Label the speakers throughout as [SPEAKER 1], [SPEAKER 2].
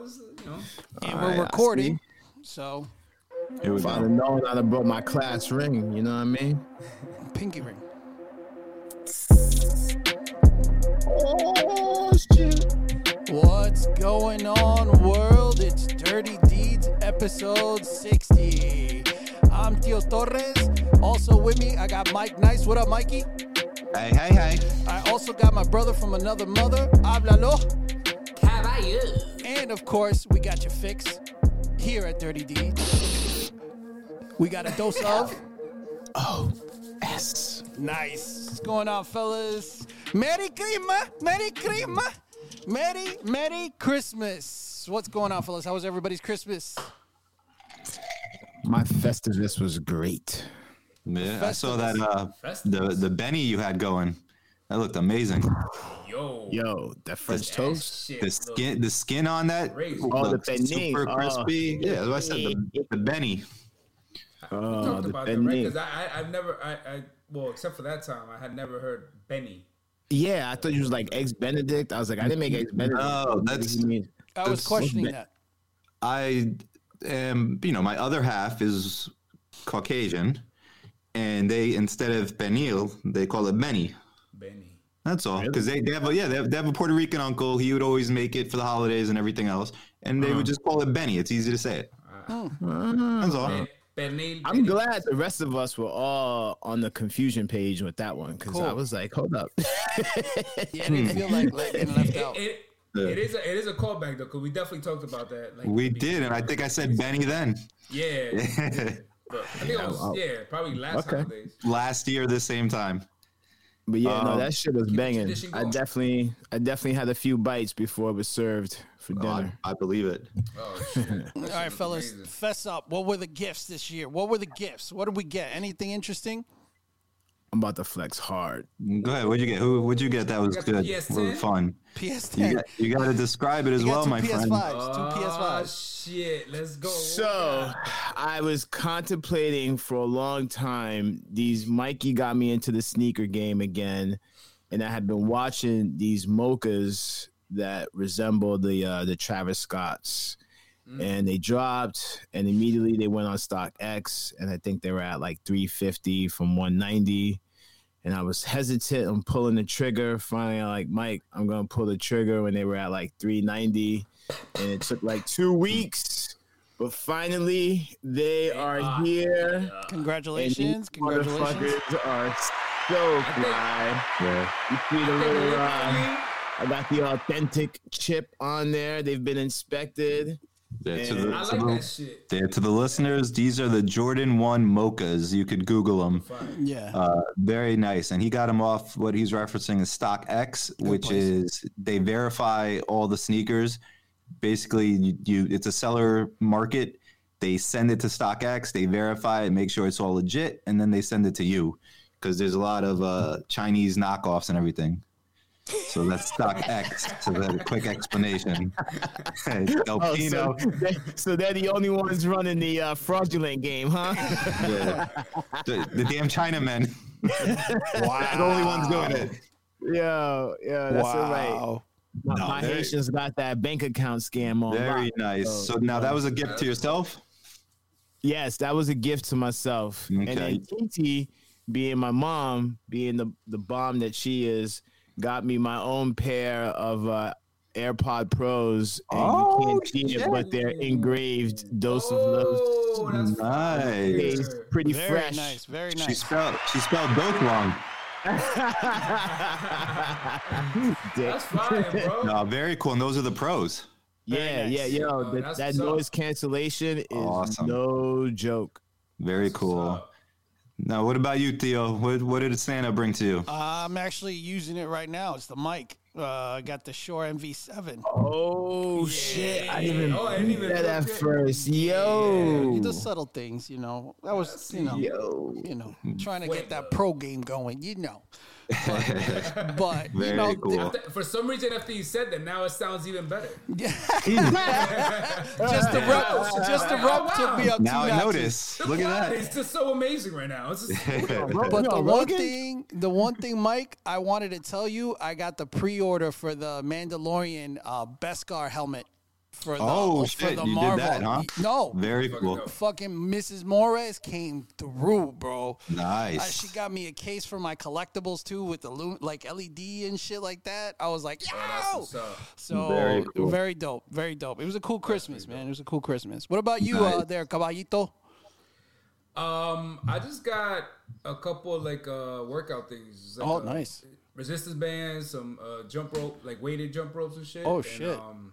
[SPEAKER 1] and
[SPEAKER 2] All right, I
[SPEAKER 1] we're
[SPEAKER 2] see.
[SPEAKER 1] recording. So
[SPEAKER 2] Here we
[SPEAKER 3] If I'd have
[SPEAKER 2] go.
[SPEAKER 3] known, I'd have brought my class ring. You know what I mean?
[SPEAKER 1] pinky ring.
[SPEAKER 3] Oh shit!
[SPEAKER 1] What's going on, world? It's Dirty Deeds episode 60. I'm Tio Torres. Also with me, I got Mike Nice. What up, Mikey?
[SPEAKER 2] Hey, hey, hey.
[SPEAKER 1] I also got my brother from another mother, Háblalo. And of course, we got your fix here at Dirty Deeds. We got a dose of.
[SPEAKER 2] S.
[SPEAKER 1] Nice. What's going on, fellas? Merry Christmas! Merry Christmas! Merry, Merry Christmas! What's going on, fellas? How was everybody's Christmas?
[SPEAKER 3] My Festivus was great.
[SPEAKER 2] Yeah, I saw that uh, the the Benny you had going. That looked amazing.
[SPEAKER 4] Yo,
[SPEAKER 3] Yo, that French
[SPEAKER 4] that
[SPEAKER 3] toast.
[SPEAKER 4] shit
[SPEAKER 2] The
[SPEAKER 4] look
[SPEAKER 2] skin, the skin on that
[SPEAKER 4] Crazy.
[SPEAKER 3] Oh, the
[SPEAKER 2] looked
[SPEAKER 3] Benny.
[SPEAKER 2] super
[SPEAKER 3] Oh.
[SPEAKER 2] crispy. yeah, that's what I said. The, the Benny.
[SPEAKER 3] Oh,
[SPEAKER 4] talked
[SPEAKER 3] the
[SPEAKER 4] about that, right?
[SPEAKER 3] beignet.
[SPEAKER 4] Because I, I, I've never, I, I, well, except for that time, I had never heard Benny.
[SPEAKER 3] Yeah, I thought you was like eggs Benedict. I was like, I didn't make eggs Benedict.
[SPEAKER 2] No,
[SPEAKER 3] What do
[SPEAKER 2] that's-
[SPEAKER 3] you mean?
[SPEAKER 1] I was
[SPEAKER 2] That's-
[SPEAKER 1] questioning that.
[SPEAKER 2] I am, you know, my other half is Caucasian, and they instead of Benil, they call it Benny.
[SPEAKER 4] Benny.
[SPEAKER 2] That's all. Because they, they have a yeah, they have, they have a Puerto Rican uncle. He would always make it for the holidays and everything else. And
[SPEAKER 3] Uh-huh.
[SPEAKER 2] they would just call it Benny. It's easy to say it. That's all.
[SPEAKER 4] Ben, Benny.
[SPEAKER 3] Uh, I'm glad the rest of us were all on the confusion page with that one because I
[SPEAKER 1] Cool.
[SPEAKER 3] was like, hold up.
[SPEAKER 1] Yeah, I didn't feel like like getting left out.
[SPEAKER 4] It, it, it is a it is a callback though, because we definitely talked about that. Like
[SPEAKER 2] We did, and I think I said Benny then.
[SPEAKER 4] yeah, but I think I was, yeah, probably last
[SPEAKER 3] Okay.
[SPEAKER 4] holidays.
[SPEAKER 2] Last year, the same time.
[SPEAKER 3] But yeah, no,
[SPEAKER 2] Um,
[SPEAKER 3] that shit was banging.
[SPEAKER 4] tradition
[SPEAKER 3] I
[SPEAKER 4] going.
[SPEAKER 3] definitely, I definitely had a few bites before it was served for dinner.
[SPEAKER 2] I, I believe it.
[SPEAKER 4] Oh shit!
[SPEAKER 1] All right, fellas,
[SPEAKER 4] amazing.
[SPEAKER 1] fess up. What were the gifts this year? What were the gifts? What did we get? Anything interesting?
[SPEAKER 3] I'm about to flex hard.
[SPEAKER 2] Go ahead. What'd you get? Who? What'd you get? That was
[SPEAKER 4] got the
[SPEAKER 2] good.
[SPEAKER 4] PS10?
[SPEAKER 2] Really fun. You
[SPEAKER 1] PS10.
[SPEAKER 2] got, you got to describe it as
[SPEAKER 1] You got
[SPEAKER 2] well,
[SPEAKER 1] two
[SPEAKER 2] my
[SPEAKER 1] PS5s.
[SPEAKER 2] friend.
[SPEAKER 1] Two
[SPEAKER 3] Uh,
[SPEAKER 4] Oh
[SPEAKER 1] PS5s.
[SPEAKER 4] shit! Let's go.
[SPEAKER 3] So I was contemplating for a long time. These Mikey got me into the sneaker game again, and I had been watching these mochas that resemble the uh, the Travis Scotts, and they dropped, and immediately they went on Stock X, and I think they were at like three fifty from one ninety. And I was hesitant on pulling the trigger. Finally, I'm like, Mike, I'm gonna pull the trigger when they were at like 390. And it took like two weeks but finally, they, are,
[SPEAKER 4] are
[SPEAKER 3] here. And these
[SPEAKER 1] Congratulations. Congratulations.
[SPEAKER 3] motherfuckers are so fly.
[SPEAKER 2] Yeah.
[SPEAKER 3] You see the little, uh,
[SPEAKER 4] Yeah.
[SPEAKER 3] I got the authentic chip on there. They've been inspected.
[SPEAKER 2] Yeah, to,
[SPEAKER 3] And
[SPEAKER 2] the,
[SPEAKER 4] I
[SPEAKER 2] to
[SPEAKER 4] like
[SPEAKER 2] the-
[SPEAKER 4] that shit.
[SPEAKER 2] yeah, to the listeners, these are the Jordan 1 mochas. You could Google them.
[SPEAKER 4] Fine.
[SPEAKER 1] Yeah.
[SPEAKER 2] Uh, very nice. And he got him off what he's referencing is Stock X, which
[SPEAKER 1] place.
[SPEAKER 2] is they verify all the sneakers. Basically, you, you it's a seller market. They send it to Stock X, they verify it, make sure it's all legit, and then they send it to you because there's a lot of uh, Chinese knockoffs and everything. So that's Stock X. So that's a quick explanation. Del
[SPEAKER 3] Oh,
[SPEAKER 2] Pino.
[SPEAKER 3] so, so they're the only ones running the uh, fraudulent game, huh?
[SPEAKER 2] Yeah. the, the damn Chinamen. wow. They're the only ones doing it.
[SPEAKER 3] yo, yo, that's all right. My,
[SPEAKER 2] No,
[SPEAKER 3] my
[SPEAKER 2] they-
[SPEAKER 3] Haitians got that bank account scam on. lock.
[SPEAKER 2] Very nice. So now that was a gift to yourself.
[SPEAKER 3] Yes, that was a gift to myself. And
[SPEAKER 2] Okay.
[SPEAKER 3] then Titi, being my mom, being the the bomb that she is, got me my own pair of uh, AirPod Pros, and you can't see it, but they're engraved. Dose
[SPEAKER 4] Oh,
[SPEAKER 3] of love.
[SPEAKER 4] that's
[SPEAKER 2] Nice.
[SPEAKER 3] It's pretty
[SPEAKER 1] Very
[SPEAKER 3] fresh.
[SPEAKER 1] nice. Very
[SPEAKER 2] She
[SPEAKER 1] nice.
[SPEAKER 2] spelled she spelled both wrong.
[SPEAKER 3] Dick.
[SPEAKER 4] that's fire, bro.
[SPEAKER 2] No, very cool. And those are the pros.
[SPEAKER 3] Yeah,
[SPEAKER 1] nice.
[SPEAKER 3] yeah, yo,
[SPEAKER 4] Yo,
[SPEAKER 3] that,
[SPEAKER 4] that's
[SPEAKER 3] that
[SPEAKER 4] what's up.
[SPEAKER 3] noise cancellation is
[SPEAKER 2] Awesome.
[SPEAKER 3] no joke.
[SPEAKER 2] Very cool.
[SPEAKER 4] up.
[SPEAKER 2] Now, what about you, Theo? What what did Santa bring to you?
[SPEAKER 1] I'm actually using it right now. It's the mic. Uh, I got the Shure MV7.
[SPEAKER 3] Oh shit! I didn't even
[SPEAKER 4] Oh, I didn't even
[SPEAKER 3] that
[SPEAKER 4] look
[SPEAKER 3] at
[SPEAKER 4] at-
[SPEAKER 3] first, yo.
[SPEAKER 1] the subtle things, you know. That was, you know, you know, trying to get that pro game going, you know. But, but, you
[SPEAKER 2] Very
[SPEAKER 1] know,
[SPEAKER 2] cool.
[SPEAKER 4] Th- For some reason, after you said that, now it sounds even better.
[SPEAKER 1] just the rep, just the rep took me up.
[SPEAKER 2] Now
[SPEAKER 1] two
[SPEAKER 2] I
[SPEAKER 1] notches.
[SPEAKER 2] notice. Look at
[SPEAKER 4] It's just so amazing right now. It's just,
[SPEAKER 2] that.
[SPEAKER 1] But
[SPEAKER 3] No,
[SPEAKER 1] the one
[SPEAKER 3] Rogan?
[SPEAKER 1] thing, the one thing, Mike, I wanted to tell you, I got the pre-order for the Mandalorian uh, Beskar helmet. for the
[SPEAKER 2] Oh,
[SPEAKER 1] for
[SPEAKER 2] shit,
[SPEAKER 1] the
[SPEAKER 2] you did
[SPEAKER 1] Marvel.
[SPEAKER 2] that, huh?
[SPEAKER 1] No,
[SPEAKER 2] Very
[SPEAKER 4] Fucking
[SPEAKER 2] cool.
[SPEAKER 4] dope.
[SPEAKER 1] fucking Mrs. Morris came through, bro. Uh,
[SPEAKER 2] Nice.
[SPEAKER 1] she got me a case for my collectibles too, with the lu- like LED and shit like that. I was like,
[SPEAKER 4] That's
[SPEAKER 1] yo.
[SPEAKER 4] what's up.
[SPEAKER 1] So very,
[SPEAKER 2] Very cool.
[SPEAKER 1] dope, very dope. It was a cool Christmas, man. It was a cool Christmas. What about you,
[SPEAKER 2] Nice.
[SPEAKER 1] uh, there, Caballito?
[SPEAKER 4] Um, I just got a couple like uh workout things. It's like,
[SPEAKER 1] Oh,
[SPEAKER 4] uh,
[SPEAKER 1] nice.
[SPEAKER 4] Resistance bands, some uh jump rope, like weighted jump ropes and shit.
[SPEAKER 1] Oh,
[SPEAKER 4] and,
[SPEAKER 1] shit.
[SPEAKER 4] Um,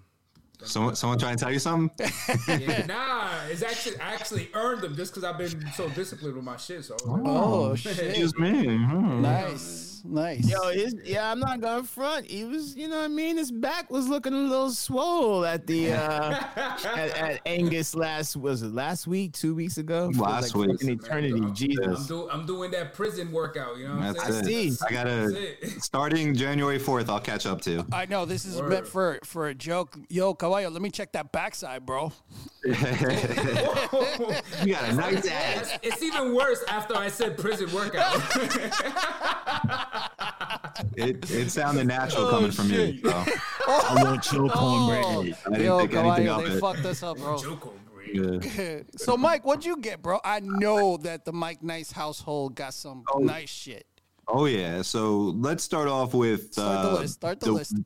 [SPEAKER 2] Someone, someone trying to tell you something?
[SPEAKER 4] yeah, nah, it's actually I actually earned them just because I've been so disciplined with my shit. So I was like,
[SPEAKER 1] Oh
[SPEAKER 4] shit.
[SPEAKER 1] shit!
[SPEAKER 2] Excuse me. Hmm.
[SPEAKER 1] Nice, nice.
[SPEAKER 3] Yo, his, yeah, I'm not gonna front. He was, you know what I mean? His back was looking a little swole at the uh at, at Angus last was it last week, two weeks ago? Feels
[SPEAKER 2] Last
[SPEAKER 3] like
[SPEAKER 2] week.
[SPEAKER 3] fucking eternity.
[SPEAKER 4] I'm,
[SPEAKER 3] Jesus.
[SPEAKER 4] do, I'm doing that prison workout. You know what I'm
[SPEAKER 2] That's
[SPEAKER 4] saying?
[SPEAKER 2] it.
[SPEAKER 3] see.
[SPEAKER 2] I gotta
[SPEAKER 4] That's it.
[SPEAKER 2] starting January fourth. I'll catch up to.
[SPEAKER 1] I know this is meant
[SPEAKER 4] Word.
[SPEAKER 1] for for a joke. Yo, Caballo, let me check that backside, bro.
[SPEAKER 2] You got a nice ass.
[SPEAKER 4] It's- it's even worse after I said prison workout.
[SPEAKER 2] It, it sounded natural
[SPEAKER 1] Oh,
[SPEAKER 2] coming from you. Bro.
[SPEAKER 3] I want your cornbread.
[SPEAKER 2] I didn't
[SPEAKER 1] Yo,
[SPEAKER 2] think anything
[SPEAKER 1] Caballo,
[SPEAKER 2] of
[SPEAKER 1] they
[SPEAKER 2] it.
[SPEAKER 1] fucked us up,
[SPEAKER 2] Oh.
[SPEAKER 1] bro.
[SPEAKER 4] Joke on bread.
[SPEAKER 2] Yeah.
[SPEAKER 1] so, Mike, what'd you get, bro? I know that the Mike Nice household got some nice shit.
[SPEAKER 2] Oh yeah. So let's start off with
[SPEAKER 1] Start the
[SPEAKER 2] uh,
[SPEAKER 1] list, start the list.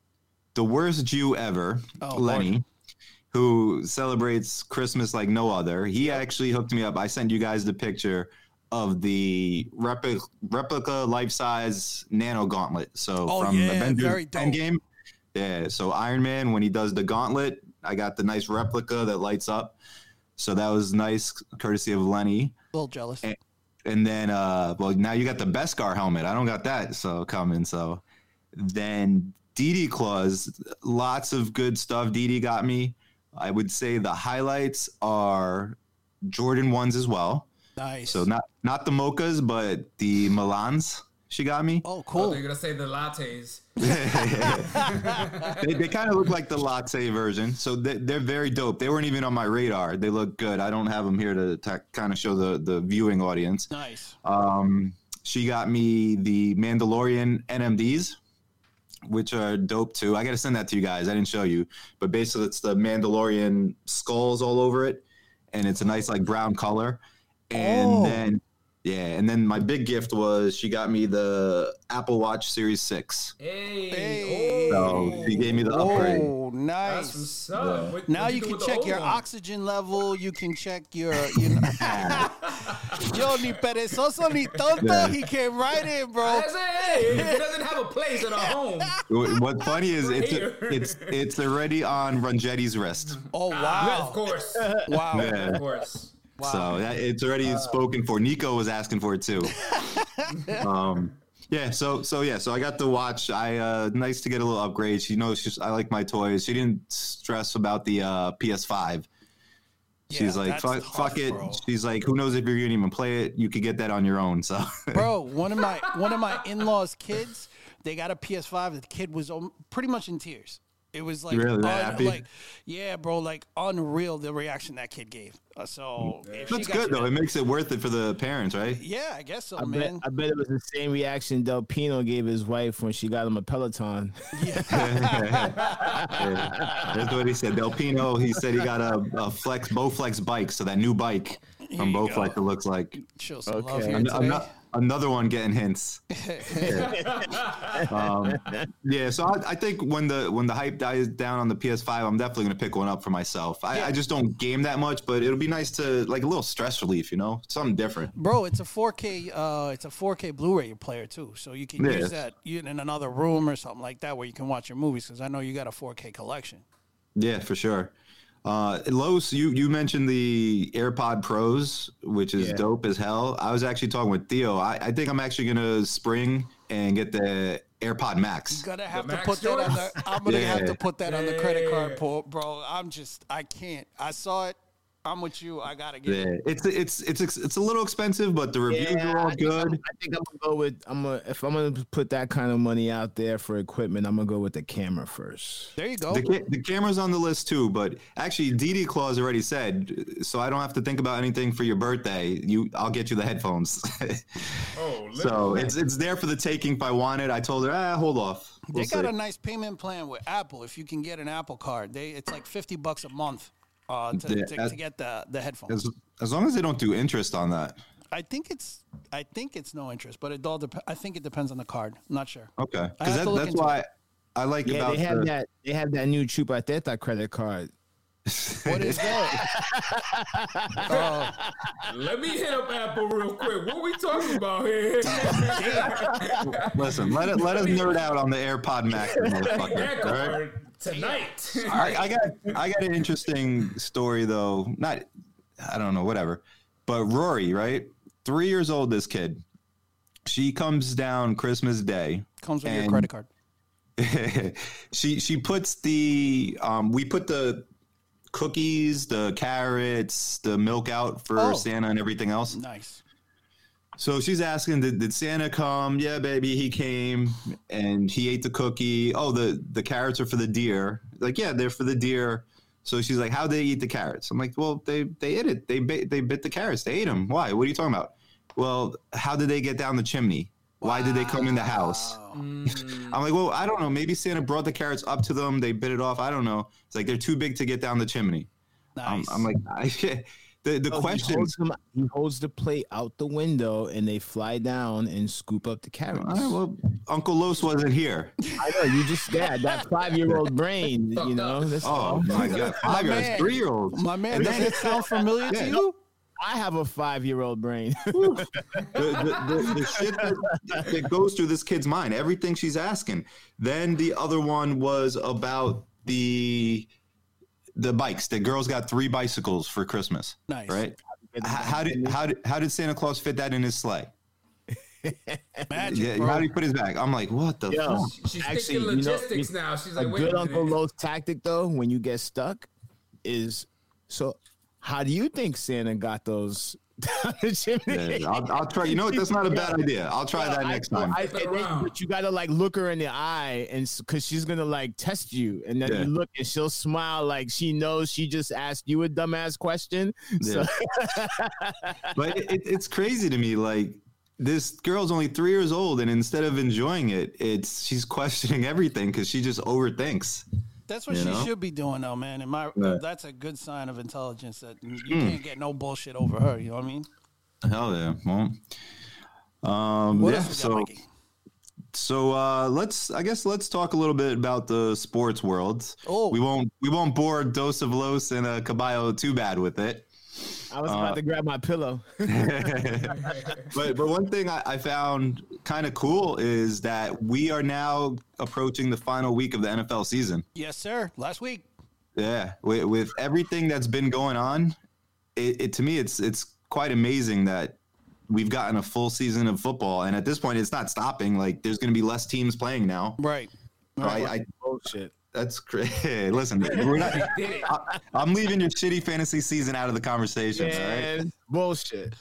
[SPEAKER 2] The worst Jew ever,
[SPEAKER 1] Oh,
[SPEAKER 2] Lenny,
[SPEAKER 1] Lord.
[SPEAKER 2] who celebrates Christmas like no other. He actually hooked me up. I sent you guys the picture of the repli- replica life size nano gauntlet. So
[SPEAKER 1] Oh,
[SPEAKER 2] from
[SPEAKER 1] yeah,
[SPEAKER 2] Avengers
[SPEAKER 1] very dope.
[SPEAKER 2] Endgame. Yeah. So Iron Man when he does the gauntlet, I got the nice replica that lights up. So that was nice, courtesy of Lenny.
[SPEAKER 1] A little jealous.
[SPEAKER 2] Eh. And then, uh, well, now you got the Beskar helmet. I don't got that, so coming. So then, DD Claws, lots of good stuff. DD got me. I would say the highlights are Jordan ones as well.
[SPEAKER 1] Nice.
[SPEAKER 2] So not not the mochas, but the Milans. She got me.
[SPEAKER 1] oh,
[SPEAKER 4] Oh,
[SPEAKER 1] cool.
[SPEAKER 4] they're gonna say the lattes.
[SPEAKER 2] They, they kind of look like the latte version, so they, they're very dope. They weren't even on my radar. They look good. I don't have them here to t- kind of show the the viewing audience.
[SPEAKER 1] Nice.
[SPEAKER 4] Oh.
[SPEAKER 2] Um, she got me the Mandalorian NMDs, which are dope too. I got to send that to you guys. I didn't show you, but basically it's the Mandalorian skulls all over it, and it's a nice like brown color. And
[SPEAKER 1] Oh.
[SPEAKER 2] then yeah, and then my big gift was she got me the Apple Watch Series Six.
[SPEAKER 4] Hey, oh,
[SPEAKER 1] Hey.
[SPEAKER 2] So she gave me the upgrade.
[SPEAKER 1] Oh,
[SPEAKER 4] that's
[SPEAKER 1] nice.
[SPEAKER 4] what's up. What-
[SPEAKER 1] Now
[SPEAKER 4] what
[SPEAKER 1] you
[SPEAKER 4] do
[SPEAKER 1] can
[SPEAKER 4] with the
[SPEAKER 1] check
[SPEAKER 4] old
[SPEAKER 1] your
[SPEAKER 4] one?
[SPEAKER 1] oxygen level. You can check your, you know. Yo, ni perezoso ni tonto.
[SPEAKER 2] Yeah.
[SPEAKER 1] He came right in, bro.
[SPEAKER 4] That's it. Hey, it doesn't have a place in our home.
[SPEAKER 2] Wh- What's funny is it's
[SPEAKER 4] Here.
[SPEAKER 2] it's it's already on Rangetti's wrist.
[SPEAKER 1] Oh,
[SPEAKER 4] Yeah, of
[SPEAKER 1] wow.
[SPEAKER 4] course,
[SPEAKER 1] Wow.
[SPEAKER 2] Yeah.
[SPEAKER 4] of course.
[SPEAKER 2] So that, it's already spoken for. Nico was asking for it too. um, yeah. So so yeah. So I got the watch. I uh, nice to get a little upgrade. She knows she's, I like my toys. She didn't stress about the uh, PS5. She's
[SPEAKER 1] Yeah,
[SPEAKER 2] like,
[SPEAKER 1] that's
[SPEAKER 2] fuck,
[SPEAKER 1] tough,
[SPEAKER 2] fuck it.
[SPEAKER 1] bro.
[SPEAKER 2] She's like, who knows if you're gonna even play it? You could get that on your own. So
[SPEAKER 1] bro one of my one of my in-laws kids they got a ps5 the kid was um, pretty much in tears it was like,
[SPEAKER 2] Really that
[SPEAKER 1] un-
[SPEAKER 2] happy?
[SPEAKER 1] like yeah bro like unreal the reaction that kid gave Uh, so if she
[SPEAKER 2] that's
[SPEAKER 1] got
[SPEAKER 2] good
[SPEAKER 1] you
[SPEAKER 2] though. It makes it worth it for the parents, right?
[SPEAKER 1] that- yeah i guess so
[SPEAKER 3] I bet,
[SPEAKER 1] man
[SPEAKER 3] I bet it was the same reaction Del Pino gave his wife when she got him a Peloton.
[SPEAKER 2] Yeah. That's what he said. Del Pino. He said he got a, a flex Bowflex bike. So that new bike from
[SPEAKER 1] you go.
[SPEAKER 2] Bowflex. It looks like.
[SPEAKER 1] show some love
[SPEAKER 3] Okay.
[SPEAKER 1] here
[SPEAKER 2] An-
[SPEAKER 1] today.
[SPEAKER 2] ano- another one getting hints. um, yeah, so I, I think when the when the hype dies down on the PS5, I'm definitely gonna pick one up for myself. I, I just don't game that much, but it'll be nice to like a little stress relief, you know, something different.
[SPEAKER 1] bro it's a 4k uh it's a 4k blu-ray player too so you can
[SPEAKER 2] Yeah.
[SPEAKER 1] use that in another room or something like that where you can watch your movies because i know you got a 4k collection
[SPEAKER 2] Yeah, for sure. Uh, Los, you you mentioned the AirPod Pros, which is
[SPEAKER 3] Yeah.
[SPEAKER 2] dope as hell. I was actually talking with Theo. I, I think I'm actually gonna spring and get the AirPod Max.
[SPEAKER 1] Gonna have to
[SPEAKER 4] Max
[SPEAKER 1] put that on the.
[SPEAKER 4] Jordans?
[SPEAKER 1] I'm gonna have to
[SPEAKER 2] Yeah.
[SPEAKER 1] put that on the credit card,
[SPEAKER 4] Yeah.
[SPEAKER 1] bro. bro. I'm just. I can't. I saw it. I'm with you. I gotta get it.
[SPEAKER 2] Yeah, it's it's it's ex- it's a little expensive, but the reviews are
[SPEAKER 3] I
[SPEAKER 2] all
[SPEAKER 3] think I'm-
[SPEAKER 2] good.
[SPEAKER 3] I think I'm gonna go with I'm gonna if I'm gonna put that kind of money out there for equipment, I'm gonna go with the camera first.
[SPEAKER 1] There you go.
[SPEAKER 2] The, ca- the camera's on the list too, but actually, DD Claus already said, so I don't have to think about anything for your birthday. You, I'll get you the headphones.
[SPEAKER 4] Oh,
[SPEAKER 2] so it's it's there for the taking if I want it. I told her, ah, hold off. We'll
[SPEAKER 1] they got
[SPEAKER 2] see.
[SPEAKER 1] a nice payment plan with Apple. If you can get an Apple card, they it's like fifty bucks a month uh, to,
[SPEAKER 2] Yeah,
[SPEAKER 1] to,
[SPEAKER 2] that-
[SPEAKER 1] to get the the headphones.
[SPEAKER 2] As, as long as they don't do interest on that.
[SPEAKER 1] I think it's I think it's no interest, but it all dep- I think it depends on the card. I'm not sure.
[SPEAKER 2] Okay.
[SPEAKER 1] I have
[SPEAKER 2] Because
[SPEAKER 1] to
[SPEAKER 2] that,
[SPEAKER 1] look
[SPEAKER 2] that's
[SPEAKER 1] into
[SPEAKER 2] why I like
[SPEAKER 3] Yeah,
[SPEAKER 2] about
[SPEAKER 3] they have
[SPEAKER 2] the-
[SPEAKER 3] that. They have that new Chupa Teta credit card.
[SPEAKER 1] What is that? oh,
[SPEAKER 4] Let me hit up Apple real quick. What we talking about here?
[SPEAKER 2] Listen, let it let us nerd out on the AirPod Max,
[SPEAKER 4] that
[SPEAKER 2] motherfucker. all right?
[SPEAKER 4] card tonight.
[SPEAKER 2] I, I got I got an interesting story though. Not I don't know, whatever. But Rory, right? Three years old, this kid. She comes down Christmas Day.
[SPEAKER 1] comes with your
[SPEAKER 2] And-
[SPEAKER 1] credit card.
[SPEAKER 2] she she puts the um we put the cookies, the carrots, the milk out for
[SPEAKER 1] Oh.
[SPEAKER 2] Santa and everything else.
[SPEAKER 1] Nice.
[SPEAKER 2] So she's asking, did, did Santa come? Yeah, baby, he came and he ate the cookie. Oh, the, the carrots are for the deer. Like, yeah, they're for the deer. So she's like, how'd they eat the carrots? I'm like, well, they, they ate it. They, bit- they bit the carrots. They ate them. Why? What are you talking about? Well, how did they get down the chimney? Why did they come in the house?
[SPEAKER 1] Wow.
[SPEAKER 4] Mm,
[SPEAKER 2] I'm like, well, I don't know. Maybe Santa brought the carrots up to them. They bit it off. I don't know. It's like, they're too big to get down the chimney.
[SPEAKER 1] Nice.
[SPEAKER 2] I'm, I'm like, I, the, the
[SPEAKER 3] So Oh, He
[SPEAKER 2] questions.
[SPEAKER 3] holds, them- he holds the plate out the window, and they fly down and scoop up the carrots.
[SPEAKER 2] All right, well, Uncle Los wasn't here.
[SPEAKER 3] I know you just yeah, that five year old brain, you know. That's
[SPEAKER 2] Oh my god, five year
[SPEAKER 1] man.
[SPEAKER 2] olds, three year olds.
[SPEAKER 1] My man,
[SPEAKER 2] And
[SPEAKER 1] does
[SPEAKER 2] then
[SPEAKER 1] it sound familiar to
[SPEAKER 2] Yeah.
[SPEAKER 1] you?
[SPEAKER 3] I have a five year old brain.
[SPEAKER 2] the, the, the, the shit that, that goes through this kid's mind, everything she's asking. Then the other one was about the the bikes. The girls got three bicycles for Christmas,
[SPEAKER 1] Nice.
[SPEAKER 2] right? H- How did how did how did Santa Claus fit that in his sleigh?
[SPEAKER 1] Magic,
[SPEAKER 2] Yeah,
[SPEAKER 1] bro.
[SPEAKER 2] how did he put his back? I'm like, what the
[SPEAKER 3] Yo.
[SPEAKER 2] fuck?
[SPEAKER 4] she's
[SPEAKER 3] Actually, you know,
[SPEAKER 4] thinking logistics
[SPEAKER 3] you-
[SPEAKER 4] now. She's
[SPEAKER 3] a
[SPEAKER 4] like, wait
[SPEAKER 3] good
[SPEAKER 4] a
[SPEAKER 3] Uncle
[SPEAKER 4] minute.
[SPEAKER 3] Lo's tactic though, when you get stuck, is so. How do you think Santa got those down the chimney?
[SPEAKER 2] Yeah, I'll, I'll try. You know what? That's not a bad idea. I'll try that
[SPEAKER 3] I-
[SPEAKER 2] next time.
[SPEAKER 3] I-
[SPEAKER 4] Flip it
[SPEAKER 3] and then-
[SPEAKER 4] around.
[SPEAKER 3] but you gotta like look her in the eye, and because she's gonna like test you, and then
[SPEAKER 2] Yeah.
[SPEAKER 3] you look and she'll smile like she knows she just asked you a dumbass question. So
[SPEAKER 2] Yeah. but it, it, it's crazy to me. Like this girl's only three years old, and instead of enjoying it, it's she's questioning everything because she just overthinks.
[SPEAKER 1] That's what
[SPEAKER 2] You
[SPEAKER 1] she
[SPEAKER 2] know?
[SPEAKER 1] should be doing, though, man. And my
[SPEAKER 2] Right. Hmm.
[SPEAKER 1] that's a good sign of intelligence that you can't get no bullshit over her. You know what I mean?
[SPEAKER 2] Hell yeah. Well, um,
[SPEAKER 1] What
[SPEAKER 2] yeah.
[SPEAKER 1] else we got,
[SPEAKER 2] So,
[SPEAKER 1] Mikey?
[SPEAKER 2] so uh, let's. I guess let's talk a little bit about the sports world.
[SPEAKER 1] Oh.
[SPEAKER 2] we won't. We won't bore Dos of Los and uh, Caballo too bad with it.
[SPEAKER 3] I was
[SPEAKER 2] Uh,
[SPEAKER 3] about to grab my pillow.
[SPEAKER 2] but but one thing I, I found kind of cool is that we are now approaching the final week of the NFL season.
[SPEAKER 1] Yes, sir. Last week.
[SPEAKER 2] Yeah, with, with everything that's been going on, it, it to me it's it's quite amazing that we've gotten a full season of football, and at this point, it's not stopping. Like, there's going to be less teams playing now.
[SPEAKER 1] Right.
[SPEAKER 2] So I, I
[SPEAKER 3] Bullshit.
[SPEAKER 2] that's crazy. Listen, we're not,
[SPEAKER 4] Did it.
[SPEAKER 2] I, I'm leaving your shitty fantasy season out of the conversation. All right.
[SPEAKER 3] Man, bullshit.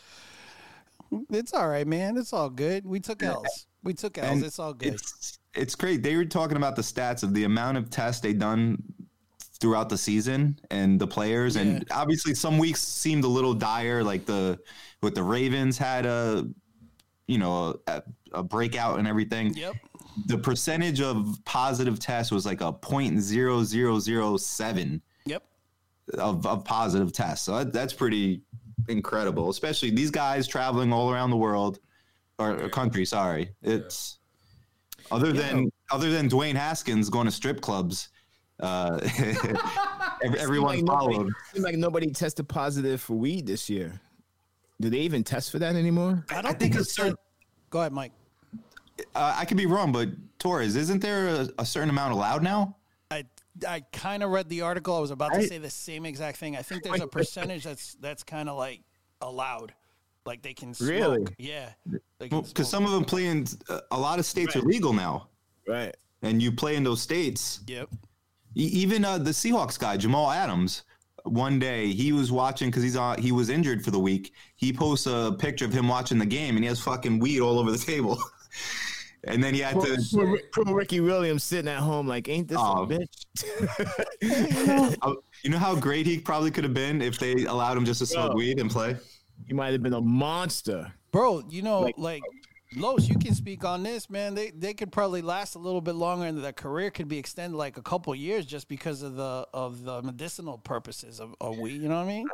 [SPEAKER 1] It's all right, man. It's all good. We took L's. We took L's.
[SPEAKER 2] And
[SPEAKER 1] it's all good.
[SPEAKER 2] It's it's great. They were talking about the stats of the amount of tests they done throughout the season and the players, and obviously some weeks seemed a little dire. Like the with the Ravens had a you know a, a breakout and everything.
[SPEAKER 1] yep.
[SPEAKER 2] The percentage of positive tests was like a point zero zero zero seven
[SPEAKER 1] Yep.
[SPEAKER 2] of, of positive tests. So that, that's pretty incredible, especially these guys traveling all around the world or, or country. Sorry, it's other than other than Dwayne Haskins going to strip clubs. Uh, ev- everyone
[SPEAKER 3] Seemed like nobody-
[SPEAKER 2] followed.
[SPEAKER 3] seemed like nobody tested positive for weed this year. Do they even test for that anymore?
[SPEAKER 1] I don't think, it's certain. Go ahead, Mike.
[SPEAKER 2] Uh, I could be wrong, but Torres, isn't there a, a certain amount allowed now?
[SPEAKER 1] I I kind of read the article. I was about to say the same exact thing. I think there's a percentage that's that's kind of like allowed, like they can smoke.
[SPEAKER 3] Really?
[SPEAKER 1] Yeah. they can
[SPEAKER 2] Because
[SPEAKER 1] smoke.
[SPEAKER 2] some of them play in uh, a lot of states are legal now,
[SPEAKER 3] Right.
[SPEAKER 2] and you play in those states.
[SPEAKER 1] Yep.
[SPEAKER 2] E- Even uh, the Seahawks guy, Jamal Adams, one day he was watching because he's on, he was injured for the week. He posts a picture of him watching the game, and he has fucking weed all over the table. and then he had
[SPEAKER 3] Poor,
[SPEAKER 2] to.
[SPEAKER 3] poor- poor Ricky Williams sitting at home like, ain't this
[SPEAKER 2] Oh.
[SPEAKER 3] a bitch?
[SPEAKER 2] uh, You know how great he probably could have been if they allowed him just to smoke
[SPEAKER 3] Bro.
[SPEAKER 2] weed and play.
[SPEAKER 3] He might have been a monster.
[SPEAKER 1] Bro, you know, like, um,
[SPEAKER 3] Like-
[SPEAKER 1] Los, you can speak on this, man. They they could probably last a little bit longer, and their career could be extended like a couple years just because of the of the medicinal purposes of, of weed. You know what I mean?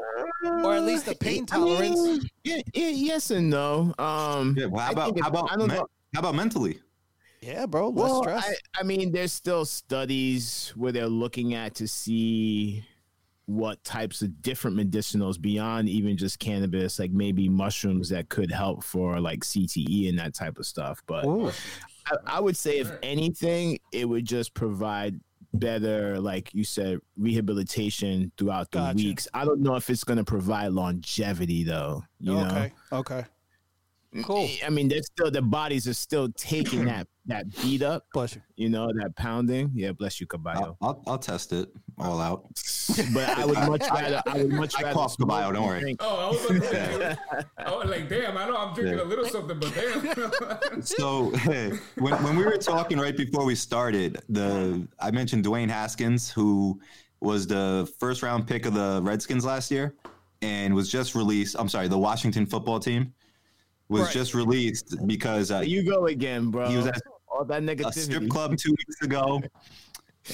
[SPEAKER 1] Or at least the pain
[SPEAKER 3] Uh, I mean,
[SPEAKER 1] tolerance.
[SPEAKER 3] yeah, yeah, yes and no. Um,
[SPEAKER 2] Yeah, well, how
[SPEAKER 3] I
[SPEAKER 2] about
[SPEAKER 3] think it-
[SPEAKER 2] how
[SPEAKER 3] I
[SPEAKER 2] about
[SPEAKER 3] don't
[SPEAKER 2] men-
[SPEAKER 3] know.
[SPEAKER 2] how about mentally?
[SPEAKER 1] yeah, bro. Less
[SPEAKER 3] Well,
[SPEAKER 1] stress.
[SPEAKER 3] I, I mean, there's still studies where they're looking at to see what types of different medicinals beyond even just cannabis, like maybe mushrooms that could help for like CTE and that type of stuff. But I, I would say, if anything, it would just provide better, like you said, rehabilitation throughout the
[SPEAKER 1] Gotcha.
[SPEAKER 3] weeks. I don't know if it's going to provide longevity, though. You know?
[SPEAKER 1] okay. Okay.
[SPEAKER 3] Mm.
[SPEAKER 2] Oh.
[SPEAKER 1] Cool.
[SPEAKER 3] I mean, they're still the bodies are still taking that that beat up,
[SPEAKER 1] Bless you.
[SPEAKER 3] you know, that pounding. Yeah, bless you, Caballo.
[SPEAKER 2] I'll, I'll, I'll test it all out.
[SPEAKER 3] But I would much rather. I would much
[SPEAKER 2] Uh, I
[SPEAKER 3] rather.
[SPEAKER 2] cough
[SPEAKER 3] smoke
[SPEAKER 2] Caballo, don't
[SPEAKER 3] than
[SPEAKER 2] worry.
[SPEAKER 3] drink.
[SPEAKER 4] Oh, I was about to say, I was like, damn, I know I'm drinking
[SPEAKER 2] Yeah.
[SPEAKER 4] a little something, but damn.
[SPEAKER 2] So when, when we were talking right before we started, the I mentioned Dwayne Haskins, who was the first round pick of the Redskins last year, and was just released. I'm sorry, the Washington football team was
[SPEAKER 1] Right.
[SPEAKER 2] just released because uh,
[SPEAKER 3] There you go again, bro.
[SPEAKER 2] He was at
[SPEAKER 3] all that
[SPEAKER 2] a strip
[SPEAKER 3] negativity.
[SPEAKER 2] club two weeks ago,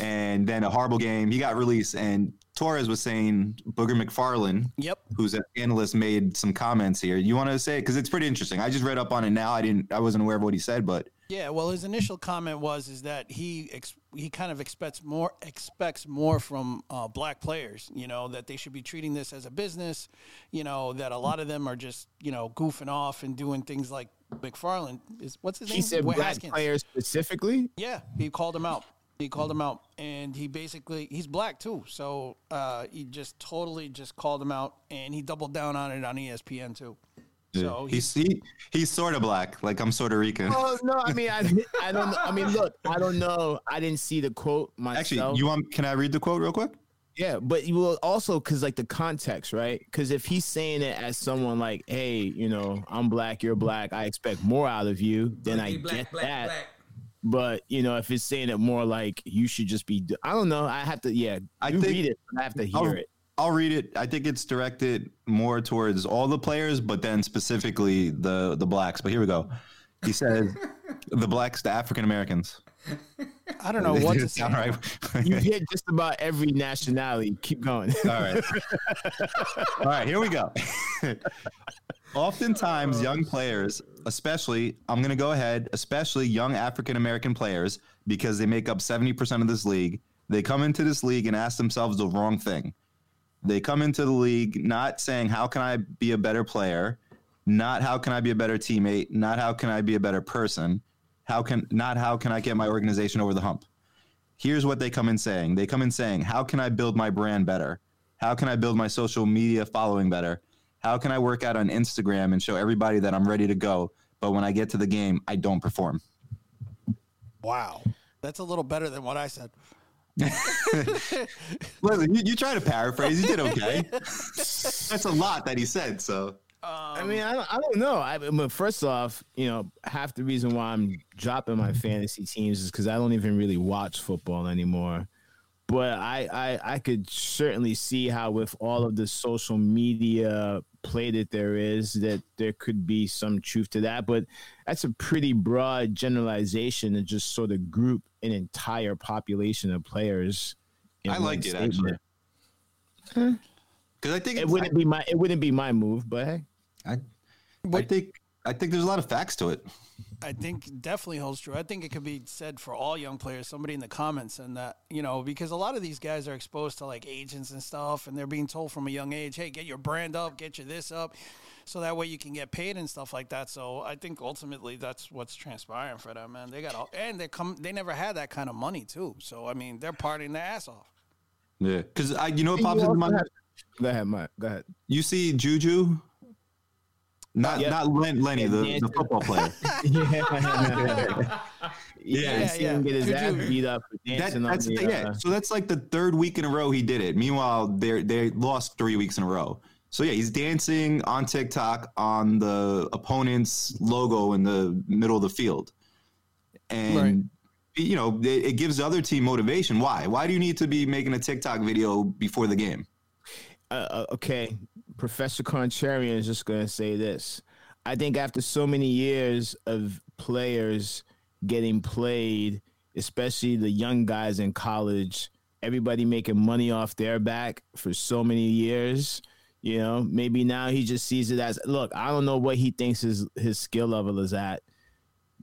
[SPEAKER 2] and then a horrible game. He got released, and Torres was saying Booger McFarland,
[SPEAKER 1] Yep.
[SPEAKER 2] who's an analyst, made some comments here. You want to say because it's pretty interesting. I just read up on it now. I didn't. I wasn't aware of what he said, but
[SPEAKER 1] Yeah, well, his initial comment was is that he ex- he kind of expects more expects more from uh, black players. You know that they should be treating this as a business. You know that a lot of them are just you know goofing off and doing things like McFarland is what's his name?
[SPEAKER 3] He said
[SPEAKER 1] Dwayne
[SPEAKER 3] black
[SPEAKER 1] Haskins.
[SPEAKER 3] players specifically.
[SPEAKER 1] Yeah, he called him out. He called him out, and he basically he's black too, so uh, he just totally just called him out, and he doubled down on it on E ESPN too. So Oh, he's
[SPEAKER 2] he's he, he's sort of black. Like I'm sort of Rican.
[SPEAKER 3] Oh no! I mean, I, I don't. know. I mean, look, I don't know. I didn't see the quote myself.
[SPEAKER 2] Actually, you want? Can I read the quote real quick?
[SPEAKER 3] Yeah, but you will also because like the context, right? Because if he's saying it as someone like, "Hey, you know, I'm black, you're black, I expect more out of you," then I get that. But you know, if it's saying it more like you should just be, I don't know. I have to, yeah.
[SPEAKER 2] I
[SPEAKER 3] you
[SPEAKER 2] think-
[SPEAKER 3] read it, but I have to hear
[SPEAKER 2] I'll,
[SPEAKER 3] it.
[SPEAKER 2] I'll read it. I think it's directed more towards all the players, but then specifically the the blacks. But here we go. He says the blacks, the African Americans.
[SPEAKER 1] I don't know what to say.
[SPEAKER 2] sound right.
[SPEAKER 3] You hear just about every nationality. Keep going.
[SPEAKER 2] All right. All right, here we go. Oftentimes, young players, especially, I'm going to go ahead, especially young African American players, because they make up 70% of this league, they come into this league and ask themselves the wrong thing. They come into the league not saying, How can I be a better player? Not how can I be a better teammate? Not how can I be a better person? How can not how can I get my organization over the hump? here's what they come in saying they come in saying how can i build my brand better how can i build my social media following better how can i work out on instagram and show everybody that i'm ready to go but when i get to the game i don't perform
[SPEAKER 1] Wow, that's a little better than what I said.
[SPEAKER 2] listen you, you try to paraphrase you did okay that's a lot that he said so Um,
[SPEAKER 3] I mean, I don't, I don't know. I, but first off, you know, half the reason why I'm dropping my fantasy teams is because I don't even really watch football anymore. But I, I, I could certainly see how, with all of the social media play that there is, that there could be some truth to that. But that's a pretty broad generalization to just sort of group an entire population of players. in
[SPEAKER 2] I
[SPEAKER 3] one
[SPEAKER 2] liked it,
[SPEAKER 3] statement.
[SPEAKER 2] actually. because i think
[SPEAKER 3] It
[SPEAKER 2] it's,
[SPEAKER 3] wouldn't be my, it wouldn't be my move, but hey.
[SPEAKER 2] I, I, I think i think there's a lot of facts to it
[SPEAKER 1] I think definitely holds true. I think it could be said for all young players. Somebody in the comments and that you know because a lot of these guys are exposed to like agents and stuff, and they're being told from a young age, "Hey, get your brand up, get your this up, so that way you can get paid and stuff like that." So I think ultimately that's what's transpiring for them, man. They got all, and they come, they never had that kind of money too. So I mean, they're partying their ass off.
[SPEAKER 2] yeah because i you know what
[SPEAKER 3] You
[SPEAKER 2] pops into
[SPEAKER 3] also
[SPEAKER 2] my head
[SPEAKER 3] have- Go ahead, Mike. Go ahead.
[SPEAKER 2] you see juju not
[SPEAKER 3] Yeah.
[SPEAKER 2] not Len, lenny the,
[SPEAKER 3] Yeah,
[SPEAKER 2] the football player
[SPEAKER 3] yeah, yeah,
[SPEAKER 2] Yeah,
[SPEAKER 3] yeah. See him
[SPEAKER 1] yeah.
[SPEAKER 3] get his ass
[SPEAKER 1] Juju.
[SPEAKER 3] beat up for
[SPEAKER 2] That,
[SPEAKER 3] dancing
[SPEAKER 2] that's
[SPEAKER 3] on the,
[SPEAKER 2] the- yeah.
[SPEAKER 3] uh,
[SPEAKER 2] So that's like the third week in a row he did it. Meanwhile, they they lost three weeks in a row. So yeah, he's dancing on TikTok on the opponent's logo in the middle of the field, and
[SPEAKER 1] Right.
[SPEAKER 2] you know it, it gives the other team motivation. Why? Why do you need to be making a TikTok video before the game?
[SPEAKER 3] uh, uh, okay, Professor Contrarian is just gonna say this. I think after so many years of players getting played, especially the young guys in college, everybody making money off their back for so many years. You know, maybe now he just sees it as look, I don't know what he thinks his his skill level is at.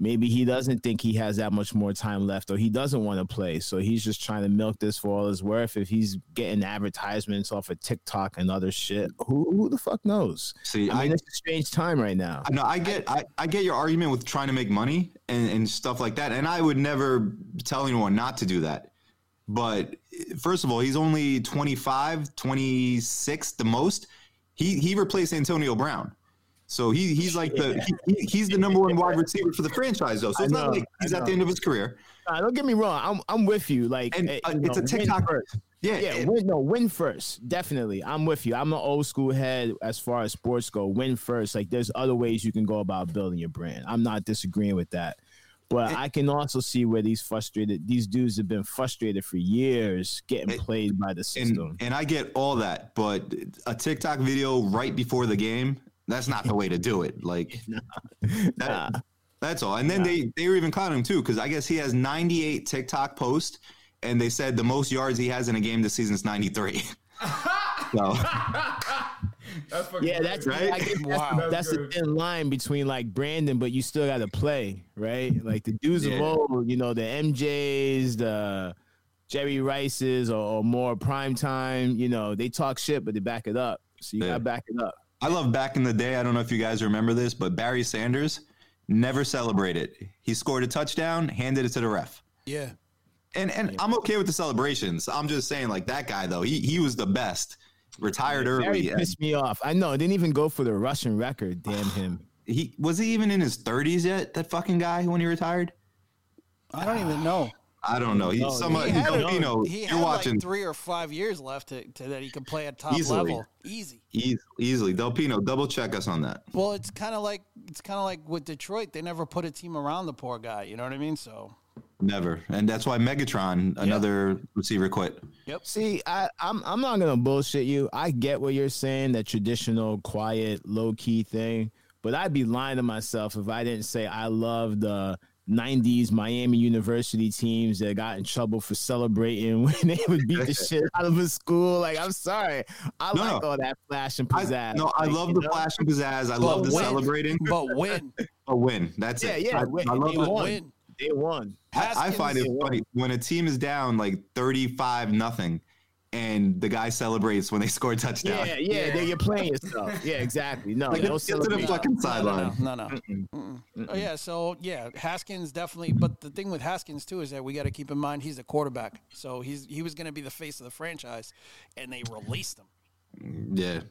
[SPEAKER 3] Maybe he doesn't think he has that much more time left or he doesn't want to play. So he's just trying to milk this for all it's worth. If he's getting advertisements off of TikTok and other shit, who, who the fuck knows?
[SPEAKER 2] See,
[SPEAKER 3] I
[SPEAKER 2] I,
[SPEAKER 3] mean, it's a strange time right now.
[SPEAKER 2] no, I get I, I get your argument with trying to make money and, and stuff like that. And I would never tell anyone not to do that. But eh, first of all, he's only 25, 26 the most. He he replaced Antonio Brown. So he, he's like the he, he- he's the number one wide receiver for the franchise though. So
[SPEAKER 3] I
[SPEAKER 2] it's
[SPEAKER 3] know,
[SPEAKER 2] not like
[SPEAKER 3] I
[SPEAKER 2] he's at the
[SPEAKER 3] know.
[SPEAKER 2] end of his career.
[SPEAKER 3] Nah, don't get me wrong. I'm I'm with you. Like,
[SPEAKER 2] And
[SPEAKER 3] eh,
[SPEAKER 2] uh,
[SPEAKER 3] you
[SPEAKER 2] it's a
[SPEAKER 3] know, win
[SPEAKER 2] TikTok.
[SPEAKER 3] first.
[SPEAKER 2] Yeah,
[SPEAKER 3] Yeah,
[SPEAKER 2] it-
[SPEAKER 3] win, no, win first. Definitely, I'm with you. I'm an old school head as far as sports go. Win first. Like, there's other ways you can go about building your brand. I'm not disagreeing with that, but
[SPEAKER 2] It-
[SPEAKER 3] I can also see where these frustrated these dudes have been frustrated for years getting
[SPEAKER 2] It-
[SPEAKER 3] played by the system.
[SPEAKER 2] and, and I get all that, but a TikTok video right before the game, that's not the way to do it. Like
[SPEAKER 3] Nah.
[SPEAKER 2] that, that's all. And then they they were even clowning him too because I guess he has 98 TikTok posts, and they said the most yards he has in a game this season is 93. so
[SPEAKER 4] That's fucking
[SPEAKER 3] Yeah, that's
[SPEAKER 4] crazy.
[SPEAKER 3] right.
[SPEAKER 2] Right?
[SPEAKER 3] I guess
[SPEAKER 1] Wow.
[SPEAKER 3] that's, that's the
[SPEAKER 4] That's
[SPEAKER 3] thin line between like Brandon, but you still got to play, right? Like the dudes
[SPEAKER 2] Yeah.
[SPEAKER 3] of old, you know, the MJs, the Jerry Rices, or, or more prime time. You know, they talk shit, but they back it up. So you
[SPEAKER 2] Yeah.
[SPEAKER 3] got to back it up.
[SPEAKER 2] I love back in the day. I don't know if you guys remember this, but Barry Sanders never celebrated. He scored a touchdown, handed it to the ref.
[SPEAKER 1] Yeah.
[SPEAKER 2] And and I'm okay with the celebrations. I'm just saying, like that guy though, he he was the best. Retired
[SPEAKER 3] Jerry
[SPEAKER 2] early. and-
[SPEAKER 3] pissed me off. I know. Didn't even go for the Russian record. Damn him.
[SPEAKER 2] he was he even in his 30s yet that fucking guy when he retired
[SPEAKER 1] I don't even know.
[SPEAKER 2] i don't know he's
[SPEAKER 3] No,
[SPEAKER 2] somebody
[SPEAKER 1] He
[SPEAKER 2] he's
[SPEAKER 1] had,
[SPEAKER 2] Filipino.
[SPEAKER 1] he had
[SPEAKER 2] you're watching
[SPEAKER 1] like three or five years left to, to that he could play at top
[SPEAKER 2] Easily.
[SPEAKER 1] level. Easy.
[SPEAKER 2] Eas- easily delpino double check us on that
[SPEAKER 1] Well, it's kind of like it's kind of like with Detroit. They never put a team around the poor guy. You know what I mean? So
[SPEAKER 2] never and that's why megatron another receiver quit
[SPEAKER 3] See, I, I'm I'm not gonna bullshit you. I get what you're saying, that traditional, quiet, low key thing. But I'd be lying to myself if I didn't say I love the '90s Miami University teams that got in trouble for celebrating when they would beat the shit out of a school. Like, I'm sorry, I
[SPEAKER 2] No,
[SPEAKER 3] like
[SPEAKER 2] no.
[SPEAKER 3] all that flash and
[SPEAKER 2] I,
[SPEAKER 3] pizzazz.
[SPEAKER 2] no i
[SPEAKER 3] Like,
[SPEAKER 2] love
[SPEAKER 3] you
[SPEAKER 2] the
[SPEAKER 3] know?
[SPEAKER 2] flash and pizzazz i love the
[SPEAKER 1] when-
[SPEAKER 2] celebrating
[SPEAKER 1] but win,
[SPEAKER 2] a win that's
[SPEAKER 3] Yeah,
[SPEAKER 2] it
[SPEAKER 3] yeah,
[SPEAKER 2] I,
[SPEAKER 3] win.
[SPEAKER 2] I love
[SPEAKER 3] They
[SPEAKER 2] the,
[SPEAKER 3] won.
[SPEAKER 1] win.
[SPEAKER 3] They won.
[SPEAKER 2] I, I find it
[SPEAKER 1] Haskins-
[SPEAKER 2] funny when a team is down like 35 nothing and the guy celebrates when they score a
[SPEAKER 3] Yeah,
[SPEAKER 2] touchdown
[SPEAKER 3] yeah,
[SPEAKER 4] Yeah.
[SPEAKER 3] they- you're playing yourself. Yeah, exactly. No,
[SPEAKER 2] like
[SPEAKER 3] no
[SPEAKER 2] let's get to the
[SPEAKER 3] celebration.
[SPEAKER 2] fucking
[SPEAKER 1] No,
[SPEAKER 2] sideline
[SPEAKER 1] no, no, no. no. Mm-mm. Oh, yeah, so yeah, Haskins definitely. But the thing with Haskins too is that we got to keep in mind he's a quarterback, so he's he was going to be the face of the franchise, and they released him.
[SPEAKER 2] yeah,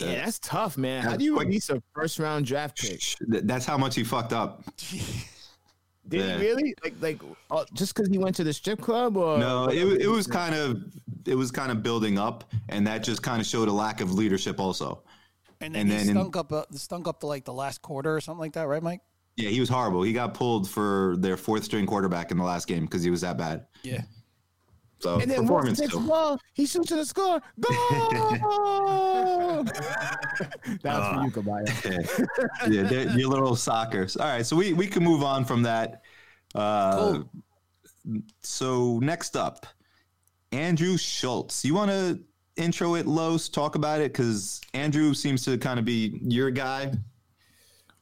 [SPEAKER 3] Yeah, that's tough, man. How do you release a first round draft pick?
[SPEAKER 2] Th- that's how much he fucked up
[SPEAKER 3] Did
[SPEAKER 2] Yeah.
[SPEAKER 3] he really? Like, like oh, just because he went to the strip club? Or
[SPEAKER 2] No, it, wa- it was kind of it was kind of building up, and that just kind of showed a lack of leadership. Also,
[SPEAKER 1] And then
[SPEAKER 2] And
[SPEAKER 1] he
[SPEAKER 2] then in-
[SPEAKER 1] stunk up uh, stunk up to like the last quarter or something like that, right, Mike?
[SPEAKER 2] yeah, he was horrible. He got pulled for their fourth string quarterback in the last game because he was that bad.
[SPEAKER 1] Yeah.
[SPEAKER 2] So
[SPEAKER 3] And then once
[SPEAKER 2] performance
[SPEAKER 3] the next
[SPEAKER 2] too.
[SPEAKER 3] ball, he shoots to the score. Goal! that was
[SPEAKER 2] Ah.
[SPEAKER 3] for you, Kabaya.
[SPEAKER 2] yeah, yeah they're- your little soccer. All right, so we we can move on from that. Uh,
[SPEAKER 1] Cool.
[SPEAKER 2] So next up, Andrew Schultz. You want to intro it, Los? Talk about it because Andrew seems to kind of be your guy.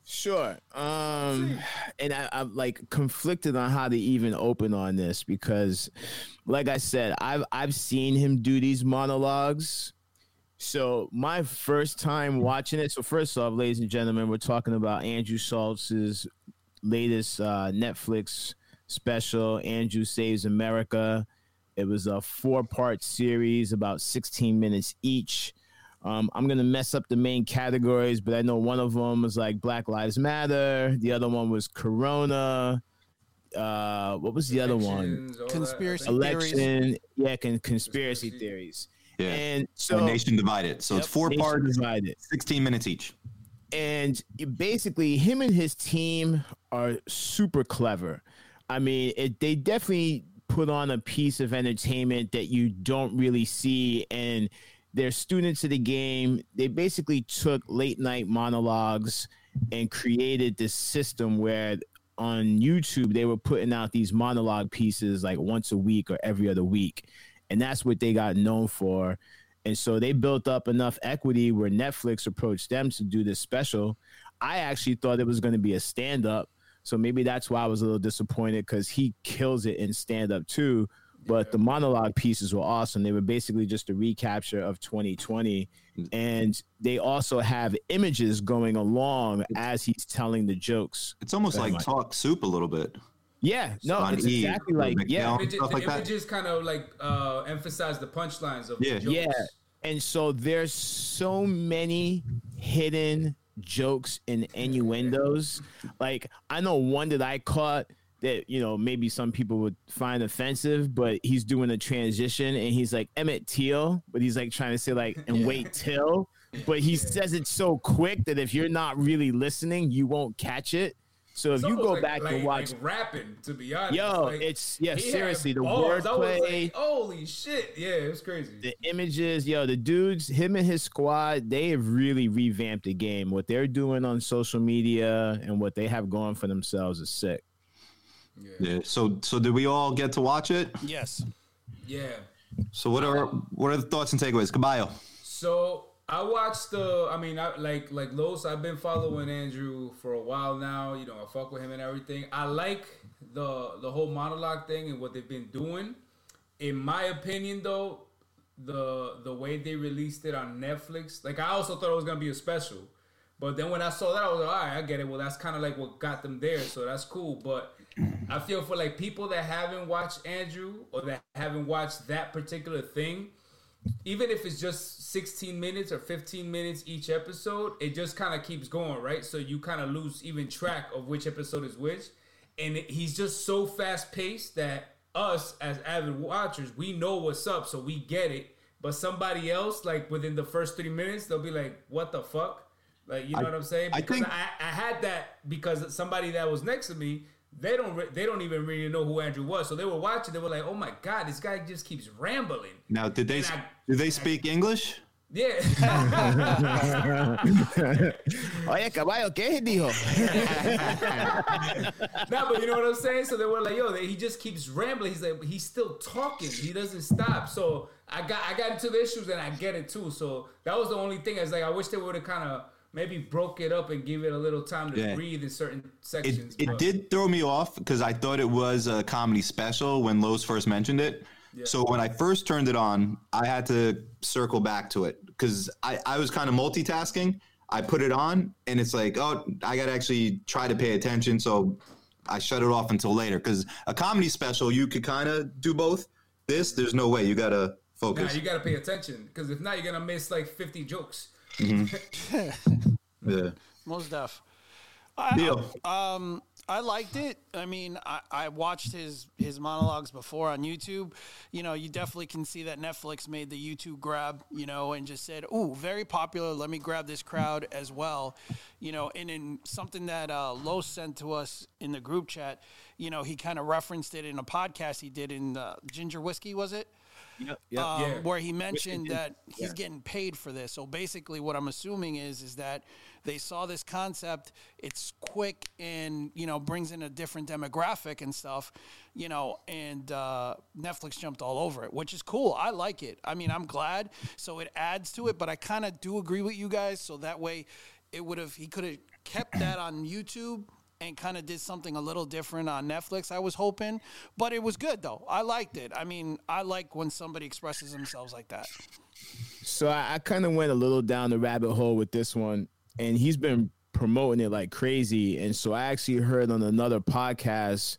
[SPEAKER 3] Sure. Um, and I, I'm like conflicted on how to even open on this because, like I said, I've I've seen him do these monologues. So my first time watching it. So first off, ladies and gentlemen, we're talking about Andrew Schultz's latest uh, Netflix special, Andrew Saves America. It was a four-part series, about 16 minutes each. Um, I'm gonna mess up the main categories, but I know one of them was like Black Lives Matter. The other one was Corona. Uh, what was the other one?
[SPEAKER 4] Elections, all that.
[SPEAKER 1] Conspiracy.
[SPEAKER 4] I think-
[SPEAKER 1] Theories.
[SPEAKER 3] Election. Yeah, con-
[SPEAKER 4] Conspiracy.
[SPEAKER 3] conspiracy theories.
[SPEAKER 2] Yeah,
[SPEAKER 3] And so
[SPEAKER 2] The nation divided. So it's
[SPEAKER 1] Yep,
[SPEAKER 2] four
[SPEAKER 3] nation
[SPEAKER 2] parts,
[SPEAKER 3] divided.
[SPEAKER 2] sixteen minutes each.
[SPEAKER 3] and it- basically him and his team are super clever. I mean, it, they definitely put on a piece of entertainment that you don't really see and they're students of the game. They basically took late night monologues and created this system where on YouTube they were putting out these monologue pieces like once a week or every other week, and that's what they got known for. And so they built up enough equity where Netflix approached them to do this special. I actually thought it was going to be a stand up, so maybe that's why I was a little disappointed because he kills it in stand up too. But the monologue pieces were awesome. They were basically just a recapture of 2020. And they also have images going along as he's telling the jokes.
[SPEAKER 2] It's almost
[SPEAKER 3] Very
[SPEAKER 2] like
[SPEAKER 3] much.
[SPEAKER 2] talk soup a little bit.
[SPEAKER 3] Yeah, no,
[SPEAKER 2] Son
[SPEAKER 3] it's
[SPEAKER 2] E,
[SPEAKER 3] exactly like,
[SPEAKER 2] Rick
[SPEAKER 3] yeah.
[SPEAKER 2] Down.
[SPEAKER 4] Images,
[SPEAKER 2] Stuff like
[SPEAKER 4] the
[SPEAKER 2] that.
[SPEAKER 4] images kind of like uh, emphasize the punchlines of the
[SPEAKER 2] Yeah.
[SPEAKER 4] jokes.
[SPEAKER 3] Yeah. And so there's so many hidden jokes and innuendos. Like I know one that I caught that you know maybe some people would find offensive, but he's doing a transition and he's like Emmett Till, but he's like trying to say like and wait till, but he says it so quick that if you're not really listening, you won't catch it. So if
[SPEAKER 4] It's
[SPEAKER 3] you
[SPEAKER 4] almost
[SPEAKER 3] go
[SPEAKER 4] like-
[SPEAKER 3] back
[SPEAKER 4] like-
[SPEAKER 3] and watch
[SPEAKER 4] like rapping, to be honest.
[SPEAKER 3] Yo,
[SPEAKER 4] Like,
[SPEAKER 3] it's- yeah,
[SPEAKER 4] he had
[SPEAKER 3] seriously, the
[SPEAKER 4] balls. I was
[SPEAKER 3] wordplay-
[SPEAKER 4] like, Holy shit! Yeah, it was crazy.
[SPEAKER 3] the images, yo, the dudes, him and his squad, they have really revamped the game. What they're doing on social media and what they have going for themselves is sick.
[SPEAKER 2] Yeah. So so did we all get to watch it?
[SPEAKER 1] Yes.
[SPEAKER 4] yeah.
[SPEAKER 2] So what are what are the thoughts and takeaways? Caballo.
[SPEAKER 4] So I watched the. I mean, I, like like Los, I've been following Andrew for a while now. You know, I fuck with him and everything. I like the the whole monologue thing and what they've been doing. In my opinion, though, the the way they released it on Netflix, like I also thought it was gonna be a special, but then when I saw that, I was like, all right, I get it. Well, that's kind of like what got them there, so that's cool. But I feel for like people that haven't watched Andrew or that haven't watched that particular thing, even if it's just 16 minutes or 15 minutes each episode, it just kind of keeps going, right? So you kind of lose even track of which episode is which. And it- he's just so fast paced that us as avid watchers, we know what's up, so we get it. But somebody else, like within the first three minutes, they'll be like, "What the fuck?" Like, you know what I'm saying?
[SPEAKER 2] I
[SPEAKER 4] Because
[SPEAKER 2] think-
[SPEAKER 4] I, I had that because somebody that was next to me, they don't re- they don't even really know who Andrew was, so they were watching. They were like, "Oh my god, this guy just keeps rambling."
[SPEAKER 2] Now did they
[SPEAKER 4] And I-
[SPEAKER 2] did they speak English?
[SPEAKER 4] Yeah.
[SPEAKER 3] Oye, caballo, ¿qué dijo?
[SPEAKER 4] no, but you know what I'm saying. So they were like, "Yo, they, he just keeps rambling. He's like, he's still talking. He doesn't stop." So I got I got into the issues, and I get it too. So that was the only thing. I was like, I wish they would have kind of maybe broke it up and give it a little time to
[SPEAKER 2] Yeah.
[SPEAKER 4] breathe in certain
[SPEAKER 2] It
[SPEAKER 4] sections.
[SPEAKER 2] it
[SPEAKER 4] but-
[SPEAKER 2] did throw me off because I thought it was a comedy special when Lowe's first mentioned it. So when I first turned it on, I had to circle back to it because I, I was kind of multitasking. I put it on and it's like, oh, I got to actually try to pay attention. So I shut it off until later because a comedy special, you could kind of do both. This, there's no way. You got to
[SPEAKER 4] Nah,
[SPEAKER 2] focus.
[SPEAKER 4] you gotta pay attention because if not, you're gonna miss like 50 jokes.
[SPEAKER 2] Yeah.
[SPEAKER 1] Most def. I,
[SPEAKER 2] Deal.
[SPEAKER 1] Um, I liked it. I mean, I, I watched his his monologues before on YouTube. You know, you definitely can see that Netflix made the YouTube grab. You know, and just said, "Ooh, very popular. Let me grab this crowd as well." You know, and in something that uh, Lowe sent to us in the group chat, you know, he kind of referenced it in a podcast he did in uh, Ginger Whiskey, was it? um,
[SPEAKER 4] Yeah.
[SPEAKER 1] where he mentioned that he's getting paid for this. So basically, what I'm assuming is is that they saw this concept. It's quick and you know brings in a different demographic and stuff, you know. And uh, Netflix jumped all over it, which is cool. I like it. I mean, I'm glad. So it adds to it, but I kind of do agree with you guys. So that way, it would have he could have kept that on YouTube and kind of did something a little different on Netflix. I was hoping, but it was good though. I liked it. I mean, I like when somebody expresses themselves like that.
[SPEAKER 3] So I, I kind of went a little down the rabbit hole with this one, and he's been promoting it like crazy. And so I actually heard on another podcast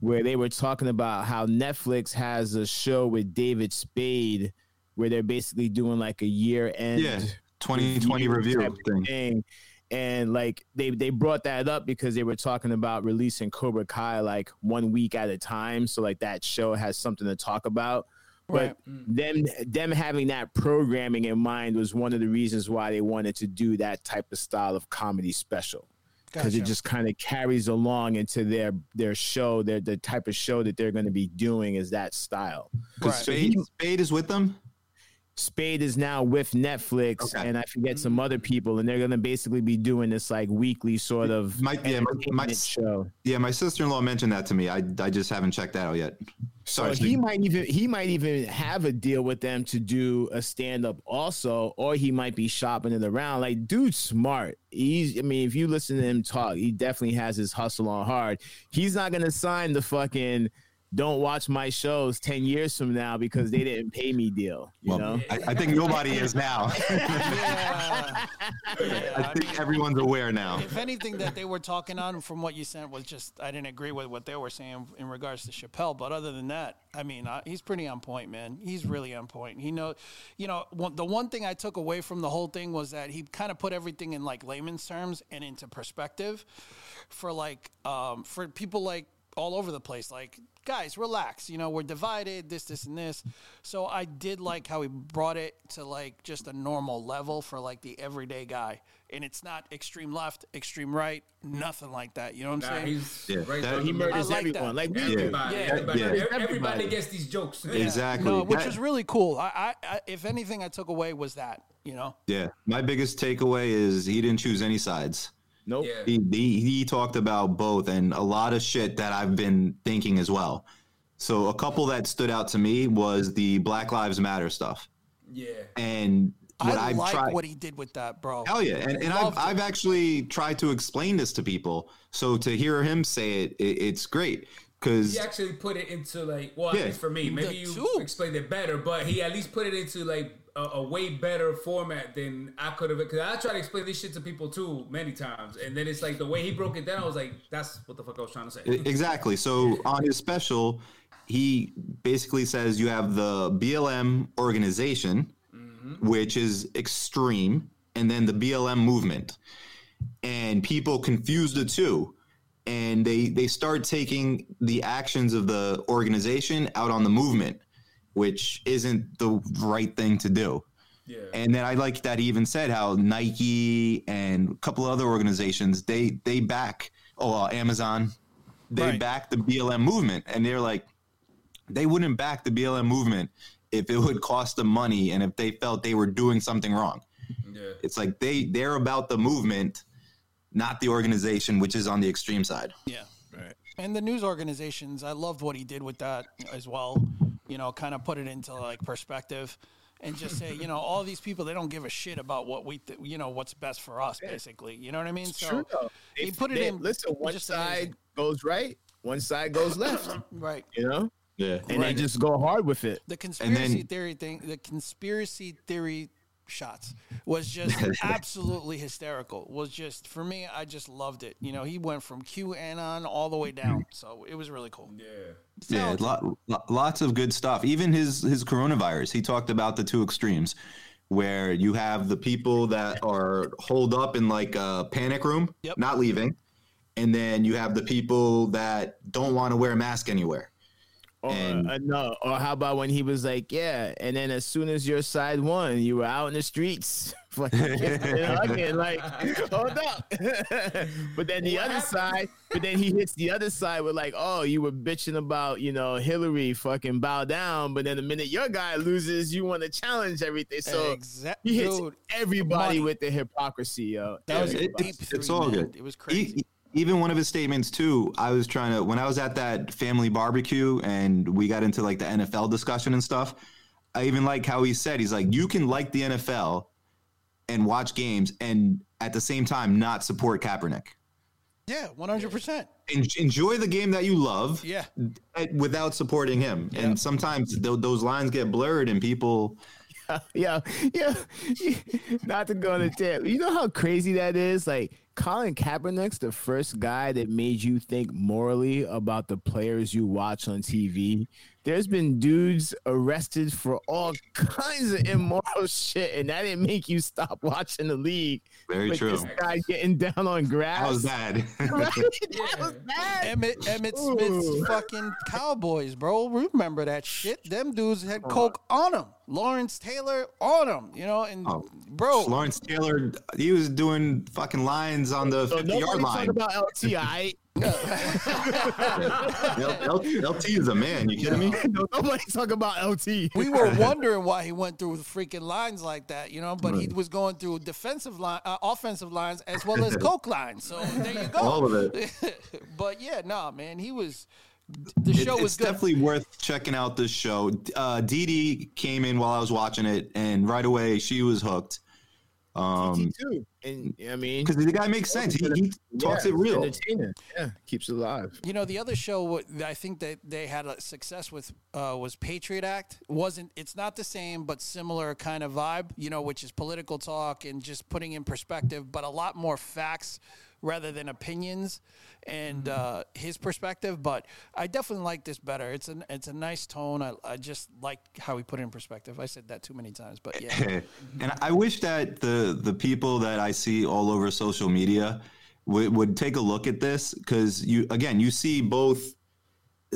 [SPEAKER 3] where they were talking about how Netflix has a show with David Spade where they're basically doing like a year end
[SPEAKER 2] Yeah. 2020 review
[SPEAKER 3] type of
[SPEAKER 2] thing.
[SPEAKER 3] thing. And like they they brought that up because they were talking about releasing Cobra Kai like one week at a time, so like that show has something to talk about.
[SPEAKER 1] Right. Mm.
[SPEAKER 3] But them them having that programming in mind was one of the reasons why they wanted to do that type of style of comedy special because it
[SPEAKER 1] Gotcha.
[SPEAKER 3] just kind of carries along into their their show, their the type of show that they're going to be doing is that style.
[SPEAKER 1] Right.
[SPEAKER 2] Spade, Spade is with them.
[SPEAKER 3] Spade is now with Netflix,
[SPEAKER 2] Okay.
[SPEAKER 3] and I forget some
[SPEAKER 1] Mm.
[SPEAKER 3] other people, and they're gonna basically be doing this like weekly sort of
[SPEAKER 2] My- yeah, my- my-
[SPEAKER 3] entertainment show.
[SPEAKER 2] Yeah, my sister in law mentioned that to me. I, I just haven't checked that out yet. Sorry.
[SPEAKER 3] Or he might even he might even have a deal with them to do a stand up also, or he might be shopping it around. Like, dude's smart. He's I mean, if you listen to him talk, he definitely has his hustle on hard. He's not gonna sign the fucking don't watch my shows ten years from now because they didn't pay me deal. You
[SPEAKER 2] Well,
[SPEAKER 3] know?
[SPEAKER 2] I, I think nobody is now.
[SPEAKER 1] Yeah. Yeah, I
[SPEAKER 2] I
[SPEAKER 1] mean,
[SPEAKER 2] think everyone's aware now.
[SPEAKER 1] if anything that they were talking on from what you sent was just I didn't agree with what they were saying in regards to Chappelle. But other than that, I mean, I, he's pretty on point, man. He's really on point. He know, you know, one, the one thing I took away from the whole thing was that he kind of put everything in like layman's terms and into perspective for like um, for people like all over the place, like. Guys, relax. You know we're divided. This, this, and this. So I did like how he brought it to like just a normal level for like the everyday guy, and it's not extreme left, extreme right, nothing like that. You know what I'm
[SPEAKER 4] Nah,
[SPEAKER 1] saying?
[SPEAKER 4] he's
[SPEAKER 2] Yeah,
[SPEAKER 4] right.
[SPEAKER 2] that-
[SPEAKER 4] down
[SPEAKER 3] he
[SPEAKER 4] the
[SPEAKER 1] I
[SPEAKER 3] murders
[SPEAKER 4] middle.
[SPEAKER 1] like
[SPEAKER 3] everyone.
[SPEAKER 1] that.
[SPEAKER 3] Like we do.
[SPEAKER 4] everybody.
[SPEAKER 1] Yeah.
[SPEAKER 4] Everybody,
[SPEAKER 2] Yeah.
[SPEAKER 4] everybody.
[SPEAKER 3] Everybody.
[SPEAKER 4] gets these jokes.
[SPEAKER 2] Exactly.
[SPEAKER 1] no, which
[SPEAKER 2] That-
[SPEAKER 1] is really cool. I, I, I, if anything, I took away was that. You know,
[SPEAKER 2] yeah. My biggest takeaway is he didn't choose any sides.
[SPEAKER 3] Nope.
[SPEAKER 4] Yeah.
[SPEAKER 2] He, he, he talked about both and a lot of shit that I've been thinking as well. So a couple that stood out to me was the Black Lives Matter stuff.
[SPEAKER 4] Yeah.
[SPEAKER 2] And what
[SPEAKER 1] I
[SPEAKER 2] I've
[SPEAKER 1] like
[SPEAKER 2] tried
[SPEAKER 1] what he did with that, bro.
[SPEAKER 2] Hell yeah. And, and I've,
[SPEAKER 1] Loved it.
[SPEAKER 2] I've actually tried to explain this to people. So to hear him say it, it it's great. Because
[SPEAKER 4] He actually put it into like, well,
[SPEAKER 2] Yeah.
[SPEAKER 4] at least for me, maybe
[SPEAKER 1] The
[SPEAKER 4] you
[SPEAKER 1] two.
[SPEAKER 4] explained it better, but he at least put it into like a, a way better format than I could have. Because I try to explain this shit to people too many times, and then it's like the way he broke it down. I was like, that's what the fuck I was trying to say.
[SPEAKER 2] E- Exactly. So on his special, he basically says you have the BLM organization, which is extreme, and then the BLM movement. And people confuse the two. And they, they start taking the actions of the organization out on the movement, which isn't the right thing to do.
[SPEAKER 4] yeah.
[SPEAKER 2] And then I like that he even said how Nike and a couple of other organizations they they back oh uh, Amazon they
[SPEAKER 1] Right.
[SPEAKER 2] back the BLM movement and they're like they wouldn't back the BLM movement if it would cost them money and if they felt they were doing something wrong.
[SPEAKER 4] yeah.
[SPEAKER 2] It's like they they're about the movement, not the organization, which is on the extreme side.
[SPEAKER 1] Yeah. And the news organizations, I loved what he did with that as well. You know, kind of put it into like perspective and just say, you know, all these people, they don't give a shit about what we, th- you know, what's best for us, basically. You know what I mean?
[SPEAKER 3] It's true though.
[SPEAKER 1] he
[SPEAKER 3] If
[SPEAKER 1] put it
[SPEAKER 3] they-
[SPEAKER 1] in.
[SPEAKER 3] Listen, one
[SPEAKER 1] just
[SPEAKER 3] side
[SPEAKER 1] amazing.
[SPEAKER 3] goes right, one side goes left.
[SPEAKER 1] Right.
[SPEAKER 3] You know?
[SPEAKER 2] Yeah.
[SPEAKER 3] And they just go hard with it.
[SPEAKER 1] The conspiracy
[SPEAKER 2] then-
[SPEAKER 1] theory thing, the conspiracy theory shots was just absolutely hysterical. Was just for me, I just loved it. You know, he went from QAnon all the way down,
[SPEAKER 3] Mm-hmm.
[SPEAKER 1] so it was really cool.
[SPEAKER 4] Yeah.
[SPEAKER 2] Yeah, lo- lo- lots of good stuff. Even his his coronavirus, he talked about the two extremes, where you have the people that are holed up in like a panic room,
[SPEAKER 1] Yep.
[SPEAKER 2] not leaving, and then you have the people that don't want to wear a mask anywhere.
[SPEAKER 3] Or
[SPEAKER 2] And-
[SPEAKER 3] uh, no, or how about when he was like, yeah, and then as soon as your side won, you were out in the streets, fucking kissing and hugging, like, hold up. but then the other side, but then he hits the other side with like, oh, you were bitching about, you know, Hillary, fucking bow down. But then the minute your guy loses, you want to challenge everything. So
[SPEAKER 1] exactly,
[SPEAKER 3] he hits everybody
[SPEAKER 1] money.
[SPEAKER 3] with the hypocrisy, yo.
[SPEAKER 1] That was a
[SPEAKER 2] It-
[SPEAKER 1] deep
[SPEAKER 2] it's-
[SPEAKER 1] three,
[SPEAKER 2] it's all
[SPEAKER 1] man.
[SPEAKER 2] good.
[SPEAKER 1] It was
[SPEAKER 2] E-
[SPEAKER 1] crazy.
[SPEAKER 2] e- even one of his statements too, I was trying to when I was at that family barbecue and we got into like the NFL discussion and stuff. I even like how he said he's like you can like the NFL and watch games and at the same time not support Kaepernick.
[SPEAKER 1] yeah, one hundred percent.
[SPEAKER 2] En- enjoy the game that you love
[SPEAKER 1] Yeah,
[SPEAKER 2] and- without supporting him.
[SPEAKER 1] Yeah.
[SPEAKER 2] And sometimes th- those lines get blurred and people
[SPEAKER 3] yeah, yeah. Not to go on a tip. You know how crazy that is? Like Colin Kaepernick's the first guy that made you think morally about the players you watch on TV. There's been dudes arrested for all kinds of immoral shit, and that didn't make you stop watching the league.
[SPEAKER 2] very
[SPEAKER 3] But
[SPEAKER 2] true.
[SPEAKER 3] This guy getting down on grass.
[SPEAKER 2] How's that?
[SPEAKER 3] Right? That was bad.
[SPEAKER 1] Emmett Emmett
[SPEAKER 3] Ooh.
[SPEAKER 1] Smith's fucking Cowboys, bro. Remember that shit? Them dudes had coke on them. Lawrence Taylor on them. You know, and
[SPEAKER 2] Oh,
[SPEAKER 1] bro,
[SPEAKER 2] Lawrence Taylor, he was doing fucking lines on the
[SPEAKER 3] So
[SPEAKER 2] 50
[SPEAKER 3] nobody
[SPEAKER 2] yard
[SPEAKER 3] talk
[SPEAKER 2] line.
[SPEAKER 3] about LT, all right?
[SPEAKER 2] LT is a man. You kidding me?
[SPEAKER 3] Don't nobody talk about LT.
[SPEAKER 1] we were wondering why he went through freaking lines like that, you know. But he was going through defensive line, uh, offensive lines as well as coke lines. So there you go.
[SPEAKER 2] All of it.
[SPEAKER 1] but yeah, nah, man, he was. The
[SPEAKER 2] It-
[SPEAKER 1] show was
[SPEAKER 2] it's
[SPEAKER 1] good.
[SPEAKER 2] definitely worth checking out this show. Uh, Dee Dee came in while I was watching it, and right away she was hooked. Um,
[SPEAKER 3] too. And I mean,
[SPEAKER 2] because the guy makes sense. He, he talks
[SPEAKER 3] yeah,
[SPEAKER 2] it real.
[SPEAKER 3] entertaining. Yeah, keeps it alive.
[SPEAKER 1] You know, the other show wa- that I think that they had a success with uh, was Patriot Act. wasn't It's not the same, but similar kind of vibe. You know, which is political talk and just putting in perspective, but a lot more facts rather than opinions and
[SPEAKER 2] Mm-hmm.
[SPEAKER 1] uh, his perspective. But I definitely like this better. It's an it's a nice tone. I, I just like how he put it in perspective. I said that too many times, but yeah.
[SPEAKER 2] and I wish that the the people that I see all over social media would would take a look at this because you again you see both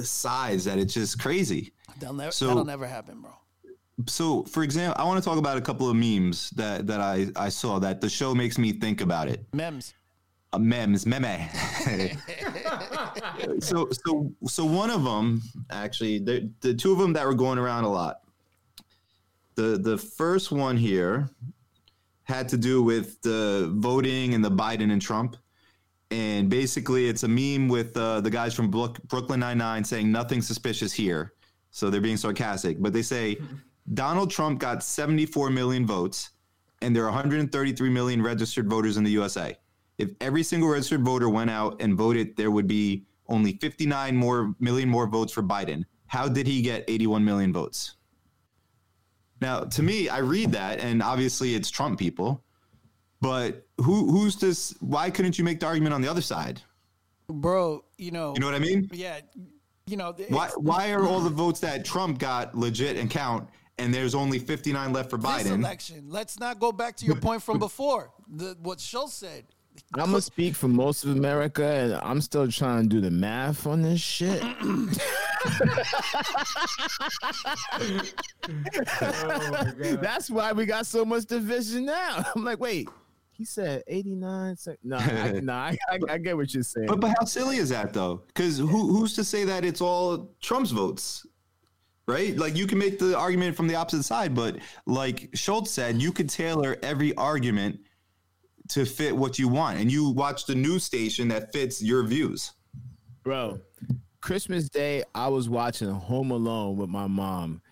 [SPEAKER 2] sides that it's just crazy.
[SPEAKER 1] That'll never,
[SPEAKER 2] So-
[SPEAKER 1] that'll never happen, bro.
[SPEAKER 2] So for example, I want to talk about a couple of memes that that I I saw that the show makes me think about it.
[SPEAKER 1] Mems.
[SPEAKER 2] Uh, memes, meme. so so so one of them actually the the two of them that were going around a lot. The the first one here had to do with the voting and the Biden and Trump. And basically, it's a meme with uh, the guys from Brook- Brooklyn Nine Nine saying nothing suspicious here, so they're being sarcastic. But they say Donald Trump got 74 million votes, and there are 133 million registered voters in the USA. If every single registered voter went out and voted, there would be only 59 more million more votes for Biden. How did he get 81 million votes? Now, to me, I read that, and obviously it's Trump people. But who who's this? Why couldn't you make the argument on the other side?
[SPEAKER 1] Bro, you know,
[SPEAKER 2] You know what I mean?
[SPEAKER 1] yeah, you know, it's-
[SPEAKER 2] Why why are all the votes that Trump got legit and count, and there's only 59 left for
[SPEAKER 1] this
[SPEAKER 2] Biden?
[SPEAKER 1] election. Let's not go back to your point from before. The, what Schultz said.
[SPEAKER 3] I'm gonna speak for most of America, and I'm still trying to do the math on this shit.
[SPEAKER 4] Oh my god.
[SPEAKER 3] That's why we got so much division now. I'm like, wait, he said 89. sec- No, I, no, I, I, I get what you're saying.
[SPEAKER 2] But but how silly is that though? Because who who's to say that it's all Trump's votes? Right? Like you can make the argument from the opposite side, but like Schultz said, you could tailor every argument to fit what you want, and you watch the news station that fits your views.
[SPEAKER 3] Bro, Christmas Day, I was watching Home Alone with my mom,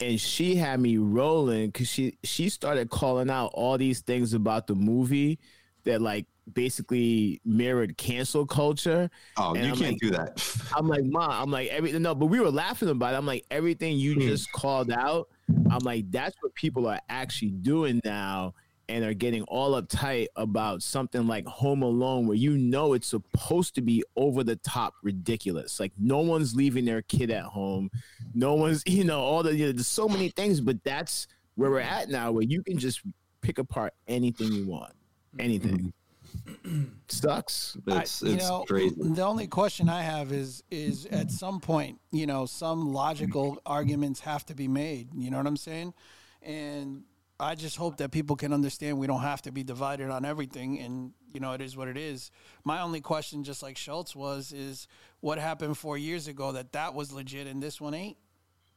[SPEAKER 3] and she had me rolling because she she started calling out all these things about the movie that like basically mirrored cancel culture.
[SPEAKER 2] Oh,
[SPEAKER 3] And
[SPEAKER 2] you
[SPEAKER 3] I'm
[SPEAKER 2] can't
[SPEAKER 3] like-
[SPEAKER 2] do that.
[SPEAKER 3] I'm like, Ma, I'm like every no, but we were laughing about it. I'm like, everything
[SPEAKER 1] Hmm.
[SPEAKER 3] you just called out, I'm like, that's what people are actually doing now and are getting all uptight about something like Home Alone, where you know it's supposed to be over the top ridiculous. Like no one's leaving their kid at home. No one's, you know, all the you know, there's so many things, but that's where we're at now, where you can just pick apart anything you want. Anything.
[SPEAKER 1] Mm-hmm.
[SPEAKER 3] Sucks.
[SPEAKER 2] It's
[SPEAKER 1] I- you
[SPEAKER 2] it's
[SPEAKER 1] know,
[SPEAKER 2] crazy.
[SPEAKER 1] The only question I have is is at some point, you know, some logical arguments have to be made. You know what I'm saying? And I just hope that people can understand we don't have to be divided on everything and you know it is what it is. My only question just like Schultz was is what happened 4 years ago that that was legit and this one ain't?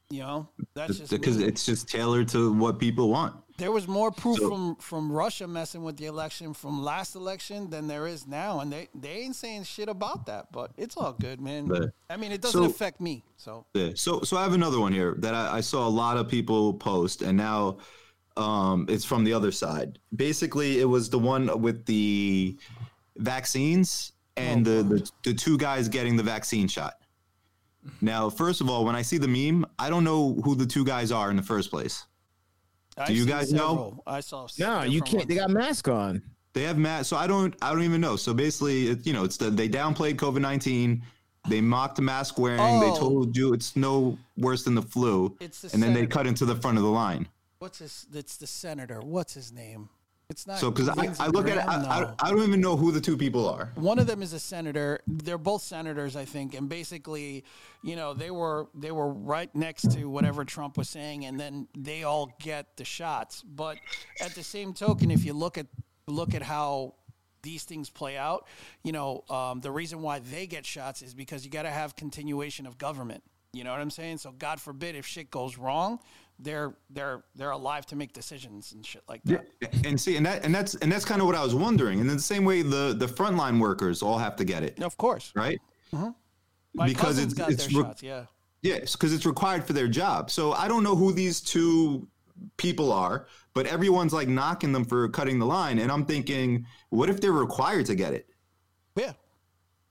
[SPEAKER 1] You know? That's just
[SPEAKER 2] because
[SPEAKER 1] me.
[SPEAKER 2] it's just tailored to what people want.
[SPEAKER 1] There was more proof
[SPEAKER 2] So-
[SPEAKER 1] from from Russia messing with the election from last election than there is now, and they they ain't saying shit about that. But it's all good, man.
[SPEAKER 2] Right.
[SPEAKER 1] I mean, it doesn't
[SPEAKER 2] So-
[SPEAKER 1] affect me. So
[SPEAKER 2] Yeah. So so I have another one here that I, I saw a lot of people post, and now um, it's from the other side. Basically, it was the one with the vaccines and
[SPEAKER 1] Oh,
[SPEAKER 2] the, the the two guys getting the vaccine shot. Now, first of all, when I see the meme, I don't know who the two guys are in the first place.
[SPEAKER 1] I've
[SPEAKER 2] Do you
[SPEAKER 1] seen
[SPEAKER 2] guys know?
[SPEAKER 1] several. I saw. s-
[SPEAKER 3] No, you
[SPEAKER 1] different
[SPEAKER 3] can't. They
[SPEAKER 1] ones.
[SPEAKER 3] got mask on.
[SPEAKER 2] They have Matt, so I don't, I don't even know. So basically, it, you know, it's the they downplayed COVID nineteen, they mocked mask wearing,
[SPEAKER 1] Oh.
[SPEAKER 2] they told you it's no worse than the flu,
[SPEAKER 1] It's the
[SPEAKER 2] and then they
[SPEAKER 1] senator.
[SPEAKER 2] cut into the front of the line.
[SPEAKER 1] What's his? It's the senator. What's his name? It's not.
[SPEAKER 2] So because I,
[SPEAKER 1] Lindsey
[SPEAKER 2] I look at it,
[SPEAKER 1] Graham,
[SPEAKER 2] I,
[SPEAKER 1] though.
[SPEAKER 2] I, I don't even know who the two people are.
[SPEAKER 1] one of them is a senator they're both senators i think and basically you know they were they were right next to whatever trump was saying and then they all get the shots but at the same token if you look at look at how these things play out, you know, um, the reason why they get shots is because you got to have continuation of government. You know what I'm saying? So God forbid if shit goes wrong, they're they're they're alive to make decisions and shit like that.
[SPEAKER 2] And see, and that and that's and that's kind of what I was wondering. And in the same way, the the frontline workers all have to get it,
[SPEAKER 1] Of course,
[SPEAKER 2] right?
[SPEAKER 1] my
[SPEAKER 2] Because
[SPEAKER 1] cousins
[SPEAKER 2] it's-
[SPEAKER 1] got
[SPEAKER 2] it's
[SPEAKER 1] their
[SPEAKER 2] re-
[SPEAKER 1] shots. Yeah,
[SPEAKER 2] Yes, because it's required for their job. So I don't know who these two people are, but everyone's like knocking them for cutting the line. And I'm thinking, what if they're required to get it?
[SPEAKER 1] yeah,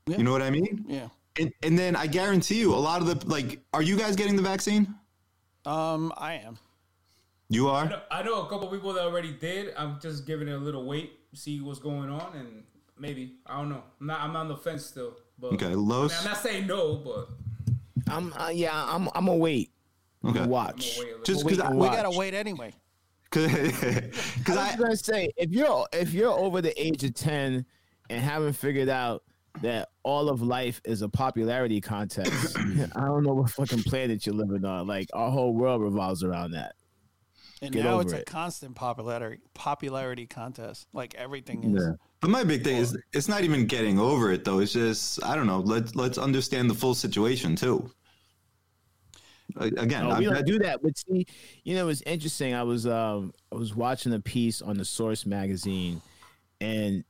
[SPEAKER 2] You know what I mean?
[SPEAKER 1] yeah.
[SPEAKER 2] And, and then I guarantee you, a lot of the like, are you guys getting the vaccine?
[SPEAKER 1] Um, I am.
[SPEAKER 2] You
[SPEAKER 4] I
[SPEAKER 2] are.
[SPEAKER 4] know, I know a couple people that already did. I'm just giving it a little wait, see what's going on, and maybe I don't know. I'm not. I'm on the fence still. But
[SPEAKER 2] Okay,
[SPEAKER 4] I
[SPEAKER 2] Los.
[SPEAKER 4] am not saying no, but
[SPEAKER 3] I'm uh, yeah, I'm I'm gonna wait.
[SPEAKER 2] Okay.
[SPEAKER 4] I'm
[SPEAKER 3] Watch.
[SPEAKER 4] gonna wait a little.
[SPEAKER 2] Just
[SPEAKER 3] Wait
[SPEAKER 2] because I,
[SPEAKER 3] and
[SPEAKER 1] We
[SPEAKER 3] Watch.
[SPEAKER 1] gotta wait anyway.
[SPEAKER 2] because
[SPEAKER 3] I
[SPEAKER 2] I,
[SPEAKER 3] was gonna say if you're if you're over the age of ten and haven't figured out that all of life is a popularity contest, I don't know what fucking planet you're living on. Like our whole world revolves around that.
[SPEAKER 1] And
[SPEAKER 3] Get
[SPEAKER 1] now
[SPEAKER 3] over
[SPEAKER 1] it's a
[SPEAKER 3] it.
[SPEAKER 1] constant popularity popularity contest. Like everything is.
[SPEAKER 2] Yeah. But my big thing is it's not even getting over it though. It's just I don't know. Let's let's understand the full situation too. A- Again,
[SPEAKER 3] No,
[SPEAKER 2] I,
[SPEAKER 3] we
[SPEAKER 2] I-
[SPEAKER 3] don't do that. But see, you know, it's interesting. I was um I was watching a piece on the Source magazine, and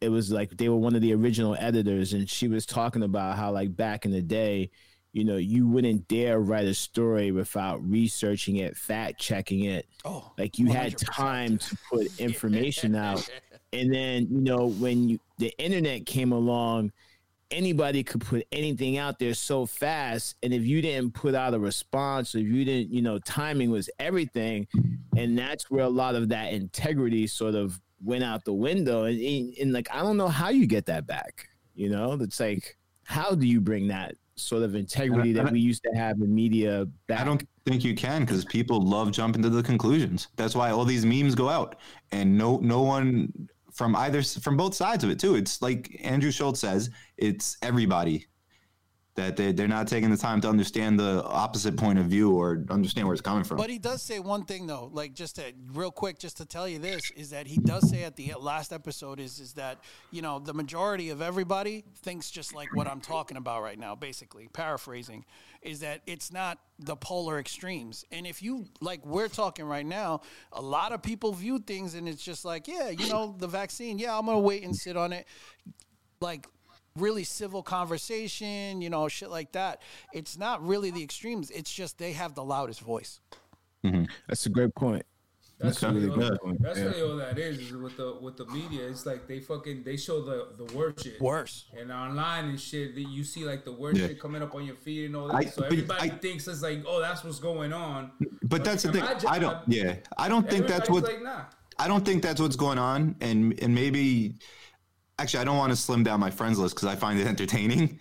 [SPEAKER 3] it was like they were one of the original editors, and she was talking about how like back in the day, you know, you wouldn't dare write a story without researching it, fact checking it.
[SPEAKER 1] Oh,
[SPEAKER 3] Like you had
[SPEAKER 1] 100%.
[SPEAKER 3] time to put information out, and then you know when you, the internet came along, anybody could put anything out there so fast and if you didn't put out a response if you didn't you know timing was everything and that's where a lot of that integrity sort of went out the window and, and, and, like i don't know how you get that back you know it's like how do you bring that sort of integrity that we used to have in media back
[SPEAKER 2] I don't think you can because people love jumping to the conclusions. That's why all these memes go out, and no no one from either s- from both sides of it too. It's like Andrew Schultz says, it's everybody that they they're not taking the time to understand the opposite point of view or understand where it's coming from.
[SPEAKER 1] But he does say one thing though, like just to, real quick, just to tell you this is that he does say at the last episode is is that you know the majority of everybody thinks just like what I'm talking about right now. Basically, paraphrasing, is that it's not the polar extremes. And if you like, we're talking right now. A lot of people view things, and it's just like, yeah, you know, the vaccine. Yeah, I'm gonna wait and sit on it like really civil conversation, you know, shit like that. It's not really the extremes. It's just they have the loudest voice.
[SPEAKER 3] that's a great point
[SPEAKER 4] That's
[SPEAKER 2] Okay.
[SPEAKER 4] really
[SPEAKER 2] Really good
[SPEAKER 4] all,
[SPEAKER 3] point,
[SPEAKER 4] that's
[SPEAKER 3] yeah.
[SPEAKER 4] really all that is, is with the with the media. It's like they fucking they show the the worst shit.
[SPEAKER 1] Worse.
[SPEAKER 4] And online and shit, that you see like the worst
[SPEAKER 2] Yeah.
[SPEAKER 4] shit coming up on your feed and all that.
[SPEAKER 2] I-
[SPEAKER 4] so
[SPEAKER 2] but
[SPEAKER 4] everybody
[SPEAKER 2] I-
[SPEAKER 4] thinks it's like, oh, that's what's going on.
[SPEAKER 2] But that's the thing.
[SPEAKER 4] imagine-
[SPEAKER 2] I don't. Yeah, I don't think that's
[SPEAKER 4] Everybody's
[SPEAKER 2] what.
[SPEAKER 4] like, nah.
[SPEAKER 2] I don't think that's what's going on, and and maybe actually I don't want to slim down my friends list because I find it entertaining,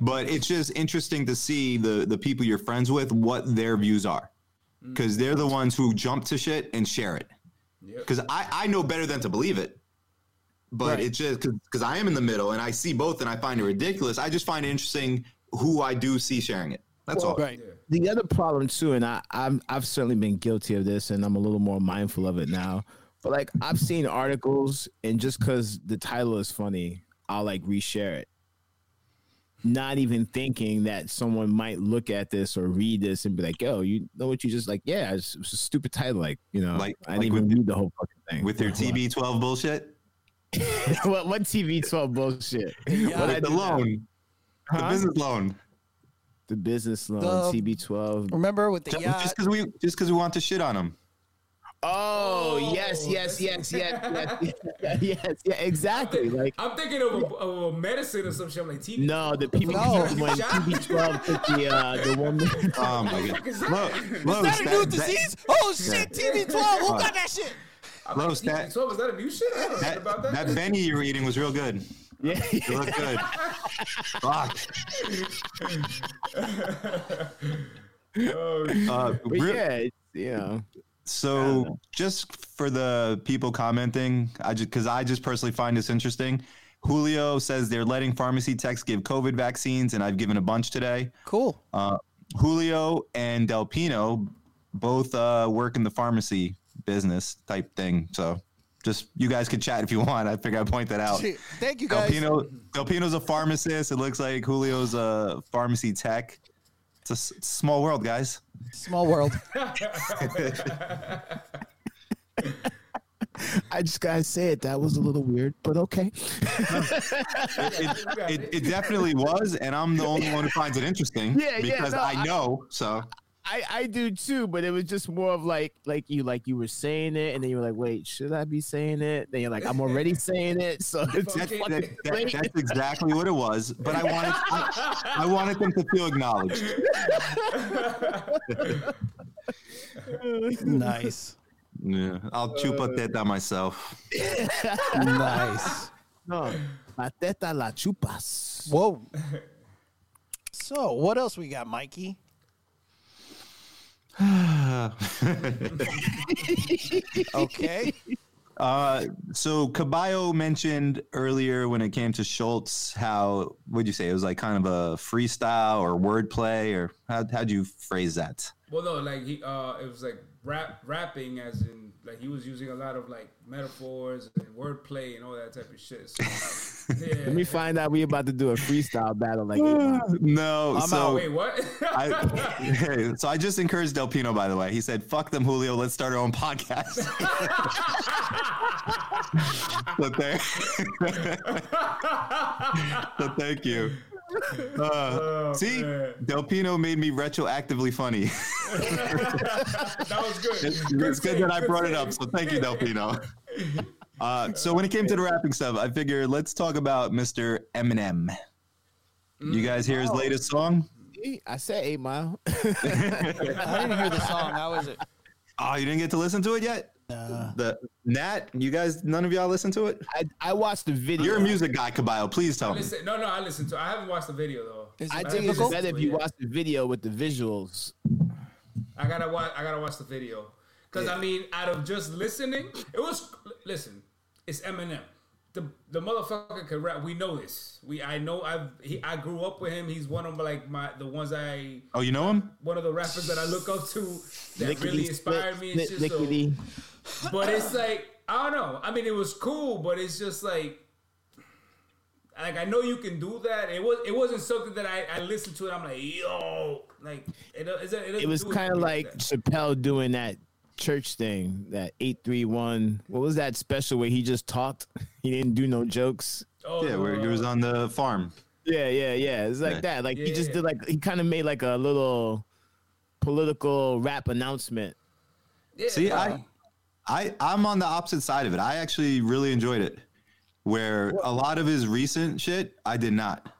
[SPEAKER 2] but it's just interesting to see the the people you're friends with what their views are, because they're the ones who jump to shit and share it.
[SPEAKER 4] Yep.
[SPEAKER 2] Because I I know better than to believe it, but it's just because I am in the middle and I see both and I find it ridiculous. I just find it interesting who I do see sharing it. That's all.
[SPEAKER 1] Right.
[SPEAKER 3] the other problem too, and I, I'm I've certainly been guilty of this, and I'm a little more mindful of it now. But like I've seen articles, and just because the title is funny, I'll like reshare it, not even thinking that someone might look at this or read this and be like, "Yo, you know what you just like? Yeah, it's, it's a stupid title. Like you know,
[SPEAKER 2] Like-
[SPEAKER 3] I didn't
[SPEAKER 2] like
[SPEAKER 3] even
[SPEAKER 2] with-
[SPEAKER 3] read the whole fucking thing
[SPEAKER 2] With your TB12 bullshit,
[SPEAKER 3] what, what TV twelve bullshit?
[SPEAKER 1] Yeah.
[SPEAKER 3] What I
[SPEAKER 2] Like the
[SPEAKER 3] did now.
[SPEAKER 2] loan, the
[SPEAKER 3] Huh?
[SPEAKER 2] business loan.
[SPEAKER 3] the business loan,
[SPEAKER 1] The-
[SPEAKER 3] TB twelve.
[SPEAKER 1] Remember with the
[SPEAKER 2] Ju-
[SPEAKER 1] yacht.
[SPEAKER 2] Just because we just because we want to shit on him.
[SPEAKER 3] Oh,
[SPEAKER 4] Oh,
[SPEAKER 3] yes, yes, yes,
[SPEAKER 4] that's-
[SPEAKER 3] yes, yes, yes, yes, yeah, exactly. Like
[SPEAKER 4] I'm thinking of a, of a medicine or some shit. I'm like, TV.
[SPEAKER 3] no, the people
[SPEAKER 1] No.
[SPEAKER 3] when TB twelve took the uh, the woman.
[SPEAKER 2] Oh my god!
[SPEAKER 4] Is that-
[SPEAKER 2] Look,
[SPEAKER 1] Is that a new disease? oh shit, TB12. Who
[SPEAKER 2] Alright.
[SPEAKER 1] got that shit?
[SPEAKER 4] I'm
[SPEAKER 2] Low
[SPEAKER 4] like,
[SPEAKER 2] stat.
[SPEAKER 4] TV12, is that a new shit? I don't know
[SPEAKER 2] That,
[SPEAKER 4] about
[SPEAKER 2] that,
[SPEAKER 4] that.
[SPEAKER 2] Benny you were eating was real good.
[SPEAKER 3] Yeah,
[SPEAKER 2] It looked good. Fuck.
[SPEAKER 4] Oh,
[SPEAKER 2] Uh,
[SPEAKER 3] but
[SPEAKER 2] real-
[SPEAKER 3] yeah, it's, you know,
[SPEAKER 2] So just for the people commenting, I just because I just personally find this interesting. Julio says they're letting pharmacy techs give COVID vaccines, and I've given a bunch today.
[SPEAKER 1] Cool.
[SPEAKER 2] Uh, Julio and Delpino both uh, work in the pharmacy business type thing. So Just you guys can chat if you want. I figure I point that out.
[SPEAKER 1] Thank you guys.
[SPEAKER 2] Delpino, Delpino's a pharmacist. It looks like Julio's a pharmacy tech. It's a s- small world, guys.
[SPEAKER 1] Small world.
[SPEAKER 3] I just gotta say it. That was a little weird, but okay.
[SPEAKER 2] It, it, it definitely was, and I'm the only one who finds it interesting.
[SPEAKER 3] Yeah, yeah,
[SPEAKER 2] because
[SPEAKER 3] no,
[SPEAKER 2] I
[SPEAKER 3] I-
[SPEAKER 2] know. so
[SPEAKER 3] I, I do too, but it was just more of like like you like you were saying it, and then you were like, wait, should I be saying it? Then you're like, I'm already saying it, so it's
[SPEAKER 2] that,
[SPEAKER 4] Okay.
[SPEAKER 3] fucking
[SPEAKER 2] that, that,
[SPEAKER 3] late.
[SPEAKER 2] that's exactly what it was. But I wanted I, I wanted them to feel acknowledged.
[SPEAKER 1] nice.
[SPEAKER 2] Yeah, I'll chupa teta myself.
[SPEAKER 1] Nice.
[SPEAKER 3] No, la teta la chupas.
[SPEAKER 1] Whoa. So, what else we got, Mikey? Okay.
[SPEAKER 2] Uh, so Caballo mentioned earlier when it came to Schultz, how would you say it was like kind of a freestyle or wordplay, or how how'd you phrase that?
[SPEAKER 4] Well, no, like he, uh, it was like rap, rapping, as in like he was using a lot of like metaphors and wordplay and all that type of shit. So,
[SPEAKER 3] Let me
[SPEAKER 4] yeah.
[SPEAKER 3] find out we about to do a freestyle battle. Like,
[SPEAKER 4] Hmm.
[SPEAKER 3] hey,
[SPEAKER 2] No,
[SPEAKER 1] I'm
[SPEAKER 2] so
[SPEAKER 4] Wait, what?
[SPEAKER 2] I, so I just encouraged Del Pino. By the way, he said, "Fuck them, Julio. Let's start our own podcast." so, thank- So thank you. Uh,
[SPEAKER 4] Oh,
[SPEAKER 2] see,
[SPEAKER 4] man.
[SPEAKER 2] Del Pino made me retroactively funny.
[SPEAKER 4] that was good.
[SPEAKER 2] It's, it's good that I
[SPEAKER 4] save,
[SPEAKER 2] brought it up.
[SPEAKER 4] save.
[SPEAKER 2] So thank you, Delphino. Uh, so when it came to the rapping stuff, I figured let's talk about Mr. Eminem. You guys hear his latest song?
[SPEAKER 3] I said eight mile.
[SPEAKER 1] I didn't hear the song. How is it?
[SPEAKER 2] Oh, you didn't get to listen to it yet? The Nat, you guys, none of y'all listen to it.
[SPEAKER 3] I, I watched the video.
[SPEAKER 2] You're a music guy, Caballo. Please tell me.
[SPEAKER 4] Listen, no, no, I listened to. I haven't watched the video though.
[SPEAKER 1] Is
[SPEAKER 3] I
[SPEAKER 1] it
[SPEAKER 3] think it's
[SPEAKER 1] typical?
[SPEAKER 3] better if you watch the video with the visuals.
[SPEAKER 4] I gotta watch. I gotta watch the video because I mean, out of just listening, it was listen. It's Eminem. The the motherfucker can rap. We know this. We I know I've he, I grew up with him. He's one of like my the ones I
[SPEAKER 2] Oh, you know him?
[SPEAKER 4] one of the rappers that I look up to that really inspired me and shit. so-
[SPEAKER 3] Lickety.
[SPEAKER 4] but it's like I don't know. I mean, it was cool, but it's just like, like I know you can do that. It was it wasn't something that I, I listened to and I'm like yo like it, it, doesn't- doesn't
[SPEAKER 3] It was
[SPEAKER 4] do
[SPEAKER 3] kind of
[SPEAKER 4] for me
[SPEAKER 3] like
[SPEAKER 4] that.
[SPEAKER 3] Chappelle doing that church thing, that 831. What was that special where he just talked? He didn't do no jokes.
[SPEAKER 4] oh,
[SPEAKER 2] Yeah, where he
[SPEAKER 4] uh,
[SPEAKER 2] was on the farm.
[SPEAKER 3] Yeah, yeah, yeah. It's like
[SPEAKER 2] Yeah.
[SPEAKER 3] that. Like he just
[SPEAKER 4] Yeah.
[SPEAKER 3] did like he kind of made like a little political rap announcement.
[SPEAKER 4] yeah,
[SPEAKER 2] See,
[SPEAKER 4] yeah.
[SPEAKER 2] I, I, I'm on the opposite side of it. I actually really enjoyed it. Where a lot of his recent shit, I did not.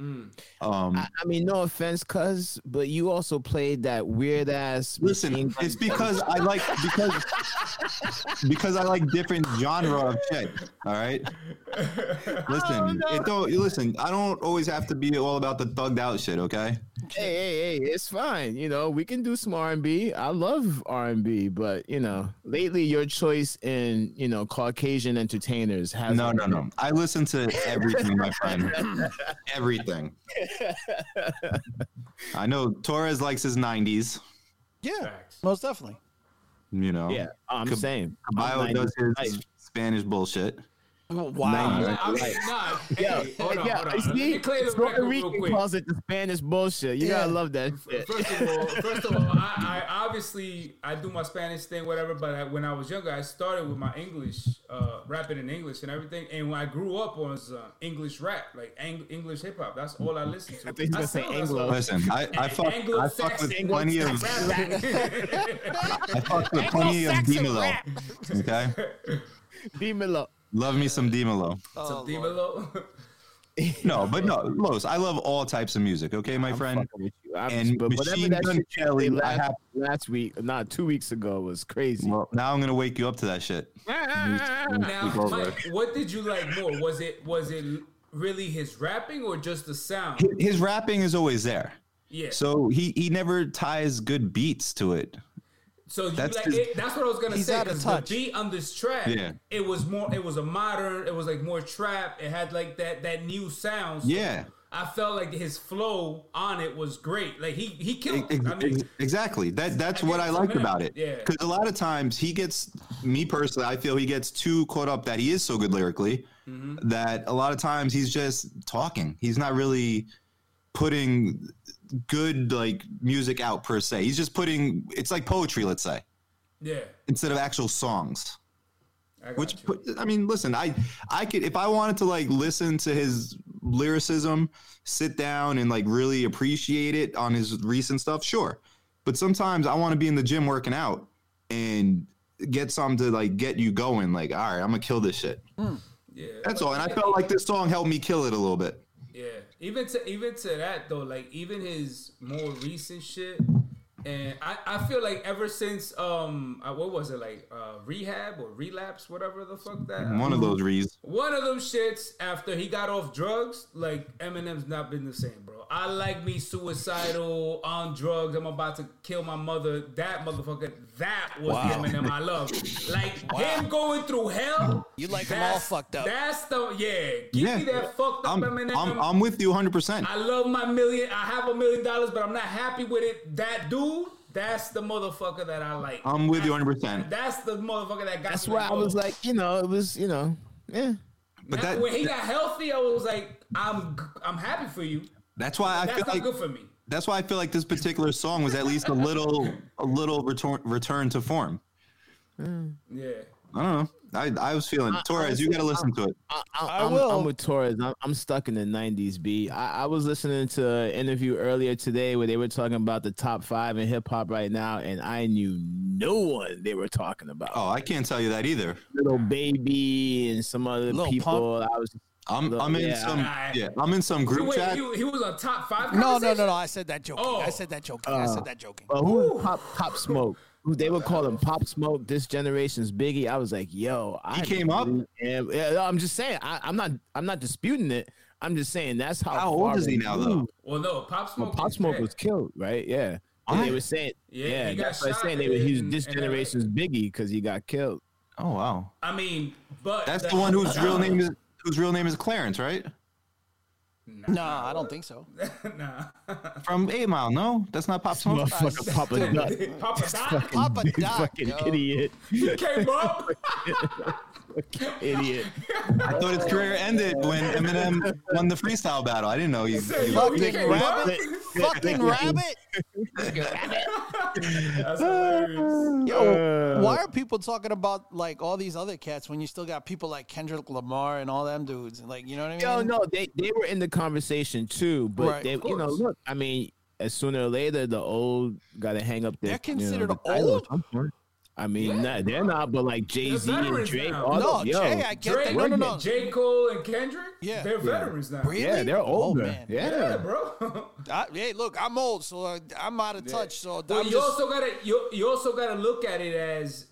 [SPEAKER 2] Um,
[SPEAKER 3] I, I mean, no offense, cuz, but you also played that weird ass. Machine
[SPEAKER 2] Listen,
[SPEAKER 3] Gun
[SPEAKER 2] it's because I like because because I like different genre of shit. All right. Listen, it don't you listen. I don't always have to be all about the thugged out shit. Okay.
[SPEAKER 3] hey, hey, hey, it's fine. You know, we can do some R and B. I love R and B, but you know, lately your choice in you know Caucasian entertainers has
[SPEAKER 2] No, no, no. I listen to everything, my friend. Everything. I know Torres likes his '90s.
[SPEAKER 1] Yeah,
[SPEAKER 4] Facts.
[SPEAKER 1] most definitely.
[SPEAKER 2] You know.
[SPEAKER 3] Yeah, I'm
[SPEAKER 2] Kab-
[SPEAKER 3] saying
[SPEAKER 2] Bio
[SPEAKER 3] I'm
[SPEAKER 2] does
[SPEAKER 3] 90s.
[SPEAKER 2] his Spanish bullshit.
[SPEAKER 1] Wow.
[SPEAKER 2] Nice.
[SPEAKER 4] I mean, nah.
[SPEAKER 3] Yeah,
[SPEAKER 4] Hey, hold on,
[SPEAKER 3] yeah.
[SPEAKER 4] hold on.
[SPEAKER 3] you
[SPEAKER 4] Let me
[SPEAKER 3] See,
[SPEAKER 4] clear the
[SPEAKER 3] Puerto
[SPEAKER 4] record real
[SPEAKER 3] Rican
[SPEAKER 4] quick.
[SPEAKER 3] calls it the Spanish bullshit. You gotta
[SPEAKER 1] Yeah.
[SPEAKER 3] love that shit.
[SPEAKER 4] First of all, first of all, I, I obviously I do my Spanish thing, whatever. But I, when I was younger, I started with my English, uh, rapping in English and everything. And when I grew up was uh, English rap, like ang- English hip hop. That's all I listened to.
[SPEAKER 3] I thought he was gonna say
[SPEAKER 4] still- that's
[SPEAKER 3] Anglo.
[SPEAKER 4] all-
[SPEAKER 2] Listen, I, I fuck, I fuck with
[SPEAKER 4] Anglo-Saxon
[SPEAKER 2] plenty of, I fuck with plenty of
[SPEAKER 3] Anglo-Saxon
[SPEAKER 2] Dimelo.
[SPEAKER 3] rap.
[SPEAKER 2] Okay,
[SPEAKER 3] Dímelo.
[SPEAKER 2] love me some Dimelo.
[SPEAKER 1] Oh,
[SPEAKER 4] Something
[SPEAKER 1] Lord.
[SPEAKER 4] below.
[SPEAKER 2] No, but no, Los, I love all types of music, okay, my friend?
[SPEAKER 3] fucking with you. I'm-
[SPEAKER 2] And
[SPEAKER 3] but whatever
[SPEAKER 2] Machine
[SPEAKER 3] that
[SPEAKER 2] Gun
[SPEAKER 3] shit you
[SPEAKER 2] Kelly,
[SPEAKER 3] did
[SPEAKER 2] I
[SPEAKER 3] last,
[SPEAKER 2] have-
[SPEAKER 3] last week, not two weeks ago, was crazy.
[SPEAKER 2] Well, now I'm going to wake you up to that shit.
[SPEAKER 4] Now,
[SPEAKER 2] Keep over.
[SPEAKER 4] Mike, what did you like more? Was it was it really his rapping or just the sound?
[SPEAKER 2] His rapping is always there.
[SPEAKER 4] Yeah.
[SPEAKER 2] So he, he never ties good beats to it.
[SPEAKER 4] So you
[SPEAKER 2] That's
[SPEAKER 4] like
[SPEAKER 2] his-
[SPEAKER 4] it, that's what I was gonna
[SPEAKER 1] He's
[SPEAKER 4] say.
[SPEAKER 1] out of
[SPEAKER 4] 'cause
[SPEAKER 1] touch.
[SPEAKER 4] The beat on this track,
[SPEAKER 2] Yeah.
[SPEAKER 4] it was more. It was a modern. It was like more trap. It had like that that new sound. So
[SPEAKER 2] Yeah.
[SPEAKER 4] I felt like his flow on it was great. Like he he killed.
[SPEAKER 2] Ex-
[SPEAKER 4] it. I mean,
[SPEAKER 2] ex- exactly. That that's
[SPEAKER 4] I think
[SPEAKER 2] what I
[SPEAKER 4] it's a
[SPEAKER 2] liked
[SPEAKER 4] minimum.
[SPEAKER 2] about it.
[SPEAKER 4] Yeah.
[SPEAKER 2] Because a lot of times he gets me personally, I feel he gets too caught up that he is so good lyrically
[SPEAKER 4] Mm-hmm.
[SPEAKER 2] that a lot of times he's just talking. He's not really putting good like music out per se. He's just putting it's like poetry, let's say,
[SPEAKER 4] yeah.
[SPEAKER 2] instead of actual songs.
[SPEAKER 4] I got
[SPEAKER 2] Which
[SPEAKER 4] you.
[SPEAKER 2] put, I mean, listen, I I could if I wanted to like listen to his lyricism, sit down and like really appreciate it on his recent stuff, sure. But sometimes I want to be in the gym working out and get something to like get you going. Like, all right, I'm gonna kill this shit.
[SPEAKER 4] yeah.
[SPEAKER 2] That's all. And I felt like this song helped me kill it a little bit.
[SPEAKER 4] Yeah, even to even to that though, like even his more recent shit, and I, I feel like ever since um uh, what was it like uh rehab or relapse whatever the fuck that
[SPEAKER 2] One of those reasons.
[SPEAKER 4] one of them shits after he got off drugs, like Eminem's not been the same, bro. I like me suicidal on drugs. I'm about to kill my mother. That motherfucker. That was
[SPEAKER 1] Wow.
[SPEAKER 4] the Eminem I love. Like him going through hell.
[SPEAKER 1] You like 'em all
[SPEAKER 4] that's-
[SPEAKER 1] fucked up.
[SPEAKER 4] That's the yeah. Give
[SPEAKER 2] Yeah,
[SPEAKER 4] me that fucked up
[SPEAKER 2] I'm,
[SPEAKER 4] Eminem.
[SPEAKER 2] I'm I'm with you 100. percent
[SPEAKER 4] I love my million. I have a million dollars, but I'm not happy with it. That dude, that's the motherfucker that I like.
[SPEAKER 2] I'm with you 100. percent
[SPEAKER 4] That's the motherfucker that got.
[SPEAKER 3] That's
[SPEAKER 4] me
[SPEAKER 3] why I
[SPEAKER 4] oh.
[SPEAKER 3] was like, you know, it was, you know, yeah.
[SPEAKER 2] But
[SPEAKER 4] Now,
[SPEAKER 2] that
[SPEAKER 4] when he got healthy, I was like, I'm, I'm happy for you.
[SPEAKER 2] that's why I
[SPEAKER 4] That's
[SPEAKER 2] feel
[SPEAKER 4] not
[SPEAKER 2] like
[SPEAKER 4] good for me.
[SPEAKER 2] that's why I feel like this particular song was at least a little a little return return to form.
[SPEAKER 4] Yeah.
[SPEAKER 2] I don't know. I, I was feeling Torres. You got to listen to it.
[SPEAKER 3] I, I,
[SPEAKER 1] I
[SPEAKER 3] am
[SPEAKER 1] will.
[SPEAKER 3] I'm with Torres. I'm, I'm stuck in the '90s. B. I, I was listening to an interview earlier today where they were talking about the top five in hip hop right now, and I knew no one they were talking about.
[SPEAKER 2] Oh, I can't tell you that either.
[SPEAKER 3] Little baby and some other
[SPEAKER 1] Lil
[SPEAKER 3] people. I was
[SPEAKER 2] I'm
[SPEAKER 3] Look,
[SPEAKER 2] I'm in
[SPEAKER 3] yeah,
[SPEAKER 2] some
[SPEAKER 4] I-
[SPEAKER 2] yeah. I'm in some group
[SPEAKER 4] Wait,
[SPEAKER 2] chat.
[SPEAKER 4] he, he was on top five.
[SPEAKER 1] No, no, no,
[SPEAKER 4] conversation?
[SPEAKER 1] no. I said that joking. I
[SPEAKER 4] Oh.
[SPEAKER 1] said that joking. I said that joking.
[SPEAKER 3] uh, who pop pop smoke. Who they would call him Pop Smoke. This generation's Biggie. I was like, yo, I
[SPEAKER 2] came up?
[SPEAKER 3] really am- yeah, no, I'm just saying. I, I'm not. I'm not disputing it. I'm just saying that's how.
[SPEAKER 2] How old
[SPEAKER 3] far
[SPEAKER 2] is he now,
[SPEAKER 3] removed
[SPEAKER 2] though?
[SPEAKER 4] Well, no, Pop Smoke.
[SPEAKER 3] Well, Pop
[SPEAKER 4] is
[SPEAKER 3] Smoke
[SPEAKER 4] dead.
[SPEAKER 3] was killed, right? Yeah. And
[SPEAKER 2] Why?
[SPEAKER 3] they were saying,
[SPEAKER 4] Yeah,
[SPEAKER 3] yeah,
[SPEAKER 4] he got
[SPEAKER 3] that's what I'm
[SPEAKER 4] shot uh,
[SPEAKER 3] saying. They were, he's
[SPEAKER 4] in-
[SPEAKER 3] this
[SPEAKER 4] in LA.
[SPEAKER 3] generation's Biggie because he got killed.
[SPEAKER 2] Oh wow,
[SPEAKER 4] I mean, but
[SPEAKER 2] that's the one whose real name is whose real name is Clarence, right?
[SPEAKER 1] No, I don't think so.
[SPEAKER 4] nah.
[SPEAKER 2] From Eight Mile. No, that's not Pop Smoke.
[SPEAKER 3] Motherfucker, Papa Duck.
[SPEAKER 4] Papa Doc
[SPEAKER 1] Papa
[SPEAKER 3] Big
[SPEAKER 1] Doc,
[SPEAKER 3] fucking
[SPEAKER 1] yo.
[SPEAKER 3] idiot,
[SPEAKER 4] came up.
[SPEAKER 3] idiot.
[SPEAKER 2] I thought his career ended when Eminem won the freestyle battle. I didn't know he.
[SPEAKER 4] Say,
[SPEAKER 2] he-
[SPEAKER 4] yo, he
[SPEAKER 1] Fucking
[SPEAKER 4] came up.
[SPEAKER 1] rabbit. Fucking rabbit.
[SPEAKER 4] That's hilarious.
[SPEAKER 1] Yo,
[SPEAKER 3] Uh,
[SPEAKER 1] why are people talking about like all these other cats when you still got people like Kendrick Lamar and all them dudes? Like, you know what I mean?
[SPEAKER 3] Yo, no, they they were in the conversation too, but
[SPEAKER 1] Right,
[SPEAKER 3] they,
[SPEAKER 1] of
[SPEAKER 3] you know,
[SPEAKER 4] course.
[SPEAKER 3] look, I mean, as sooner or later, the old got to hang up. Their,
[SPEAKER 1] They're considered
[SPEAKER 3] you know, the title
[SPEAKER 1] old?
[SPEAKER 3] at some point. I mean,
[SPEAKER 4] Yeah.
[SPEAKER 3] nah, they're not, but like Jay Z and
[SPEAKER 4] veterans
[SPEAKER 3] Drake,
[SPEAKER 4] now.
[SPEAKER 3] all
[SPEAKER 1] No,
[SPEAKER 3] them, yo,
[SPEAKER 1] Jay, I get that.
[SPEAKER 4] Drake,
[SPEAKER 1] No, no, no.
[SPEAKER 4] J. Cole and Kendrick,
[SPEAKER 1] Yeah.
[SPEAKER 4] they're
[SPEAKER 1] Yeah.
[SPEAKER 4] veterans now.
[SPEAKER 1] Really?
[SPEAKER 3] yeah, they're
[SPEAKER 1] Oh,
[SPEAKER 3] older.
[SPEAKER 1] man.
[SPEAKER 4] Yeah,
[SPEAKER 3] yeah,
[SPEAKER 4] bro.
[SPEAKER 1] I, hey, look, I'm old, so uh, I'm out of touch. So
[SPEAKER 4] Well,
[SPEAKER 1] I'm
[SPEAKER 4] you
[SPEAKER 1] just,
[SPEAKER 4] also gotta you, you also gotta look at it as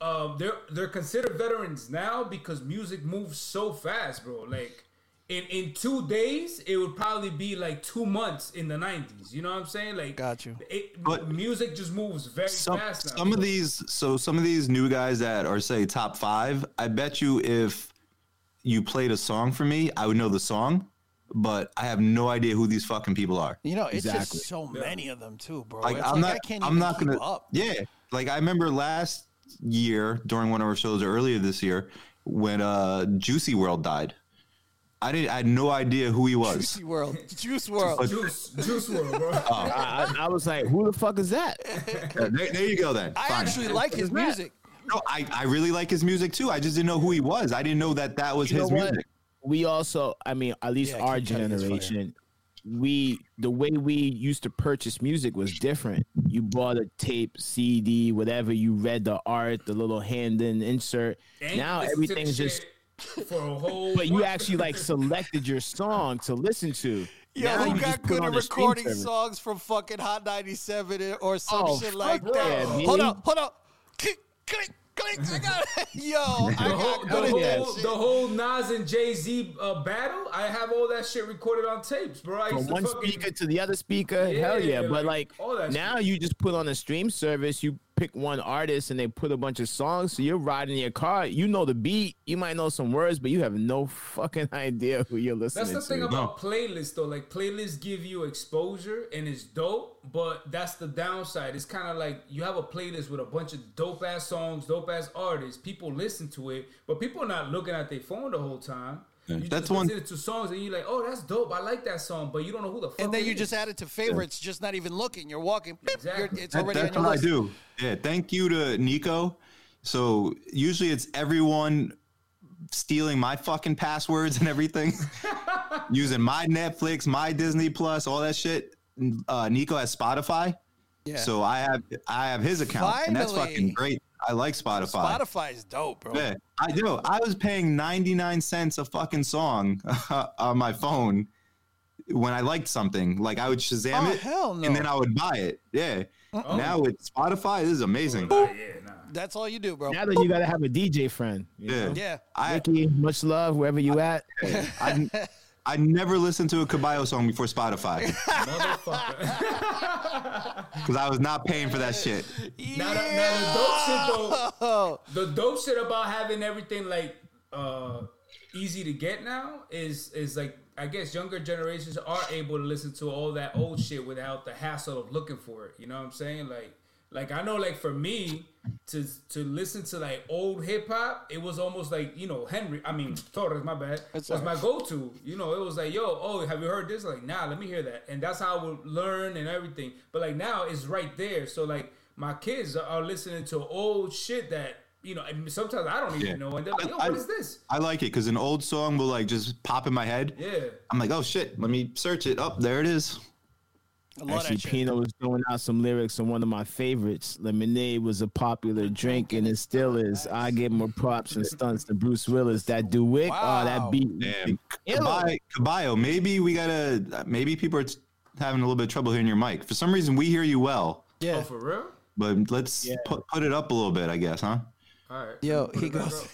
[SPEAKER 4] um, they're they're considered veterans now because music moves so fast, bro. Like in in two days, it would probably be like two months in the nineties. You know what I'm saying? Like
[SPEAKER 1] Got you.
[SPEAKER 4] It,
[SPEAKER 2] But-
[SPEAKER 4] music just moves very
[SPEAKER 2] some,
[SPEAKER 4] fast now.
[SPEAKER 2] some of these so some of these new guys that are say top five i bet you if you played a song for me i would know the song but i have no idea who these fucking people are
[SPEAKER 1] you know, it's
[SPEAKER 3] Exactly.
[SPEAKER 1] just so many of them too, bro.
[SPEAKER 2] like
[SPEAKER 1] It's like,
[SPEAKER 2] i'm not
[SPEAKER 1] I can't
[SPEAKER 2] i'm
[SPEAKER 1] even
[SPEAKER 2] not
[SPEAKER 1] keep
[SPEAKER 2] gonna
[SPEAKER 1] up.
[SPEAKER 2] yeah like i remember last year during one of our shows or earlier this year when uh juicy world died i didn't i had no idea who he was
[SPEAKER 1] Juicy World, Juice World.
[SPEAKER 4] juice juice world, bro.
[SPEAKER 2] Oh.
[SPEAKER 3] I, I, I was like, who the fuck is that?
[SPEAKER 2] there, Uh, there you go then
[SPEAKER 1] I
[SPEAKER 2] Fine.
[SPEAKER 1] actually like his music.
[SPEAKER 2] no, I, I really like his music too i just didn't know who he was i didn't know that that was
[SPEAKER 3] You know
[SPEAKER 2] his
[SPEAKER 3] what?
[SPEAKER 2] music
[SPEAKER 3] We also, I mean, at least
[SPEAKER 1] Yeah,
[SPEAKER 3] our
[SPEAKER 1] Kid Cudi is fire.
[SPEAKER 3] generation, we the way we used to purchase music was different. You bought a tape, CD, whatever. You read the art, the little hand-in insert.
[SPEAKER 4] And
[SPEAKER 3] now
[SPEAKER 4] listen to the
[SPEAKER 3] everything's just.
[SPEAKER 4] shit for a whole.
[SPEAKER 3] But you
[SPEAKER 4] month.
[SPEAKER 3] actually like selected your song to listen to.
[SPEAKER 1] Yo,
[SPEAKER 3] Now
[SPEAKER 1] who
[SPEAKER 3] you just
[SPEAKER 1] got
[SPEAKER 3] put
[SPEAKER 1] good
[SPEAKER 3] on
[SPEAKER 1] at
[SPEAKER 3] the stream
[SPEAKER 1] recording
[SPEAKER 3] service.
[SPEAKER 1] songs from fucking Hot 97 or some
[SPEAKER 3] Oh,
[SPEAKER 1] shit like
[SPEAKER 3] fuck
[SPEAKER 1] that?
[SPEAKER 3] yeah,
[SPEAKER 1] hold
[SPEAKER 3] B.
[SPEAKER 1] on, hold on. Click, click, click. I got it. Yo, I
[SPEAKER 4] The whole,
[SPEAKER 1] got
[SPEAKER 4] the,
[SPEAKER 1] good at
[SPEAKER 4] whole,
[SPEAKER 1] that shit.
[SPEAKER 4] the whole Nas and Jay Z uh, battle, I have all that shit recorded on tapes, bro. I
[SPEAKER 3] From
[SPEAKER 4] used to
[SPEAKER 3] one
[SPEAKER 4] fucking-
[SPEAKER 3] speaker to the other speaker,
[SPEAKER 4] Yeah,
[SPEAKER 3] hell yeah!
[SPEAKER 4] like,
[SPEAKER 3] But like
[SPEAKER 4] all that
[SPEAKER 3] now, you just put on a stream service. You pick one artist and they put a bunch of songs. So you're riding your car, you know the beat, you might know some words, but you have no fucking idea who you're listening
[SPEAKER 4] That's the
[SPEAKER 3] to.
[SPEAKER 4] thing about playlists, though. Like playlists give you exposure, and it's dope. But that's the downside. It's kind of like you have a playlist with a bunch of dope ass songs, dope ass artists. People listen to it, but people are not looking at their phone the whole time. You just
[SPEAKER 2] That's one-
[SPEAKER 4] listen to songs, and you're like, "Oh, that's dope. I like that song," but you don't know who the fuck.
[SPEAKER 1] And then
[SPEAKER 4] it
[SPEAKER 1] you
[SPEAKER 4] is.
[SPEAKER 1] just add it to favorites, just not even looking. You're walking. beep,
[SPEAKER 4] Exactly.
[SPEAKER 1] You're, it's
[SPEAKER 2] That-
[SPEAKER 1] already
[SPEAKER 2] that's
[SPEAKER 1] on
[SPEAKER 2] what
[SPEAKER 1] your
[SPEAKER 2] I
[SPEAKER 1] list.
[SPEAKER 2] do. Yeah, thank you to Nico. So usually it's everyone stealing my fucking passwords and everything, using my Netflix, my Disney Plus, all that shit. Uh, Nico has Spotify,
[SPEAKER 1] Yeah.
[SPEAKER 2] so I have I have his account, and that's
[SPEAKER 1] Finally.
[SPEAKER 2] fucking great. I like Spotify.
[SPEAKER 1] Spotify is dope, bro. Oh,
[SPEAKER 2] Yeah, I do. I was paying 99 cents a fucking song on my phone when I liked something. Like I would Shazam
[SPEAKER 1] Oh,
[SPEAKER 2] it
[SPEAKER 1] hell no.
[SPEAKER 2] and then I would buy it. Yeah. Now with Spotify, this is amazing.
[SPEAKER 4] Nah, yeah, nah.
[SPEAKER 1] That's all you do, bro.
[SPEAKER 3] Now that you gotta have a DJ friend. you
[SPEAKER 2] Yeah.
[SPEAKER 3] know?
[SPEAKER 1] Yeah.
[SPEAKER 2] I,
[SPEAKER 3] Nikki, much love wherever you at.
[SPEAKER 2] I I never listened to a Caballo song before Spotify
[SPEAKER 4] Motherfucker.
[SPEAKER 2] because I was not paying for that shit.
[SPEAKER 4] now, the, now the dope shit though. the dope shit about having everything like uh easy to get now is is like I guess younger generations are able to listen to all that old shit without the hassle of looking for it. You know what I'm saying? Like like I know like for me to to listen to like old hip hop, it was almost like, you know, Henry I mean Torres, my bad.
[SPEAKER 1] It's
[SPEAKER 4] was
[SPEAKER 1] all
[SPEAKER 4] my
[SPEAKER 1] right.
[SPEAKER 4] go to. You know, it was like, yo, oh, have you heard this? Like, nah, let me hear that. And that's how I would learn and everything. But like now it's right there. So like my kids are listening to old shit that, you know, I mean, sometimes I don't even
[SPEAKER 2] Yeah.
[SPEAKER 4] know. And they're like, yo,
[SPEAKER 2] I-
[SPEAKER 4] what
[SPEAKER 2] I-
[SPEAKER 4] is this?
[SPEAKER 2] I like it because an old song will like just pop in my head.
[SPEAKER 4] Yeah.
[SPEAKER 2] I'm like, oh shit, let me search it. Up there it is.
[SPEAKER 1] I love
[SPEAKER 3] Actually,
[SPEAKER 1] that shit.
[SPEAKER 3] Pino was throwing out some lyrics on one of my favorites. Lemonade was a popular drink, and it still is. I give more props and stunts to Bruce Willis. That Dewick, oh,
[SPEAKER 1] Wow.
[SPEAKER 3] that beat.
[SPEAKER 2] Damn.
[SPEAKER 3] Ew.
[SPEAKER 2] Caballo, Caballo, maybe we gotta. Maybe people are t- having a little bit of trouble hearing your mic. For some reason, we hear you well,
[SPEAKER 1] Yeah.
[SPEAKER 4] Oh, for real?
[SPEAKER 2] but let's
[SPEAKER 3] Yeah.
[SPEAKER 2] put, put it up a little bit, I guess, huh?
[SPEAKER 4] All right.
[SPEAKER 1] Yo,
[SPEAKER 4] Put it
[SPEAKER 1] he
[SPEAKER 4] back
[SPEAKER 1] goes.
[SPEAKER 4] up.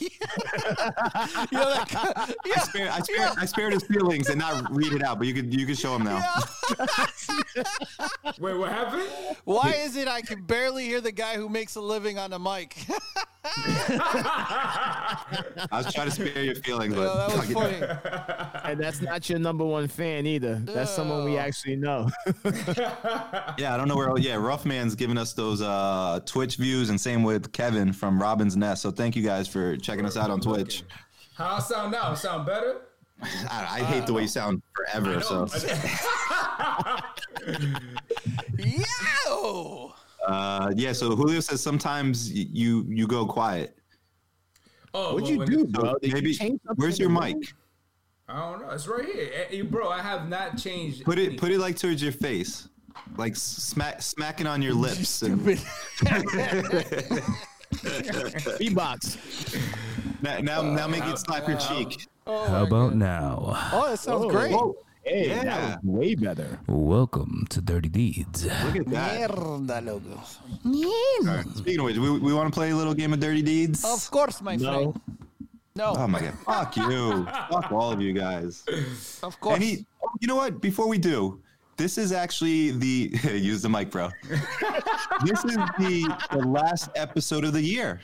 [SPEAKER 1] Yo, that guy-
[SPEAKER 2] I spared, I spared, I spared his feelings and not read it out, but you could you could show him now.
[SPEAKER 4] Wait, what happened?
[SPEAKER 1] Why is it I can barely hear the guy who makes a living on the mic? Yo,
[SPEAKER 2] I was trying to spare your feelings, but
[SPEAKER 1] that was
[SPEAKER 2] fuck it.
[SPEAKER 1] funny.
[SPEAKER 3] And that's not your number one fan either. That's someone we actually know.
[SPEAKER 2] yeah, I don't know where. Yeah, Rough Man's giving us those uh, Twitch views, and same with Kevin from Robin's Nest. So thank you guys for checking us out on Twitch.
[SPEAKER 4] How I sound now? Sound better?
[SPEAKER 2] I, I hate the way you sound forever. So.
[SPEAKER 1] Yo!
[SPEAKER 2] Uh, yeah, so Julio says sometimes y- you you go quiet.
[SPEAKER 4] Oh,
[SPEAKER 3] What'd
[SPEAKER 4] well,
[SPEAKER 3] you
[SPEAKER 4] when-
[SPEAKER 3] do, bro? Did you
[SPEAKER 2] Maybe
[SPEAKER 3] change something
[SPEAKER 2] where's your
[SPEAKER 3] in the
[SPEAKER 2] mic?
[SPEAKER 3] room?
[SPEAKER 4] I don't know. It's right here, Eh, eh, bro. I have not changed.
[SPEAKER 2] Put it put it like towards your face, like smack smacking on your lips. And
[SPEAKER 3] Beatbox.
[SPEAKER 2] now now, now make it slap your cheek.
[SPEAKER 5] How about now?
[SPEAKER 1] Oh, that sounds great.
[SPEAKER 3] Whoa. Hey,
[SPEAKER 2] Yeah.
[SPEAKER 3] that was way better.
[SPEAKER 5] Welcome to Dirty Deeds.
[SPEAKER 2] Look at that.
[SPEAKER 1] Mierda, loco.
[SPEAKER 2] Speaking of which, we, we want to play a little game of Dirty Deeds.
[SPEAKER 1] Of course, my
[SPEAKER 3] No.
[SPEAKER 1] friend. No,
[SPEAKER 2] Oh my god! Fuck you! Fuck all of you guys.
[SPEAKER 1] of course.
[SPEAKER 2] And he, oh, you know what? Before we do, this is actually the use the mic, bro. this is the, the last episode of the year,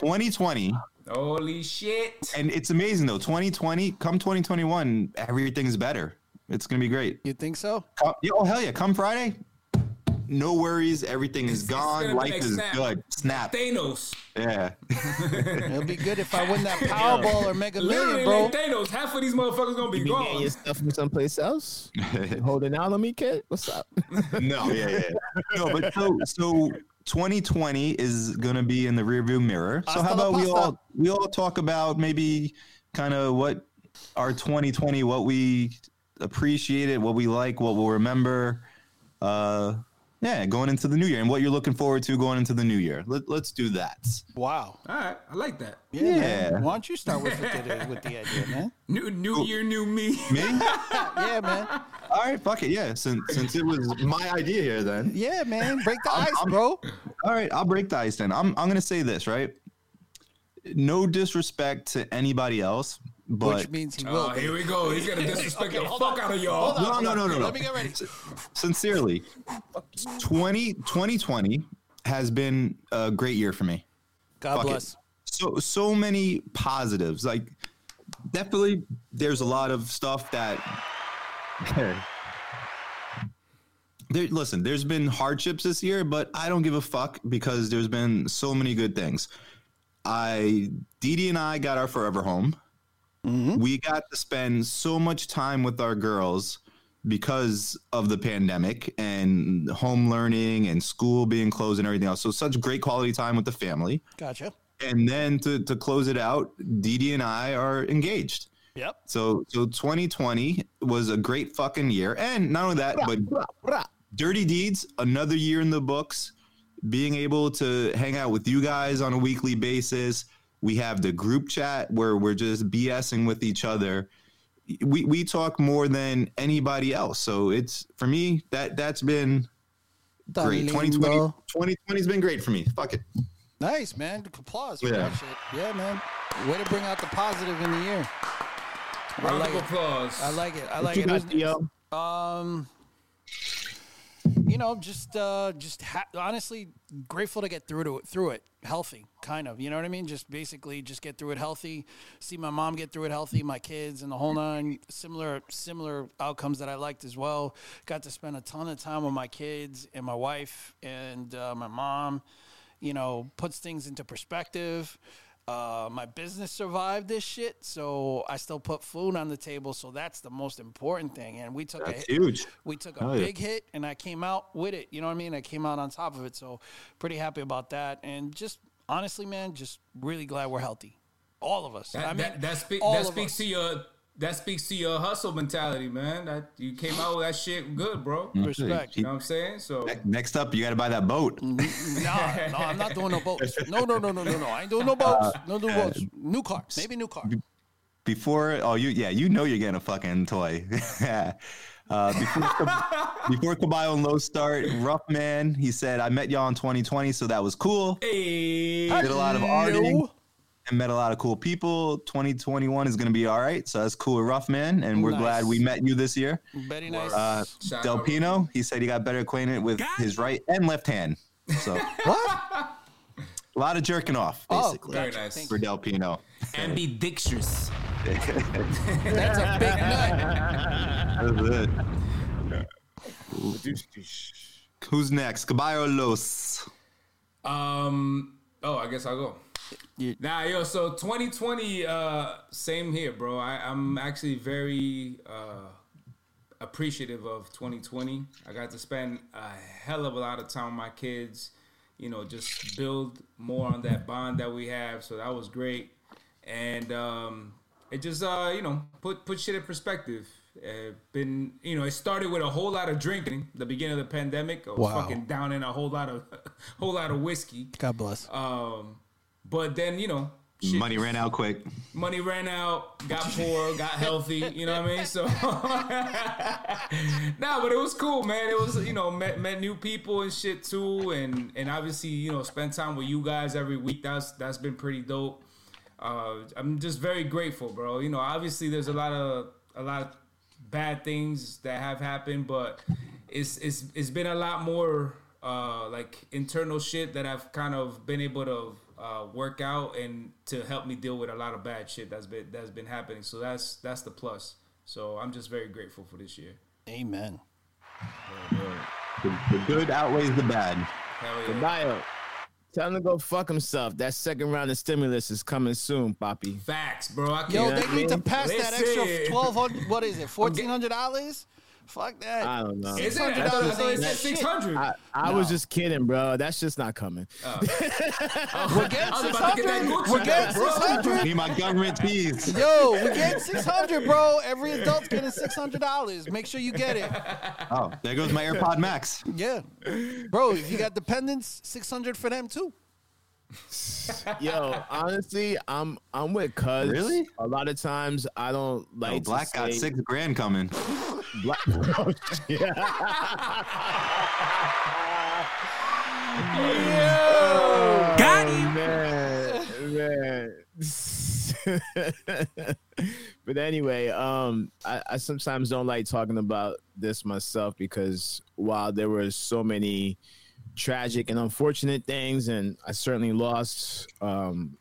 [SPEAKER 2] 2020,
[SPEAKER 4] Holy shit!
[SPEAKER 2] and it's amazing though. 2020, come 2021, everything's better. It's gonna be great.
[SPEAKER 1] you think so?
[SPEAKER 2] Come- yeah, oh hell yeah! Come Friday, no worries. Everything is gone.
[SPEAKER 4] gonna be
[SPEAKER 2] Life
[SPEAKER 4] like
[SPEAKER 2] is
[SPEAKER 4] Snap.
[SPEAKER 2] good. Snap.
[SPEAKER 4] Thanos,
[SPEAKER 2] Yeah.
[SPEAKER 1] It'll be good if I win that Powerball or Mega
[SPEAKER 4] literally,
[SPEAKER 1] Million, bro.
[SPEAKER 4] like Thanos. Half of these motherfuckers gonna be
[SPEAKER 3] You getting
[SPEAKER 4] gone.
[SPEAKER 3] your stuff from someplace else? You holding out on me, kid? What's up?
[SPEAKER 2] No, yeah, yeah. No, but so so 2020 is gonna be in the rearview mirror. So
[SPEAKER 1] Hasta
[SPEAKER 2] how
[SPEAKER 1] la
[SPEAKER 2] about we
[SPEAKER 1] pasta.
[SPEAKER 2] all we all talk about maybe kind of what our 2020, what we appreciated, what we like, what we'll remember. Uh, yeah, going into the new year and what you're looking forward to going into the new year. Let, let's do that.
[SPEAKER 1] Wow.
[SPEAKER 4] All right, I like that.
[SPEAKER 1] Yeah.
[SPEAKER 2] Yeah.
[SPEAKER 1] man. Why don't you start with, the- with the idea, man?
[SPEAKER 4] New New Year, new me.
[SPEAKER 2] Me?
[SPEAKER 1] Yeah, man.
[SPEAKER 2] all right, fuck it. Yeah, since since it was my idea here, then
[SPEAKER 1] Yeah, man. Break the ice, bro.
[SPEAKER 2] All right, I'll break the ice then. I'm I'm gonna say this, right? No disrespect to anybody else, but
[SPEAKER 1] Which means he will.
[SPEAKER 4] Oh,
[SPEAKER 1] be.
[SPEAKER 4] here we go. He's gonna disrespect the
[SPEAKER 1] hold
[SPEAKER 4] fuck
[SPEAKER 1] on.
[SPEAKER 4] out of y'all.
[SPEAKER 2] no, no, no, no, no.
[SPEAKER 1] Let me get ready.
[SPEAKER 2] sincerely, 20, 2020 has been a great year for me.
[SPEAKER 1] God
[SPEAKER 2] Fuck it.
[SPEAKER 1] bless.
[SPEAKER 2] So so many positives. Like definitely, there's a lot of stuff that. There, listen, there's been hardships this year, but I don't give a fuck because there's been so many good things. I, Dee Dee and I got our forever home. We got to spend so much time with our girls because of the pandemic and home learning and school being closed and everything else. So such great quality time with the family.
[SPEAKER 1] Gotcha.
[SPEAKER 2] And then to, to close it out, Dee Dee and I are engaged.
[SPEAKER 1] Yep.
[SPEAKER 2] So so 2020 was a great fucking year. And not only that, but Dirty Deeds, another year in the books, being able to hang out with you guys on a weekly basis. We have the group chat where we're just BSing with each other. We we talk more than anybody else. So it's for me that that's been great. 2020
[SPEAKER 1] Darling, bro.
[SPEAKER 2] 2020's been great for me. Fuck it.
[SPEAKER 1] Nice, man. Applause for
[SPEAKER 2] Yeah.
[SPEAKER 1] that shit. Yeah, man. Way to bring out the positive in the year.
[SPEAKER 4] Round
[SPEAKER 1] like
[SPEAKER 4] of
[SPEAKER 1] it.
[SPEAKER 4] applause.
[SPEAKER 1] I like it. I
[SPEAKER 3] What
[SPEAKER 1] like
[SPEAKER 3] you
[SPEAKER 1] it. I-
[SPEAKER 2] uh,
[SPEAKER 3] got, Theo?
[SPEAKER 1] Um, you know, just uh, just ha- honestly grateful to get through to it, through it healthy, kind of. You know what I mean? Just basically, just get through it healthy. See my mom get through it healthy, my kids, and the whole nine. Similar similar outcomes that I liked as well. Got to spend a ton of time with my kids and my wife and uh, my mom. You know, puts things into perspective. Uh, my business survived this shit, so I still put food on the table. So that's the most important thing. And we took a
[SPEAKER 2] That's huge.
[SPEAKER 1] we took a
[SPEAKER 2] Hell yeah.
[SPEAKER 1] big hit and I came out with it. You know what I mean? I came out on top of it. So pretty happy about that. And just honestly, man, just really glad we're healthy. All of us.
[SPEAKER 4] That,
[SPEAKER 1] I mean,
[SPEAKER 4] that, that, speak,
[SPEAKER 1] all
[SPEAKER 4] that
[SPEAKER 1] of
[SPEAKER 4] speaks
[SPEAKER 1] us.
[SPEAKER 4] to your that speaks to your hustle mentality, man. That you came out with that shit good, bro. You
[SPEAKER 1] Respect.
[SPEAKER 4] know what I'm saying? So
[SPEAKER 2] Next up, you got to buy that boat.
[SPEAKER 1] Nah, no, I'm not doing no boats. No, no, no, no, no, no. I ain't doing no boats.
[SPEAKER 2] Uh,
[SPEAKER 1] No new boats. New car. Maybe new car.
[SPEAKER 2] before oh you yeah you know you're getting a fucking toy yeah uh, before before Caballo and Low start rough man he said I met y'all in 2020 so that was cool
[SPEAKER 4] hey,
[SPEAKER 2] did a lot of arting
[SPEAKER 1] Hello.
[SPEAKER 2] and met a lot of cool people 2021 is gonna be all right so that's cool with rough man and we're
[SPEAKER 1] Nice.
[SPEAKER 2] glad we met you this year
[SPEAKER 1] Very nice.
[SPEAKER 2] uh,
[SPEAKER 4] Shout
[SPEAKER 2] Del
[SPEAKER 4] out.
[SPEAKER 2] Pino he said he got better acquainted with his right and left hand so
[SPEAKER 1] what?
[SPEAKER 2] a lot of jerking off
[SPEAKER 1] Oh,
[SPEAKER 2] basically
[SPEAKER 4] very
[SPEAKER 1] gotcha.
[SPEAKER 4] nice.
[SPEAKER 1] Thank
[SPEAKER 2] for Del Pino
[SPEAKER 4] Ambidextrous.
[SPEAKER 1] That's a big nut.
[SPEAKER 2] who's next Caballo Los
[SPEAKER 4] Um. Oh, I guess I'll go.
[SPEAKER 1] You-
[SPEAKER 4] Nah, yo. So 2020. Uh, same here, bro. I, I'm actually very uh, appreciative of 2020. I got to spend a hell of a lot of time with my kids. You know, just build more on that bond that we have. So that was great, and um, it just uh, you know put put shit in perspective. Uh, been you know it started with a whole lot of drinking. The beginning of the pandemic, I was
[SPEAKER 1] Wow.
[SPEAKER 4] fucking down in a whole lot of whole lot of whiskey.
[SPEAKER 1] God bless.
[SPEAKER 4] Um, but then you know, shit,
[SPEAKER 2] money ran out quick
[SPEAKER 4] money ran out, got poor, got healthy. You know what I mean? So nah, but it was cool, man. It was you know met met new people and shit too, and and obviously you know spend time with you guys every week. That's that's been pretty dope. Uh, I'm just very grateful, bro. You know, obviously there's a lot of a lot of bad things that have happened, but it's it's it's been a lot more uh, like internal shit that I've kind of been able to uh, work out and to help me deal with a lot of bad shit that's been that's been happening. So that's that's the plus. So I'm just very grateful for this year.
[SPEAKER 1] Amen.
[SPEAKER 2] The, the good outweighs the bad.
[SPEAKER 4] Hell yeah.
[SPEAKER 3] Caballo. Tell him to go fuck himself. That second round of stimulus is coming soon, Poppy.
[SPEAKER 4] Facts, bro. I
[SPEAKER 1] Yo,
[SPEAKER 4] can't.
[SPEAKER 1] they need to pass that extra
[SPEAKER 4] Listen.
[SPEAKER 1] twelve hundred. What is it? Fourteen hundred dollars? Fuck that.
[SPEAKER 3] I don't know.
[SPEAKER 4] is it? I thought, I thought it said
[SPEAKER 1] Shit.
[SPEAKER 4] six hundred.
[SPEAKER 3] I,
[SPEAKER 4] I
[SPEAKER 3] I was just kidding, bro. That's just not coming.
[SPEAKER 1] We're getting
[SPEAKER 4] was
[SPEAKER 1] six
[SPEAKER 4] about to get that
[SPEAKER 1] hundred.
[SPEAKER 4] Gucci
[SPEAKER 1] We're getting
[SPEAKER 4] bag, bro.
[SPEAKER 1] six hundred.
[SPEAKER 2] Need my government cheese.
[SPEAKER 1] Yo, we getting six hundred, bro. Every adult's getting six hundred dollars. Make sure you get it.
[SPEAKER 2] Oh, there goes my AirPod Max.
[SPEAKER 1] Yeah, bro. If you got dependents, six hundred for them too.
[SPEAKER 3] Yo, honestly, I'm I'm with Cuz.
[SPEAKER 2] Really?
[SPEAKER 3] A lot of times I don't like.
[SPEAKER 2] Oh,
[SPEAKER 3] to
[SPEAKER 2] Black got
[SPEAKER 3] say-
[SPEAKER 2] six grand coming.
[SPEAKER 3] Black. Oh, shit.
[SPEAKER 5] Got
[SPEAKER 3] Oh, man, man. but anyway, um, I, I sometimes don't like talking about this myself because while there were so many tragic and unfortunate things, and I certainly lost um,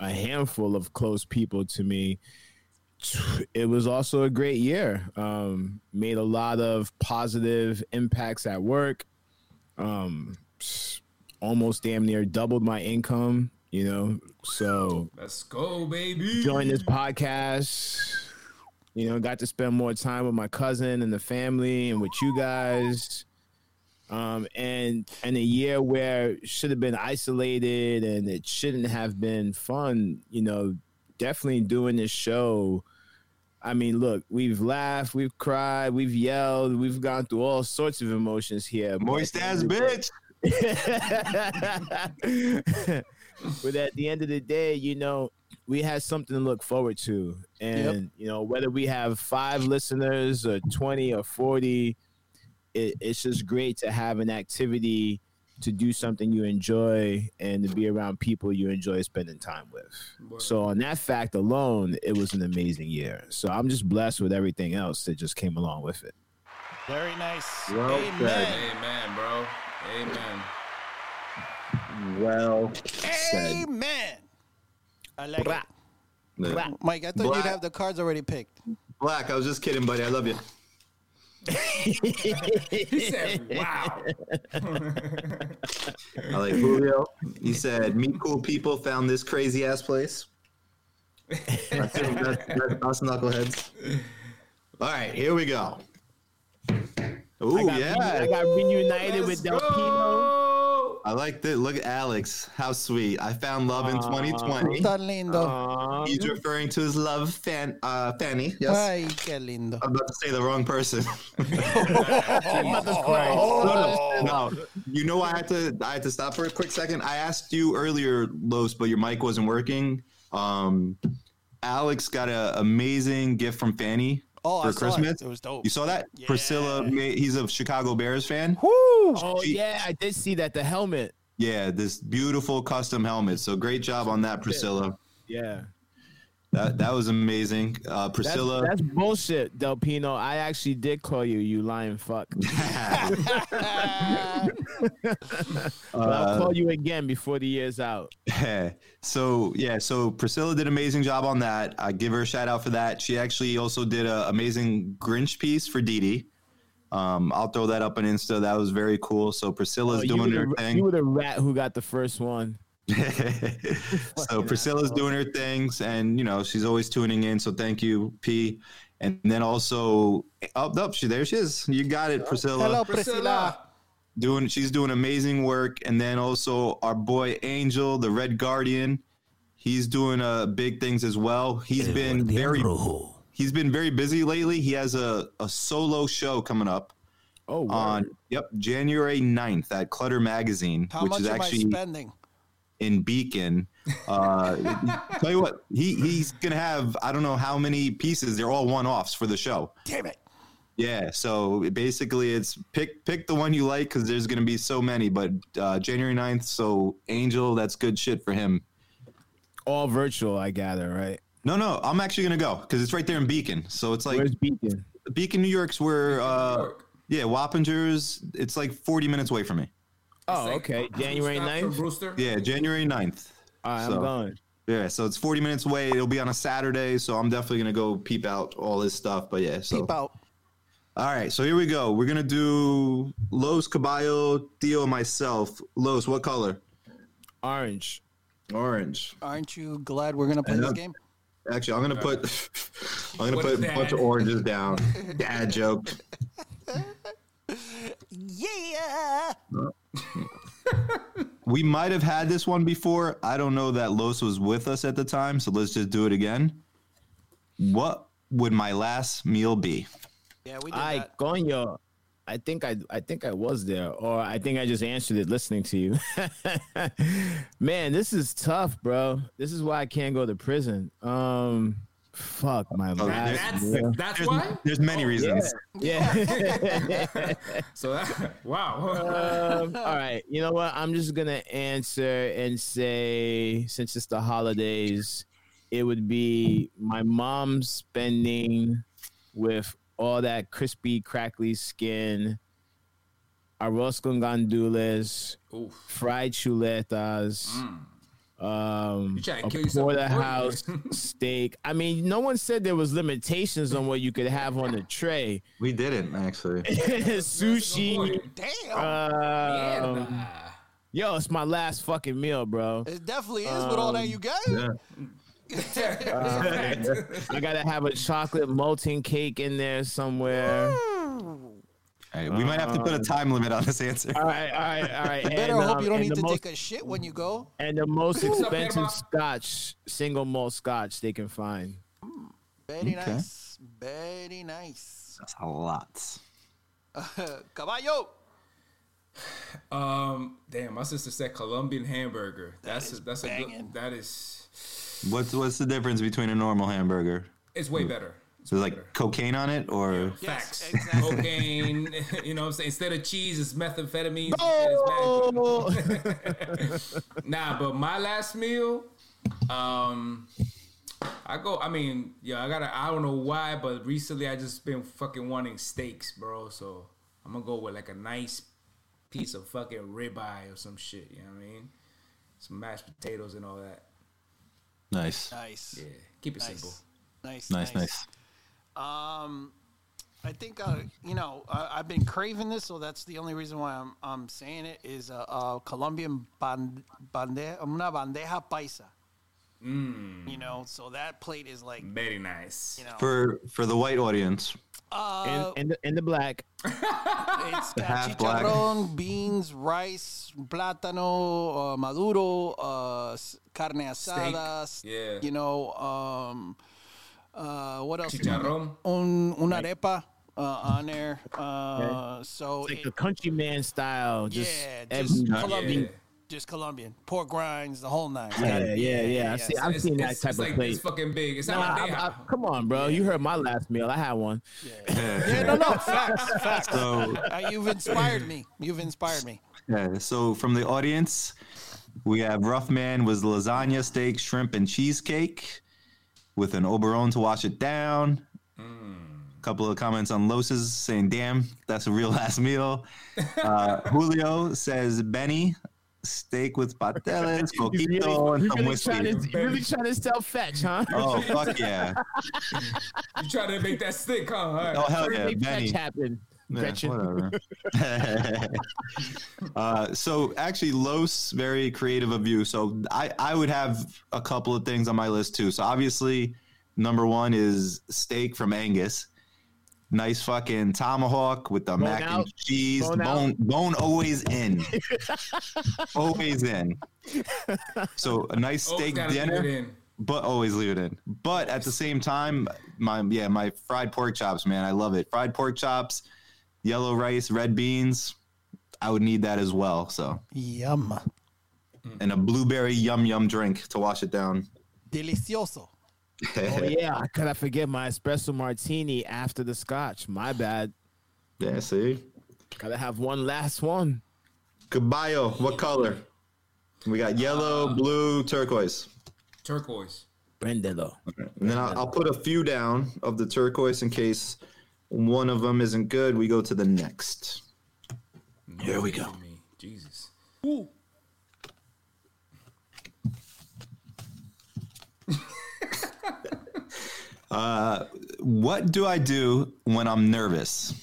[SPEAKER 3] a handful of close people to me. It was also a great year. Um, made a lot of positive impacts at work. Um, almost damn near doubled my income. You know, so
[SPEAKER 4] Let's go, baby.
[SPEAKER 3] joined this podcast. You know, got to spend more time with my cousin and the family and with you guys. Um, and and a year where it should have been isolated and it shouldn't have been fun. You know, definitely doing this show. I mean, look, we've laughed, we've cried, we've yelled, we've gone through all sorts of emotions here. but-
[SPEAKER 2] Moist ass bitch.
[SPEAKER 3] but at the end of the day, you know, we had something to look forward to. And, you know, whether we have five listeners or 20 or 40, it, it's just great to have an activity to do something you enjoy and to be around people you enjoy spending time with. So, on that fact alone, it was an amazing year. So, I'm just blessed with everything else that just came along with it.
[SPEAKER 1] Very nice.
[SPEAKER 2] Well
[SPEAKER 1] Amen.
[SPEAKER 2] said.
[SPEAKER 4] Amen, bro. Amen.
[SPEAKER 2] Well said.
[SPEAKER 1] Amen. I like it.
[SPEAKER 2] Black.
[SPEAKER 1] Mike, I thought
[SPEAKER 2] Black.
[SPEAKER 1] you'd have the cards already picked.
[SPEAKER 2] I was just kidding, buddy. I love you.
[SPEAKER 4] He said, "Wow."
[SPEAKER 2] I like Julio. He said, "Me cool people found this crazy ass place." That's, that's, that's us knuckleheads. All right, here we go. Ooh
[SPEAKER 3] I got,
[SPEAKER 2] yeah,
[SPEAKER 3] I got reunited
[SPEAKER 4] Let's
[SPEAKER 3] with Del Pino.
[SPEAKER 4] go.
[SPEAKER 2] I like this. Look at Alex. How sweet. I found love in 2020.
[SPEAKER 1] Tan
[SPEAKER 2] Uh,
[SPEAKER 1] lindo.
[SPEAKER 3] Aw.
[SPEAKER 2] He's referring to his love, fan, uh, Fanny. Yes. Uh,
[SPEAKER 1] Ay, qué lindo.
[SPEAKER 2] I'm about to say the wrong person. no, no. You know, why I had to I had to stop for a quick second. I asked you earlier, Los, but your mic wasn't working. Um, Alex got an amazing gift from Fanny
[SPEAKER 1] Oh,
[SPEAKER 2] for
[SPEAKER 1] I saw
[SPEAKER 2] Christmas.
[SPEAKER 1] it. It was dope.
[SPEAKER 2] You saw that? Priscilla, ma- he's a Chicago Bears fan.
[SPEAKER 3] Oh
[SPEAKER 2] She-
[SPEAKER 3] yeah, I did see that the helmet.
[SPEAKER 2] Yeah, this beautiful custom helmet. So great job on that, Priscilla.
[SPEAKER 3] Yeah,
[SPEAKER 2] That that was amazing. Uh,
[SPEAKER 3] that's,
[SPEAKER 2] Priscilla.
[SPEAKER 3] that's bullshit, Del Pino. I actually did call you, you lying fuck.
[SPEAKER 1] Ah,
[SPEAKER 3] But
[SPEAKER 2] Uh,
[SPEAKER 3] I'll call you again before the year's out.
[SPEAKER 2] so yeah, so Priscilla did an amazing job on that. I give her a shout out for that. She actually also did an amazing Grinch piece for Didi. Um, I'll throw that up on Insta. That was very cool. So Priscilla's
[SPEAKER 3] Oh, you, were
[SPEAKER 2] doing her
[SPEAKER 3] the,
[SPEAKER 2] thing.
[SPEAKER 3] you were the rat who got the first one.
[SPEAKER 2] so Priscilla's doing her things, and you know she's always tuning in. So thank you, P. And then also, oh, nope, she there she is. You got
[SPEAKER 3] Oh,
[SPEAKER 2] it, Priscilla.
[SPEAKER 1] Hello, Priscilla.
[SPEAKER 4] Priscilla.
[SPEAKER 2] Doing, she's doing amazing work. And then also our boy Angel, the Red Guardian, he's doing uh, big things as well. He's been very, he's been very busy lately. He has a, a solo show coming up
[SPEAKER 3] Oh, word.
[SPEAKER 2] on yep January 9th at Clutter Magazine,
[SPEAKER 1] How
[SPEAKER 2] which
[SPEAKER 1] much
[SPEAKER 2] is
[SPEAKER 1] am
[SPEAKER 2] actually
[SPEAKER 1] I spending?
[SPEAKER 2] in Beacon. Uh, tell you what, he, he's gonna have I don't know how many pieces. They're all one offs for the show.
[SPEAKER 1] Damn it.
[SPEAKER 2] Yeah, so basically it's pick pick the one you like because there's gonna be so many. But uh, January 9th, so Angel, that's good shit for him.
[SPEAKER 3] all virtual. I gather, right?
[SPEAKER 2] No, no, I'm actually gonna go because it's right there in Beacon. So it's like
[SPEAKER 3] Where's Beacon?
[SPEAKER 2] Beacon, New York's where uh,
[SPEAKER 4] York.
[SPEAKER 2] yeah, Wappingers. It's like 40 minutes away from me.
[SPEAKER 3] Oh,
[SPEAKER 4] Say,
[SPEAKER 3] okay,
[SPEAKER 4] "Stop
[SPEAKER 3] January
[SPEAKER 4] for
[SPEAKER 3] 9th?
[SPEAKER 4] Brewster.
[SPEAKER 2] Yeah, January 9th.
[SPEAKER 3] All right,
[SPEAKER 2] So-
[SPEAKER 3] I'm going.
[SPEAKER 2] Yeah, so it's 40 minutes away. It'll be on a Saturday, so I'm definitely gonna go peep out all this stuff. But yeah, so
[SPEAKER 1] Peep out.
[SPEAKER 2] All right, so here we go. We're gonna do Los Caballo, Theo, and myself. Los, what color?
[SPEAKER 3] Orange.
[SPEAKER 2] Orange.
[SPEAKER 1] Aren't you glad we're gonna play this game?
[SPEAKER 2] Actually, I'm gonna put I'm gonna
[SPEAKER 4] What
[SPEAKER 2] put
[SPEAKER 4] is
[SPEAKER 2] a
[SPEAKER 4] that?
[SPEAKER 2] bunch of oranges down. Dad joke.
[SPEAKER 1] Yeah.
[SPEAKER 2] We might have had this one before. I don't know that Los was with us at the time, so let's just do it again. What would my last meal be?
[SPEAKER 1] Yeah, we did
[SPEAKER 3] I
[SPEAKER 1] that.
[SPEAKER 3] Gonyo. I think I I think I was there, or I think I just answered it listening to you. Man, this is tough, bro. This is why I can't go to prison. Um, fuck my
[SPEAKER 4] That-
[SPEAKER 3] life.
[SPEAKER 4] That's that's
[SPEAKER 2] There's,
[SPEAKER 4] why.
[SPEAKER 2] there's many reasons.
[SPEAKER 3] Yeah.
[SPEAKER 4] So that, wow.
[SPEAKER 3] um, all right. You know what? I'm just gonna answer and say, since it's the holidays, it would be my mom spending with all that crispy, crackly skin. arroz con gandules,
[SPEAKER 4] Oof.
[SPEAKER 3] fried chuletas, um,
[SPEAKER 4] Mm. You trying to
[SPEAKER 3] a
[SPEAKER 4] kill yourself before you-
[SPEAKER 3] porterhouse steak. I mean, no one said there was limitations on what you could have on the tray.
[SPEAKER 2] We didn't actually.
[SPEAKER 3] Sushi.
[SPEAKER 1] Damn.
[SPEAKER 3] Uh, Um,
[SPEAKER 4] Nah.
[SPEAKER 3] yo, it's my last fucking meal, bro.
[SPEAKER 1] it definitely is with
[SPEAKER 3] um,
[SPEAKER 1] all that you got.
[SPEAKER 3] I gotta have a chocolate molten cake in there somewhere.
[SPEAKER 2] All right, we might have to put a time limit on this answer.
[SPEAKER 3] All right, all right, all right.
[SPEAKER 1] Better
[SPEAKER 3] and,
[SPEAKER 1] hope
[SPEAKER 3] um,
[SPEAKER 1] you don't
[SPEAKER 3] and
[SPEAKER 1] need
[SPEAKER 3] the
[SPEAKER 1] to
[SPEAKER 3] most,
[SPEAKER 1] take a shit when you go.
[SPEAKER 3] and the most
[SPEAKER 4] up,
[SPEAKER 3] expensive
[SPEAKER 4] Panama?
[SPEAKER 3] scotch, single malt scotch they can find.
[SPEAKER 1] Very
[SPEAKER 2] Okay.
[SPEAKER 1] nice. Very nice. Uh,
[SPEAKER 2] That's a lot.
[SPEAKER 1] Caballo.
[SPEAKER 4] Um, damn, my sister said Colombian hamburger. That's
[SPEAKER 1] is
[SPEAKER 4] a, that's a
[SPEAKER 1] banging.
[SPEAKER 4] good, that is
[SPEAKER 2] What's what's the difference between a normal hamburger?
[SPEAKER 4] it's way better. It's
[SPEAKER 2] There's
[SPEAKER 4] way
[SPEAKER 2] like
[SPEAKER 4] better.
[SPEAKER 2] cocaine on it, or
[SPEAKER 4] facts,
[SPEAKER 1] Yes, exactly.
[SPEAKER 4] cocaine. you know what I'm saying? Instead of cheese, it's methamphetamine.
[SPEAKER 3] Oh,
[SPEAKER 4] Nah, but my last meal, um, I go. I mean, yeah, I gotta. I don't know why, but recently I just been fucking wanting steaks, bro. So I'm gonna go with like a nice piece of fucking ribeye or some shit. You know what I mean? Some mashed potatoes and all that.
[SPEAKER 2] nice,
[SPEAKER 1] Nice.
[SPEAKER 4] Yeah, keep it
[SPEAKER 1] Nice.
[SPEAKER 4] simple.
[SPEAKER 1] Nice.
[SPEAKER 2] nice, nice.
[SPEAKER 1] Um, I think uh, you know I, I've been craving this, so that's the only reason why I'm I'm saying it is uh, uh Colombian ban- bandeja, una bandeja paisa. You know, so that plate is like
[SPEAKER 4] Very nice.
[SPEAKER 1] you know
[SPEAKER 2] Mm. For for the white audience,
[SPEAKER 1] uh,
[SPEAKER 3] and, and, the, and the black.
[SPEAKER 1] it's got
[SPEAKER 2] half black.
[SPEAKER 1] chicharrón, beans, rice, plátano, uh, maduro, uh, s- carne asada. s-
[SPEAKER 4] yeah.
[SPEAKER 1] You know, um, uh, what else? is on there?
[SPEAKER 4] Chicharrón.
[SPEAKER 1] Un, una arepa uh, on there. Uh, So
[SPEAKER 3] It's like
[SPEAKER 1] it-
[SPEAKER 3] a countryman style. Just
[SPEAKER 1] yeah,
[SPEAKER 3] every-
[SPEAKER 1] just Colombian,
[SPEAKER 4] Yeah.
[SPEAKER 1] just Colombian pork grinds, the whole nine.
[SPEAKER 3] yeah, yeah, yeah, I see, I've
[SPEAKER 4] It's-
[SPEAKER 3] seen that
[SPEAKER 4] it's-
[SPEAKER 3] type
[SPEAKER 4] it's
[SPEAKER 3] of
[SPEAKER 4] like
[SPEAKER 3] plate.
[SPEAKER 4] It's fucking big. It's
[SPEAKER 3] Nah,
[SPEAKER 4] not
[SPEAKER 3] I- I- come on, bro. You heard my last meal. I had one.
[SPEAKER 1] Yeah, no, no, facts, facts.
[SPEAKER 2] so
[SPEAKER 1] Uh, you've inspired me. You've inspired me.
[SPEAKER 2] yeah, so from the audience, we have Rough Man was lasagna, steak, shrimp, and cheesecake, with an Oberon to wash it down. Couple of comments on Los's saying, "Damn, that's a real last meal." Uh, Julio says, "Benny, steak with pateles,
[SPEAKER 1] Oh,
[SPEAKER 3] You really,
[SPEAKER 2] coquito, and
[SPEAKER 3] you
[SPEAKER 2] some
[SPEAKER 3] really trying
[SPEAKER 2] whiskey."
[SPEAKER 3] to, you really trying to sell fetch, huh?
[SPEAKER 2] Oh fuck yeah!
[SPEAKER 4] You trying to make that stick, huh? All right.
[SPEAKER 2] Oh hell
[SPEAKER 3] Trying to
[SPEAKER 2] yeah,
[SPEAKER 3] make fetch
[SPEAKER 2] Benny.
[SPEAKER 3] happen. Gretchen.
[SPEAKER 2] whatever. uh, so actually, Los very creative of you. So I I would have a couple of things on my list too. So obviously, number one is steak from Angus. Nice fucking tomahawk with the mac
[SPEAKER 3] out.
[SPEAKER 2] and cheese.
[SPEAKER 3] Bone
[SPEAKER 2] Bone,
[SPEAKER 3] out.
[SPEAKER 2] bone, always in. always in. So a nice
[SPEAKER 4] Oak's
[SPEAKER 2] steak
[SPEAKER 4] gotta leave
[SPEAKER 2] dinner
[SPEAKER 4] it in.
[SPEAKER 2] but always leave it in. But at the same time, my yeah, my fried pork chops, man, I love it. Fried pork chops, yellow rice, red beans. I would need that as well. So,
[SPEAKER 1] Yum,
[SPEAKER 3] Mm.
[SPEAKER 2] and a blueberry yum yum drink to wash it down.
[SPEAKER 1] delicioso.
[SPEAKER 3] Oh yeah, I could I forget my espresso martini after the scotch? My bad.
[SPEAKER 2] yeah, see.
[SPEAKER 3] Gotta have one last one.
[SPEAKER 2] Caballo, what color? We got yellow,
[SPEAKER 3] Uh,
[SPEAKER 2] blue, turquoise.
[SPEAKER 4] Turquoise.
[SPEAKER 3] Brendelo.
[SPEAKER 2] And then I'll, I'll put a few down of the turquoise in case one of them isn't good. We go to the next.
[SPEAKER 4] There we go. Jesus.
[SPEAKER 2] What do I do when I'm nervous?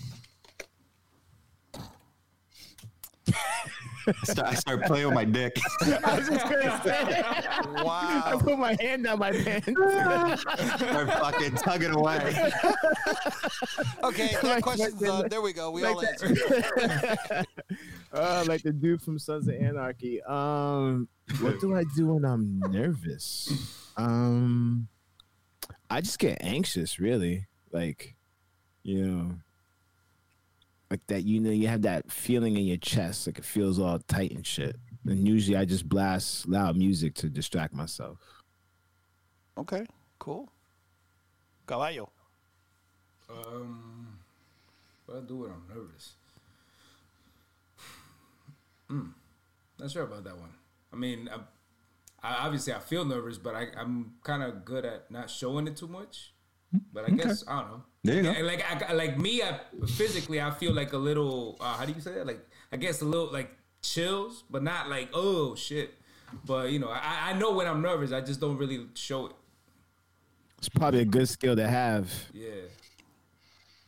[SPEAKER 2] I start, I start playing with my dick.
[SPEAKER 3] I was just gonna say, I
[SPEAKER 1] Wow.
[SPEAKER 3] put my hand down my pants.
[SPEAKER 2] start fucking tugging away.
[SPEAKER 1] Okay, that question's done. There we go. We all answered.
[SPEAKER 3] Uh, like the dude from Sons of Anarchy. Um, what do I do when I'm nervous? Um, I just get anxious, really. Like, you know, like that. You know, you have that feeling in your chest, like it feels all tight and shit. And usually, I just blast loud music to distract myself.
[SPEAKER 1] Okay, cool. Caballo.
[SPEAKER 4] Um, what I do when I'm nervous? Hmm. Not sure about that one. I mean, I, I obviously I feel nervous, but I, I'm kind of good at not showing it too much. But I guess I don't know.
[SPEAKER 2] There you go.
[SPEAKER 4] And like I, like me, I physically I feel like a little. Uh, how do you say that? Like I guess a little like chills, but not like oh shit. But you know, I, I know when I'm nervous. I just don't really show it.
[SPEAKER 3] It's probably a good skill to have.
[SPEAKER 4] Yeah.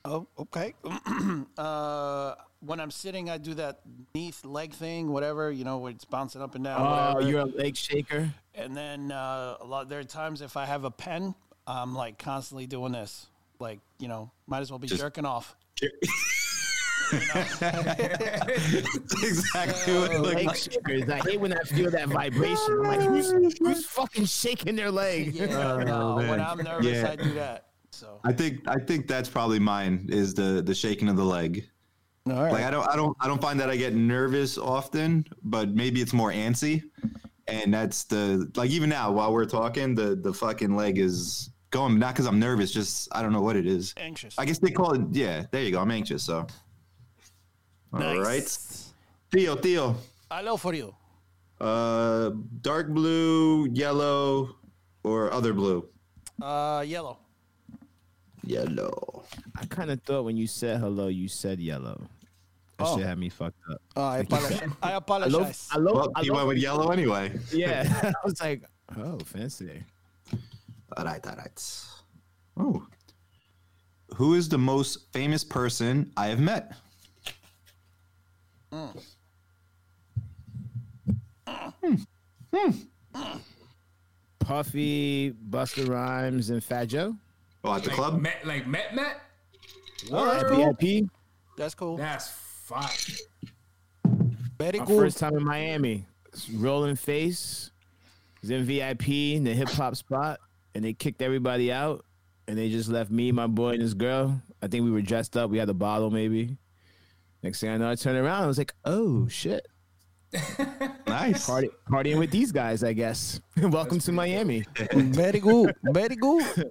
[SPEAKER 1] Oh, okay. uh, when I'm sitting, I do that knee leg thing, whatever you know, where it's bouncing up and down.
[SPEAKER 3] Oh,
[SPEAKER 1] whatever.
[SPEAKER 3] you're a leg shaker.
[SPEAKER 1] And then uh, a lot. There are times if I have a pen, I'm like constantly doing this. Like you know, might as well be jerking off.
[SPEAKER 2] exactly what it looked
[SPEAKER 3] Leg
[SPEAKER 2] like.
[SPEAKER 3] shakers. I hate when I feel that vibration. I'm like, who's, who's fucking shaking their leg?
[SPEAKER 1] Yeah, Uh, no, when I'm nervous,
[SPEAKER 2] Yeah.
[SPEAKER 1] I do that. So
[SPEAKER 2] I think I think that's probably mine is the the shaking of the leg.
[SPEAKER 1] all
[SPEAKER 2] Like
[SPEAKER 1] right,
[SPEAKER 2] I don't I don't I don't find that I get nervous often, but maybe it's more antsy. And that's the like even now while we're talking, the the fucking leg is going not because I'm nervous, just I don't know what it is.
[SPEAKER 1] anxious.
[SPEAKER 2] I guess they call it yeah, there you go. I'm anxious, so all right. Theo, Theo.
[SPEAKER 1] I love for you.
[SPEAKER 2] Uh dark blue, yellow, or other blue.
[SPEAKER 1] Uh, yellow.
[SPEAKER 2] Yellow.
[SPEAKER 3] I kind of thought when you said hello, you said yellow. That
[SPEAKER 1] Oh.
[SPEAKER 3] shit had me fucked up.
[SPEAKER 1] Uh, I apologize. I
[SPEAKER 3] Hello,
[SPEAKER 1] apologize.
[SPEAKER 4] Oh,
[SPEAKER 3] hello,
[SPEAKER 2] Well, you
[SPEAKER 3] hello?
[SPEAKER 2] went with yellow anyway.
[SPEAKER 3] Yeah, I was like, oh, fancy.
[SPEAKER 2] All right, all right. Oh. Who is the most famous person I have met?
[SPEAKER 3] Puffy, Buster Rhymes, and Fat Joe.
[SPEAKER 2] Oh, at the
[SPEAKER 4] Like
[SPEAKER 2] club?
[SPEAKER 4] Met, like Met Met.
[SPEAKER 1] right,
[SPEAKER 4] Word.
[SPEAKER 1] cool.
[SPEAKER 3] VIP.
[SPEAKER 1] That's cool.
[SPEAKER 4] That's fire.
[SPEAKER 1] Very
[SPEAKER 3] My
[SPEAKER 1] cool.
[SPEAKER 3] first time in Miami. It's Rolling face. It was in VIP in the hip hop spot, and they kicked everybody out, and they just left me, my boy, and this girl. I think we were dressed up. We had a bottle, maybe. Next thing I know, I turned around. I was like, "Oh shit,
[SPEAKER 2] Nice.
[SPEAKER 3] party partying with these guys, I guess." Welcome to Miami.
[SPEAKER 1] Very good. Very good.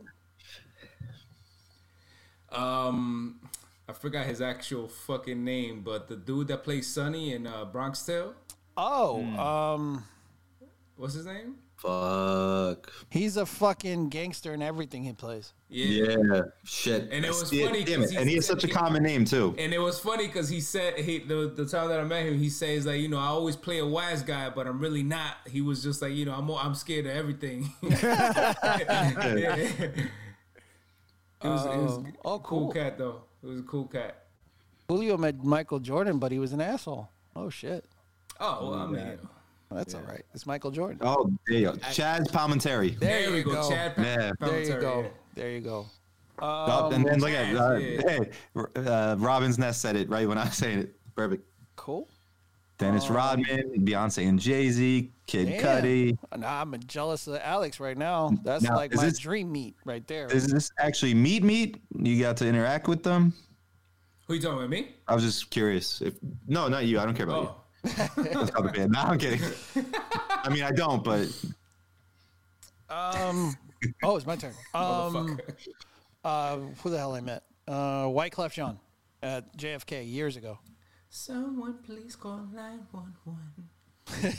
[SPEAKER 4] Um, I forgot his actual fucking name, but the dude that plays Sonny in uh, Bronx Tale,
[SPEAKER 1] Oh,
[SPEAKER 4] Hmm.
[SPEAKER 1] um,
[SPEAKER 4] what's his name?
[SPEAKER 2] Fuck.
[SPEAKER 1] he's a fucking gangster in everything he plays.
[SPEAKER 4] Yeah.
[SPEAKER 2] Yeah. Shit.
[SPEAKER 4] And it
[SPEAKER 2] I
[SPEAKER 4] was
[SPEAKER 2] see
[SPEAKER 4] funny
[SPEAKER 2] Damn
[SPEAKER 4] 'cause
[SPEAKER 2] it.
[SPEAKER 4] he
[SPEAKER 2] And he has
[SPEAKER 4] said
[SPEAKER 2] such a
[SPEAKER 4] he-
[SPEAKER 2] common name too.
[SPEAKER 4] And it was funny because he said he the, the time that I met him, he says like you know I always play a wise guy, but I'm really not. He was just like you know I'm more- I'm scared of everything. Yeah. It was, it was
[SPEAKER 1] Oh, oh,
[SPEAKER 4] a cool
[SPEAKER 1] cool.
[SPEAKER 4] cat though. It was a cool cat.
[SPEAKER 1] Julio met Michael Jordan, but he was an asshole. Oh shit,
[SPEAKER 4] Oh, well, I mean, you know.
[SPEAKER 1] that's all right. It's Michael Jordan.
[SPEAKER 2] Oh, there you go. Chaz Palmentary.
[SPEAKER 4] there, we go. Chad. Pa-
[SPEAKER 2] Yeah.
[SPEAKER 1] There you
[SPEAKER 4] Palminteri,
[SPEAKER 1] go.
[SPEAKER 4] yeah.
[SPEAKER 1] There you go. Um,
[SPEAKER 2] Up and then look at uh,
[SPEAKER 4] Oh, yeah.
[SPEAKER 2] hey, uh, Robin's Nest said it right when I was saying it. Perfect.
[SPEAKER 1] Cool.
[SPEAKER 2] Dennis
[SPEAKER 4] Oh.
[SPEAKER 2] Rodman, Beyonce and Jay Z, Kid
[SPEAKER 1] Damn.
[SPEAKER 2] Cudi.
[SPEAKER 1] Nah, I'm jealous of Alex right now. That's
[SPEAKER 2] Now,
[SPEAKER 1] like
[SPEAKER 2] is
[SPEAKER 1] my
[SPEAKER 2] this-
[SPEAKER 1] dream meet right there.
[SPEAKER 2] Is this actually meet meet? You got to interact with them?
[SPEAKER 4] Who you talking about me?
[SPEAKER 2] I was just curious. If no, not you. I don't care about you.
[SPEAKER 4] Oh,
[SPEAKER 2] That's not the band. No, I'm kidding. I mean, I don't, but
[SPEAKER 1] Um, oh, it's my turn. Um,
[SPEAKER 4] motherfucker.
[SPEAKER 1] uh, who the hell I met? Uh, Wyclef John at JFK years ago.
[SPEAKER 4] Someone please call 911.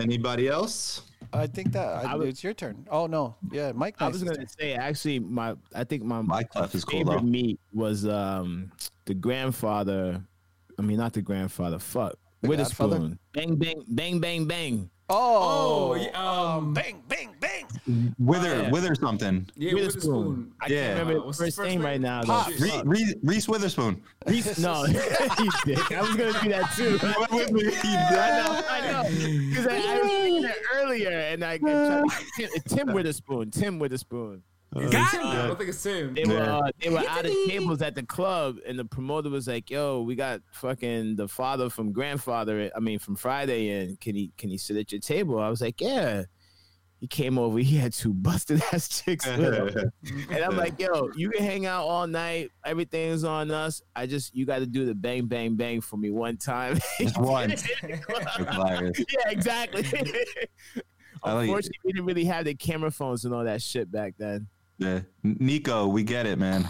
[SPEAKER 2] anybody else?
[SPEAKER 1] I think that I,
[SPEAKER 3] was-
[SPEAKER 1] it's your turn. Oh no, yeah, Mike.
[SPEAKER 3] I was
[SPEAKER 1] Tyson's
[SPEAKER 3] gonna say actually, my I think my
[SPEAKER 2] My clef is cool
[SPEAKER 3] favorite
[SPEAKER 2] though.
[SPEAKER 3] meat was um the grandfather. I mean, not the grandfather. Fuck. Witherspoon. Bang bang bang bang bang.
[SPEAKER 1] turn. Oh,
[SPEAKER 4] Oh, yeah, um,
[SPEAKER 1] bang, bang, bang.
[SPEAKER 2] Wither,
[SPEAKER 4] Oh, yeah.
[SPEAKER 2] wither something.
[SPEAKER 4] yeah, Witherspoon.
[SPEAKER 3] I
[SPEAKER 2] Yeah.
[SPEAKER 3] can't remember
[SPEAKER 4] Uh,
[SPEAKER 3] his
[SPEAKER 4] what's
[SPEAKER 3] first,
[SPEAKER 4] his first
[SPEAKER 3] name
[SPEAKER 4] name?
[SPEAKER 3] right now.
[SPEAKER 1] Pop.
[SPEAKER 3] Though.
[SPEAKER 2] Re- Re- Reese Witherspoon.
[SPEAKER 3] Reese- no, you dick. I was gonna do that too. I know,
[SPEAKER 2] With me, yeah.
[SPEAKER 3] I know. Because I, I was thinking that earlier, and I Tim, Tim Witherspoon. Tim Witherspoon.
[SPEAKER 5] Got
[SPEAKER 4] Tim,
[SPEAKER 5] it.
[SPEAKER 4] I don't think it's Tim.
[SPEAKER 3] They were
[SPEAKER 2] Yeah.
[SPEAKER 3] uh, they were out of tables at the club, and the promoter was like, "Yo, we got fucking the father from grandfather. I mean, from Friday, and can he can he sit at your table?" I was like, "Yeah." He came over. He had two busted ass chicks with him, and I'm like, "Yo, you can hang out all night. Everything's on us. I just you got to do the bang bang bang for me one time."
[SPEAKER 2] Just one.
[SPEAKER 4] Oh,
[SPEAKER 2] Liars.
[SPEAKER 3] yeah, exactly.
[SPEAKER 2] I like it.
[SPEAKER 3] Unfortunately, we didn't really have the camera phones and all that shit back then.
[SPEAKER 2] Yeah. Nico, we get it, man.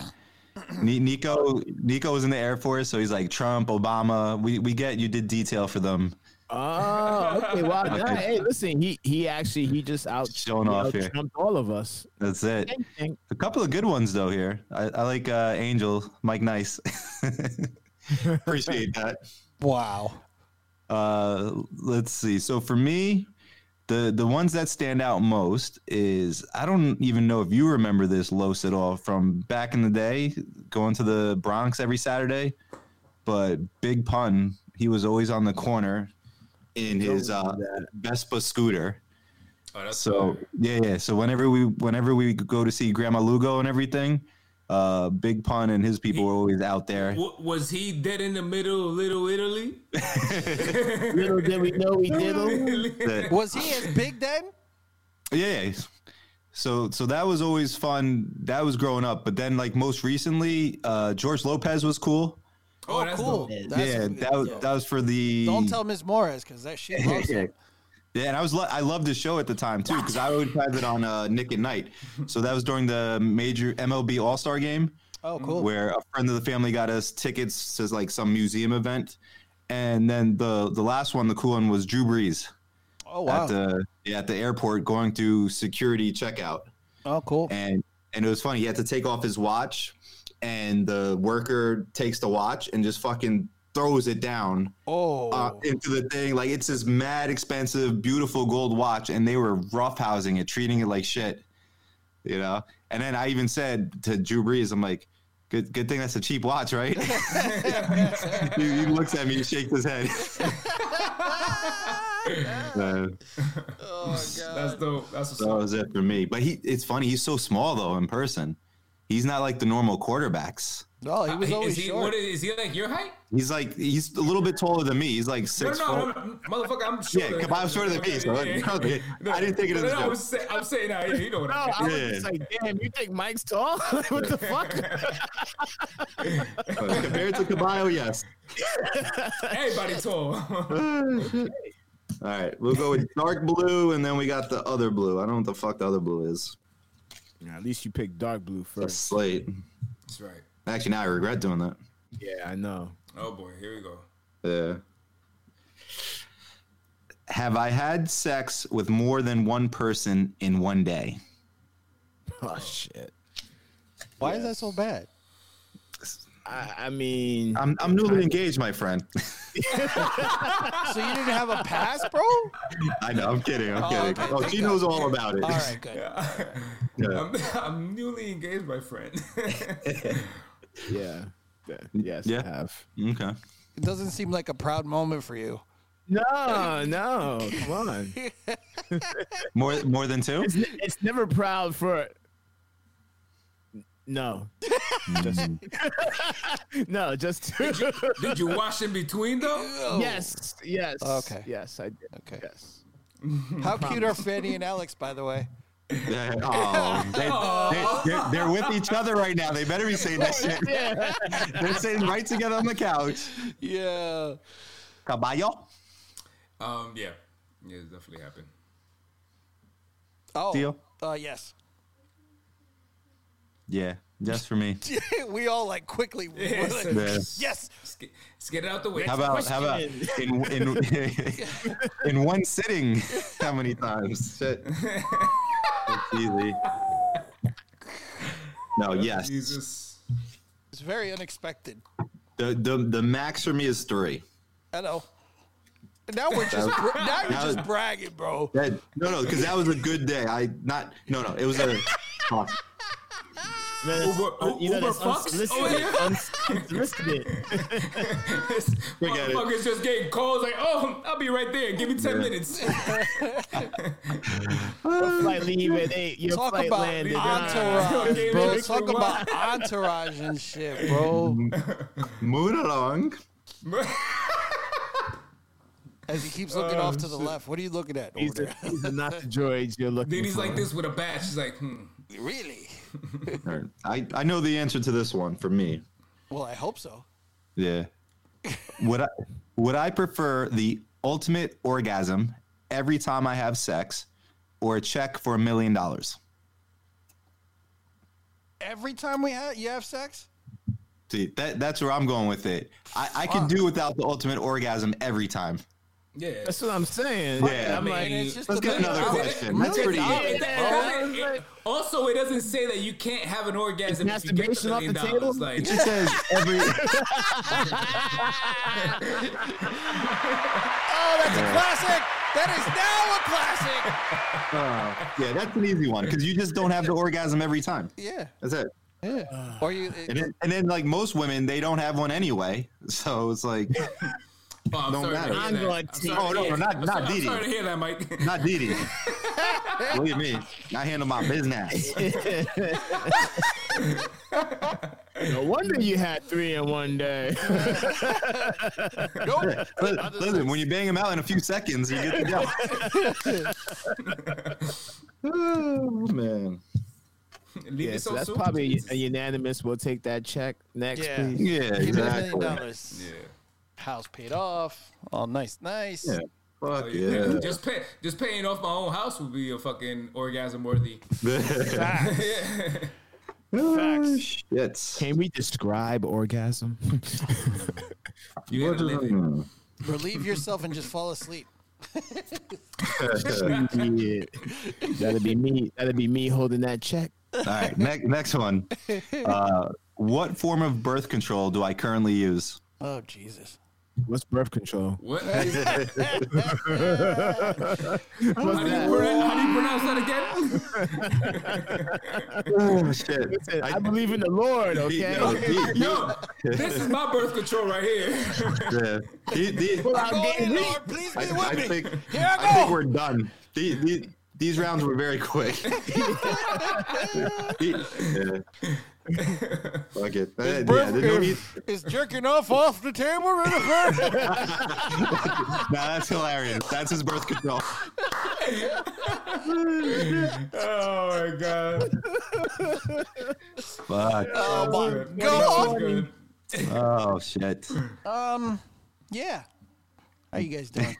[SPEAKER 2] Ni- Nico, Nico was in the Air Force, so he's like Trump, Obama. We we get you did detail for them.
[SPEAKER 3] Oh, okay. Wow.
[SPEAKER 2] Okay.
[SPEAKER 3] nah, hey, listen, he he actually he just out
[SPEAKER 2] Showing
[SPEAKER 3] he
[SPEAKER 2] off here.
[SPEAKER 3] out-trumped all of us.
[SPEAKER 2] That's it.
[SPEAKER 3] Same thing.
[SPEAKER 2] A couple of good ones though here. I, I like uh, Angel, Mike Nice. Appreciate that.
[SPEAKER 1] Wow.
[SPEAKER 2] Uh, let's see. So for me, the the ones that stand out most is I don't even know if you remember this Los at all from back in the day, going to the Bronx every Saturday. But Big Pun, he was always on the corner in his uh, Vespa scooter.
[SPEAKER 4] Oh, that's
[SPEAKER 2] So yeah, yeah. So whenever we whenever we go to see Grandma Lugo and everything, uh, Big Pun and his people were always out there.
[SPEAKER 4] W- was he dead in the middle of Little Italy?
[SPEAKER 3] Little did we know we did.
[SPEAKER 2] That-
[SPEAKER 1] Was he as big then?
[SPEAKER 2] yeah. yeah. So so that was always fun. That was growing up. But then like most recently, uh, George Lopez was cool.
[SPEAKER 4] Oh, that's
[SPEAKER 1] cool.
[SPEAKER 4] dope.
[SPEAKER 1] That's-
[SPEAKER 2] yeah, that was that was for the
[SPEAKER 1] Don't tell Miss Morris because that she loves
[SPEAKER 2] yeah.
[SPEAKER 1] him.
[SPEAKER 2] Yeah, and I was lo- I loved his show at the time too because I would have it on uh, Nick at Night. So that was during the major MLB All Star game.
[SPEAKER 1] Oh, cool.
[SPEAKER 2] where a friend of the family got us tickets to like some museum event, and then the the last one, the cool one, was Drew Brees
[SPEAKER 1] Oh, wow.
[SPEAKER 2] at the yeah, at the airport going through security checkout,
[SPEAKER 1] oh, cool.
[SPEAKER 2] and and it was funny. He had to take off his watch, and the worker takes the watch and just fucking throws it down
[SPEAKER 1] Oh,
[SPEAKER 2] uh, into the thing. Like it's this mad expensive, beautiful gold watch, and they were roughhousing it, treating it like shit. You know. And then I even said to Drew Brees, I'm like, good, good thing that's a cheap watch, right? he, he looks at me, he shakes his head. Uh,
[SPEAKER 4] That's dope. That's what's
[SPEAKER 2] so that
[SPEAKER 4] up.
[SPEAKER 2] was it for me. But he, it's funny, he's so small though in person. He's not like the normal quarterbacks.
[SPEAKER 1] no, oh, he was always
[SPEAKER 4] is he,
[SPEAKER 1] short.
[SPEAKER 4] What is, is he like your height?
[SPEAKER 2] He's like he's a little bit taller than me. He's like
[SPEAKER 4] No,
[SPEAKER 2] six
[SPEAKER 4] no, no,
[SPEAKER 2] foot.
[SPEAKER 4] no, motherfucker, I'm
[SPEAKER 2] Yeah,
[SPEAKER 4] shorter.
[SPEAKER 2] come on, I'm shorter than me. So
[SPEAKER 4] Yeah, yeah, yeah.
[SPEAKER 2] I didn't take it as
[SPEAKER 4] No,
[SPEAKER 2] a
[SPEAKER 4] no,
[SPEAKER 2] joke.
[SPEAKER 4] I'm, say, I'm saying that. You know what
[SPEAKER 3] No,
[SPEAKER 4] I mean?
[SPEAKER 3] I was
[SPEAKER 2] Yeah.
[SPEAKER 3] just like, damn, you think Mike's tall? what the fuck?
[SPEAKER 2] But compared to Caballo, yes.
[SPEAKER 4] Everybody tall.
[SPEAKER 2] All right, we'll go with dark blue, and then we got the other blue. I don't know what the fuck the other blue is.
[SPEAKER 3] Nah, at least you picked dark blue
[SPEAKER 2] The
[SPEAKER 3] first.
[SPEAKER 2] slate.
[SPEAKER 4] That's right.
[SPEAKER 2] Actually, now I regret doing that.
[SPEAKER 3] Yeah, I know.
[SPEAKER 4] Oh boy, here we go.
[SPEAKER 2] Yeah. Have I had sex with more than one person in one day?
[SPEAKER 3] Oh shit.
[SPEAKER 1] Why is that so bad?
[SPEAKER 3] I, I mean,
[SPEAKER 2] I'm I'm newly engaged, my friend.
[SPEAKER 1] So you didn't have a pass, bro? All
[SPEAKER 2] I know. I'm kidding. I'm
[SPEAKER 1] Oh,
[SPEAKER 2] kidding.
[SPEAKER 1] okay,
[SPEAKER 2] Oh,
[SPEAKER 1] thank
[SPEAKER 2] she
[SPEAKER 1] God.
[SPEAKER 2] knows all about it.
[SPEAKER 1] right, good.
[SPEAKER 2] Yeah.
[SPEAKER 4] I'm, I'm newly engaged, my friend.
[SPEAKER 3] yeah, yeah, yes,
[SPEAKER 2] Yeah.
[SPEAKER 3] I have.
[SPEAKER 2] Okay.
[SPEAKER 1] It doesn't seem like a proud moment for you.
[SPEAKER 3] No, no, come on.
[SPEAKER 2] More more than two?
[SPEAKER 3] It's, ne- it's never proud for. No, just, no, just
[SPEAKER 4] Did you Oh. wash in between though?
[SPEAKER 3] yes, yes,
[SPEAKER 1] Okay.
[SPEAKER 3] Oh, yes, I did.
[SPEAKER 1] Okay.
[SPEAKER 3] Yes,
[SPEAKER 1] How cute are Fanny and Alex, by the way?
[SPEAKER 2] Yeah. Oh, they, they, are they're with each other right now. They better be saying that shit. They're sitting right together on the couch.
[SPEAKER 1] Yeah.
[SPEAKER 2] Caballo.
[SPEAKER 4] Um, yeah, yeah, it definitely happened.
[SPEAKER 1] Oh.
[SPEAKER 2] Deal.
[SPEAKER 1] Uh, yes.
[SPEAKER 2] Yeah, just for me.
[SPEAKER 1] we all like quickly. we're
[SPEAKER 4] Yes.
[SPEAKER 1] like,
[SPEAKER 2] Yeah.
[SPEAKER 1] yes.
[SPEAKER 4] Let's get, let's get it out the way.
[SPEAKER 2] How about how about in in in one sitting? How many times? Shit. It's easy. No, yes.
[SPEAKER 4] Jesus.
[SPEAKER 1] It's very unexpected.
[SPEAKER 2] The, the the max for me is three.
[SPEAKER 1] Hello. Now we're just bra- now you're
[SPEAKER 2] that was-
[SPEAKER 1] just bragging, bro.
[SPEAKER 2] That no no because that was a good day. I not no no it was a. fuck.
[SPEAKER 3] Man, it's-
[SPEAKER 4] Uber-
[SPEAKER 3] you know,
[SPEAKER 4] Uber
[SPEAKER 3] that's
[SPEAKER 4] fucks Oh,
[SPEAKER 3] unsolicited,
[SPEAKER 4] over
[SPEAKER 3] unsolicited.
[SPEAKER 4] This
[SPEAKER 2] Forget it.
[SPEAKER 4] motherfucker's just getting calls like, oh, I'll be right there. Give me 10
[SPEAKER 2] Yeah.
[SPEAKER 4] minutes.
[SPEAKER 3] Your flight leave at eight. Your
[SPEAKER 1] Talk
[SPEAKER 3] flight
[SPEAKER 1] about
[SPEAKER 3] landed.
[SPEAKER 1] entourage,
[SPEAKER 4] Okay,
[SPEAKER 1] bro.
[SPEAKER 4] let's
[SPEAKER 1] Talk
[SPEAKER 4] rewind.
[SPEAKER 1] about entourage and shit, bro.
[SPEAKER 2] Moving along.
[SPEAKER 1] As he keeps looking off
[SPEAKER 2] Oh,
[SPEAKER 1] to the left, what are you looking at? Over
[SPEAKER 3] These
[SPEAKER 1] there?
[SPEAKER 3] are, these are not the droids you're looking
[SPEAKER 4] then he's
[SPEAKER 3] for.
[SPEAKER 4] like this with a bat. She's like, hmm.
[SPEAKER 1] Really?
[SPEAKER 2] All right. I I know the answer to this one for me.
[SPEAKER 1] Well, I hope so.
[SPEAKER 2] Yeah. would I would I prefer the ultimate orgasm every time I have sex or a check for a million dollars?
[SPEAKER 1] Every time we have you have sex,
[SPEAKER 2] See, that that's where I'm going with it. I, I could do without the ultimate orgasm every time.
[SPEAKER 4] Yeah.
[SPEAKER 3] That's what I'm saying.
[SPEAKER 2] Yeah.
[SPEAKER 3] I'm like,
[SPEAKER 1] it's just
[SPEAKER 2] Let's
[SPEAKER 1] the
[SPEAKER 2] get
[SPEAKER 1] million
[SPEAKER 2] another
[SPEAKER 1] dollars.
[SPEAKER 2] question. That's
[SPEAKER 1] Million
[SPEAKER 2] pretty
[SPEAKER 1] dollars,
[SPEAKER 2] good.
[SPEAKER 1] bro.
[SPEAKER 4] It- it- also, it doesn't say that you can't have an orgasm if you get
[SPEAKER 3] masturbation
[SPEAKER 4] the
[SPEAKER 3] off
[SPEAKER 4] million
[SPEAKER 3] the table?
[SPEAKER 4] dollars. Like,
[SPEAKER 2] It just says every.
[SPEAKER 1] Oh, that's a classic. That
[SPEAKER 2] Uh, yeah, that's an easy one because you just don't have the orgasm every time.
[SPEAKER 1] is now a classic.
[SPEAKER 2] That's it.
[SPEAKER 1] Yeah, yeah. Or you,
[SPEAKER 2] And then, and then like most women, they don't have one anyway. So it's like
[SPEAKER 4] oh, I'm
[SPEAKER 2] Don't
[SPEAKER 4] sorry
[SPEAKER 2] matter.
[SPEAKER 4] to hear
[SPEAKER 3] I'm
[SPEAKER 4] that.
[SPEAKER 3] going
[SPEAKER 4] I'm
[SPEAKER 3] to-
[SPEAKER 4] sorry
[SPEAKER 2] Oh, no,
[SPEAKER 4] hear-
[SPEAKER 2] not-
[SPEAKER 4] I'm
[SPEAKER 2] not
[SPEAKER 4] sorry- I'm
[SPEAKER 2] Didi.
[SPEAKER 4] sorry to hear that, Mike.
[SPEAKER 2] not Didi. Look at me. I handle my business.
[SPEAKER 3] no wonder you had three in one day.
[SPEAKER 2] Listen, listen, when you bang them out in a few seconds, you get the deal. oh man.
[SPEAKER 4] Leave
[SPEAKER 3] yeah,
[SPEAKER 4] it
[SPEAKER 3] so
[SPEAKER 4] so
[SPEAKER 3] that's
[SPEAKER 4] soon?
[SPEAKER 3] probably a unanimous. We'll take that check next,
[SPEAKER 1] Yeah.
[SPEAKER 3] please.
[SPEAKER 2] Yeah,
[SPEAKER 1] Give me the million
[SPEAKER 2] exactly.
[SPEAKER 1] dollars.
[SPEAKER 4] Yeah.
[SPEAKER 1] House paid off. All Oh, nice, nice.
[SPEAKER 2] Yeah.
[SPEAKER 1] Oh,
[SPEAKER 2] Fuck
[SPEAKER 4] Yeah.
[SPEAKER 2] yeah.
[SPEAKER 4] Just pay, just paying off my own house would be a fucking orgasm worthy.
[SPEAKER 2] Oh,
[SPEAKER 1] Facts.
[SPEAKER 2] shit.
[SPEAKER 3] Can we describe orgasm?
[SPEAKER 4] You gotta live it.
[SPEAKER 1] Relieve yourself and just fall asleep.
[SPEAKER 3] yeah. That'd be me. That'd be me holding that check.
[SPEAKER 2] All right, next next one. Uh, what form of birth control do I currently use?
[SPEAKER 1] Oh Jesus.
[SPEAKER 3] What's birth control?
[SPEAKER 4] What? How do you,
[SPEAKER 3] What's
[SPEAKER 4] how do you pro- how do you pronounce that again?
[SPEAKER 2] Oh shit!
[SPEAKER 3] I believe in the Lord. Okay.
[SPEAKER 2] Yo, he-
[SPEAKER 4] Yo, this is my birth control right here.
[SPEAKER 2] yeah. He- he-
[SPEAKER 1] Go
[SPEAKER 3] I'm
[SPEAKER 1] in,
[SPEAKER 3] getting
[SPEAKER 1] Lord, please be with me.
[SPEAKER 2] think,
[SPEAKER 1] Here I
[SPEAKER 2] think
[SPEAKER 1] go.
[SPEAKER 2] we're done. The- the- these rounds were very quick. yeah. Fuck it. Uh, yeah,
[SPEAKER 1] Birth-
[SPEAKER 2] there's no need-
[SPEAKER 1] Is jerking off off the table right over?
[SPEAKER 2] nah, that's hilarious. That's his birth control.
[SPEAKER 4] Oh my god.
[SPEAKER 2] Fuck.
[SPEAKER 1] Oh my
[SPEAKER 4] Good.
[SPEAKER 1] God.
[SPEAKER 4] Good.
[SPEAKER 2] Oh shit.
[SPEAKER 1] Um, yeah. How you guys doing?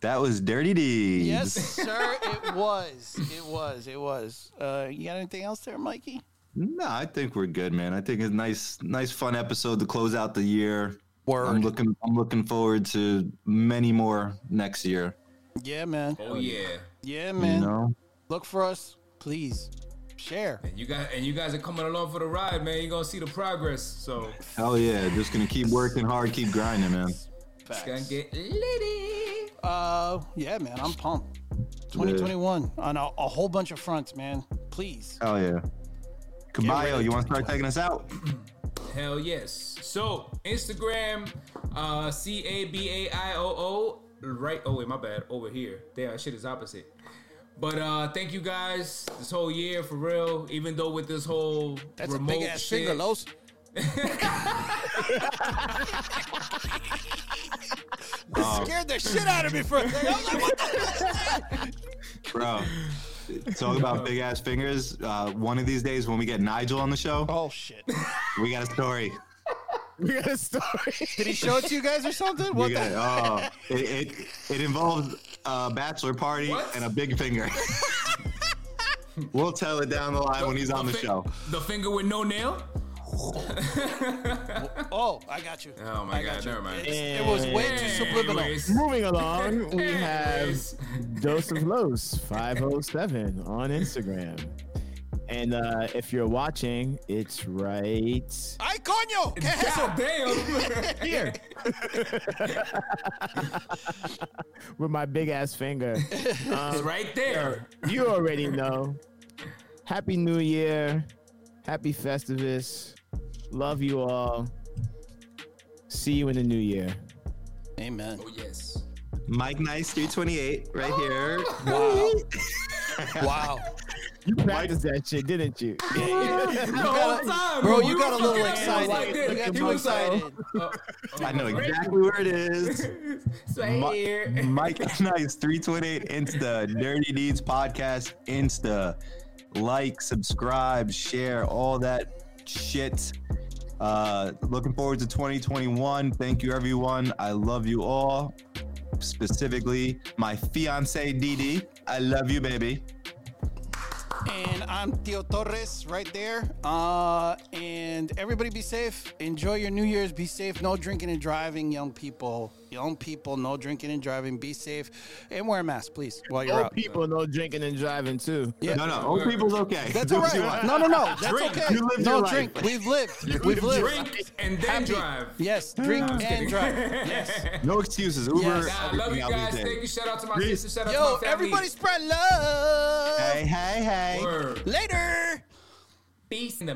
[SPEAKER 2] That was Dirty Deeds.
[SPEAKER 1] yes, sir. It was. It was. It was. Uh, you got anything else there, Mikey?
[SPEAKER 2] No, I think we're good, man. I think it's nice, nice, fun episode to close out the year.
[SPEAKER 1] Word.
[SPEAKER 2] I'm looking, I'm looking forward to many more next year.
[SPEAKER 1] Yeah, man.
[SPEAKER 4] Oh yeah.
[SPEAKER 1] Yeah, man.
[SPEAKER 2] You know,
[SPEAKER 1] Look for us, please. Share.
[SPEAKER 4] And you guys and you guys are coming along for the ride, man. You're gonna see the progress. So
[SPEAKER 2] hell yeah, just gonna keep working hard, keep grinding, man.
[SPEAKER 4] it's gonna get litty.
[SPEAKER 1] Uh, yeah, man. I'm pumped. 2021 on a, a whole bunch of fronts, man. Please.
[SPEAKER 2] Hell yeah. Caballo,
[SPEAKER 1] ready
[SPEAKER 2] you want to start taking us out?
[SPEAKER 4] Hell yes. So Instagram, uh, C A B A I O O. Right. Oh wait, my bad. Over here. Damn, shit is opposite. But uh, thank you guys this whole year for real. Even though with this whole
[SPEAKER 1] That's a
[SPEAKER 4] remote
[SPEAKER 1] big ass
[SPEAKER 4] shit,
[SPEAKER 1] finger, Los. Scared the shit out of me for a second. I was like, what the?
[SPEAKER 2] Bro, talk about big ass fingers. Uh, one of these days when we get Nigel on the show,
[SPEAKER 1] Oh shit!
[SPEAKER 2] we got a story.
[SPEAKER 3] We got a story.
[SPEAKER 1] Did he show it to you guys or something?
[SPEAKER 2] We
[SPEAKER 1] What
[SPEAKER 2] got,
[SPEAKER 1] the?
[SPEAKER 2] oh, it, it, it involves a bachelor party
[SPEAKER 4] What?
[SPEAKER 2] and a big finger. we'll tell it down the line when he's on the
[SPEAKER 4] fi-
[SPEAKER 2] show.
[SPEAKER 4] The finger with no nail.
[SPEAKER 1] Oh, I got you.
[SPEAKER 4] Oh my
[SPEAKER 1] I got
[SPEAKER 4] god.
[SPEAKER 1] you.
[SPEAKER 4] Never mind.
[SPEAKER 1] It's- It was way too subliminal.
[SPEAKER 4] Anyways.
[SPEAKER 3] Moving along, we have
[SPEAKER 4] Anyways.
[SPEAKER 3] Joseph Los five oh seven on Instagram, and uh, if you're watching, it's right
[SPEAKER 1] Ay, coño! ¿Qué es eso?
[SPEAKER 4] God damn.
[SPEAKER 3] here with my big ass finger.
[SPEAKER 4] It's
[SPEAKER 1] Um,
[SPEAKER 4] right there.
[SPEAKER 3] You already know. Happy New Year. Happy Festivus. Love you all. See you in the new year.
[SPEAKER 1] Amen.
[SPEAKER 4] Oh yes.
[SPEAKER 2] Mike Nice 328 right here.
[SPEAKER 1] Wow. Wow.
[SPEAKER 3] You practiced that shit, didn't you?
[SPEAKER 4] The whole time,
[SPEAKER 1] Bro,
[SPEAKER 4] we
[SPEAKER 1] you got a
[SPEAKER 4] were
[SPEAKER 1] little
[SPEAKER 4] fucking
[SPEAKER 1] excited.
[SPEAKER 4] like this.
[SPEAKER 1] you got
[SPEAKER 4] He
[SPEAKER 1] too
[SPEAKER 4] was like,
[SPEAKER 1] excited.
[SPEAKER 4] Uh,
[SPEAKER 2] I know exactly where it is.
[SPEAKER 4] It's right
[SPEAKER 2] Mi-
[SPEAKER 4] here.
[SPEAKER 2] Mike Nice 328 Insta, Dirty Deeds Podcast Insta. Like, subscribe, share, all that shit. Uh, looking forward to 2021. Thank you, everyone. I love you all. Specifically, my fiance Didi. I love you, baby.
[SPEAKER 1] And I'm Tio Torres right there. Uh, and everybody be safe. Enjoy your New Year's. Be safe. No drinking and driving, young people. young people, no drinking and driving. Be safe and wear a mask, please, while you're
[SPEAKER 3] Old
[SPEAKER 1] out.
[SPEAKER 3] people no drinking and driving too.
[SPEAKER 1] Yeah.
[SPEAKER 2] No, no, old people's okay.
[SPEAKER 1] That's
[SPEAKER 2] Do
[SPEAKER 1] all
[SPEAKER 2] what you
[SPEAKER 1] right.
[SPEAKER 2] want.
[SPEAKER 1] No, no, no. That's
[SPEAKER 2] Drink.
[SPEAKER 1] okay.
[SPEAKER 2] You lived
[SPEAKER 1] no
[SPEAKER 2] your life.
[SPEAKER 1] drink. We've lived. We've lived.
[SPEAKER 4] Drink and then
[SPEAKER 1] Happy.
[SPEAKER 4] drive.
[SPEAKER 1] Yes, drink
[SPEAKER 4] I'm
[SPEAKER 1] and
[SPEAKER 4] kidding.
[SPEAKER 1] drive. Yes.
[SPEAKER 2] No excuses. Uber.
[SPEAKER 1] Yes.
[SPEAKER 4] Nah, I love you
[SPEAKER 2] everything I'll
[SPEAKER 4] guys.
[SPEAKER 2] be there.
[SPEAKER 4] Thank you. Shout out to my
[SPEAKER 2] Peace.
[SPEAKER 4] sister. Shout out to my
[SPEAKER 1] Yo,
[SPEAKER 4] family.
[SPEAKER 1] everybody spread love.
[SPEAKER 2] Hey, hey, hey.
[SPEAKER 4] Word.
[SPEAKER 1] Later.
[SPEAKER 4] Peace in the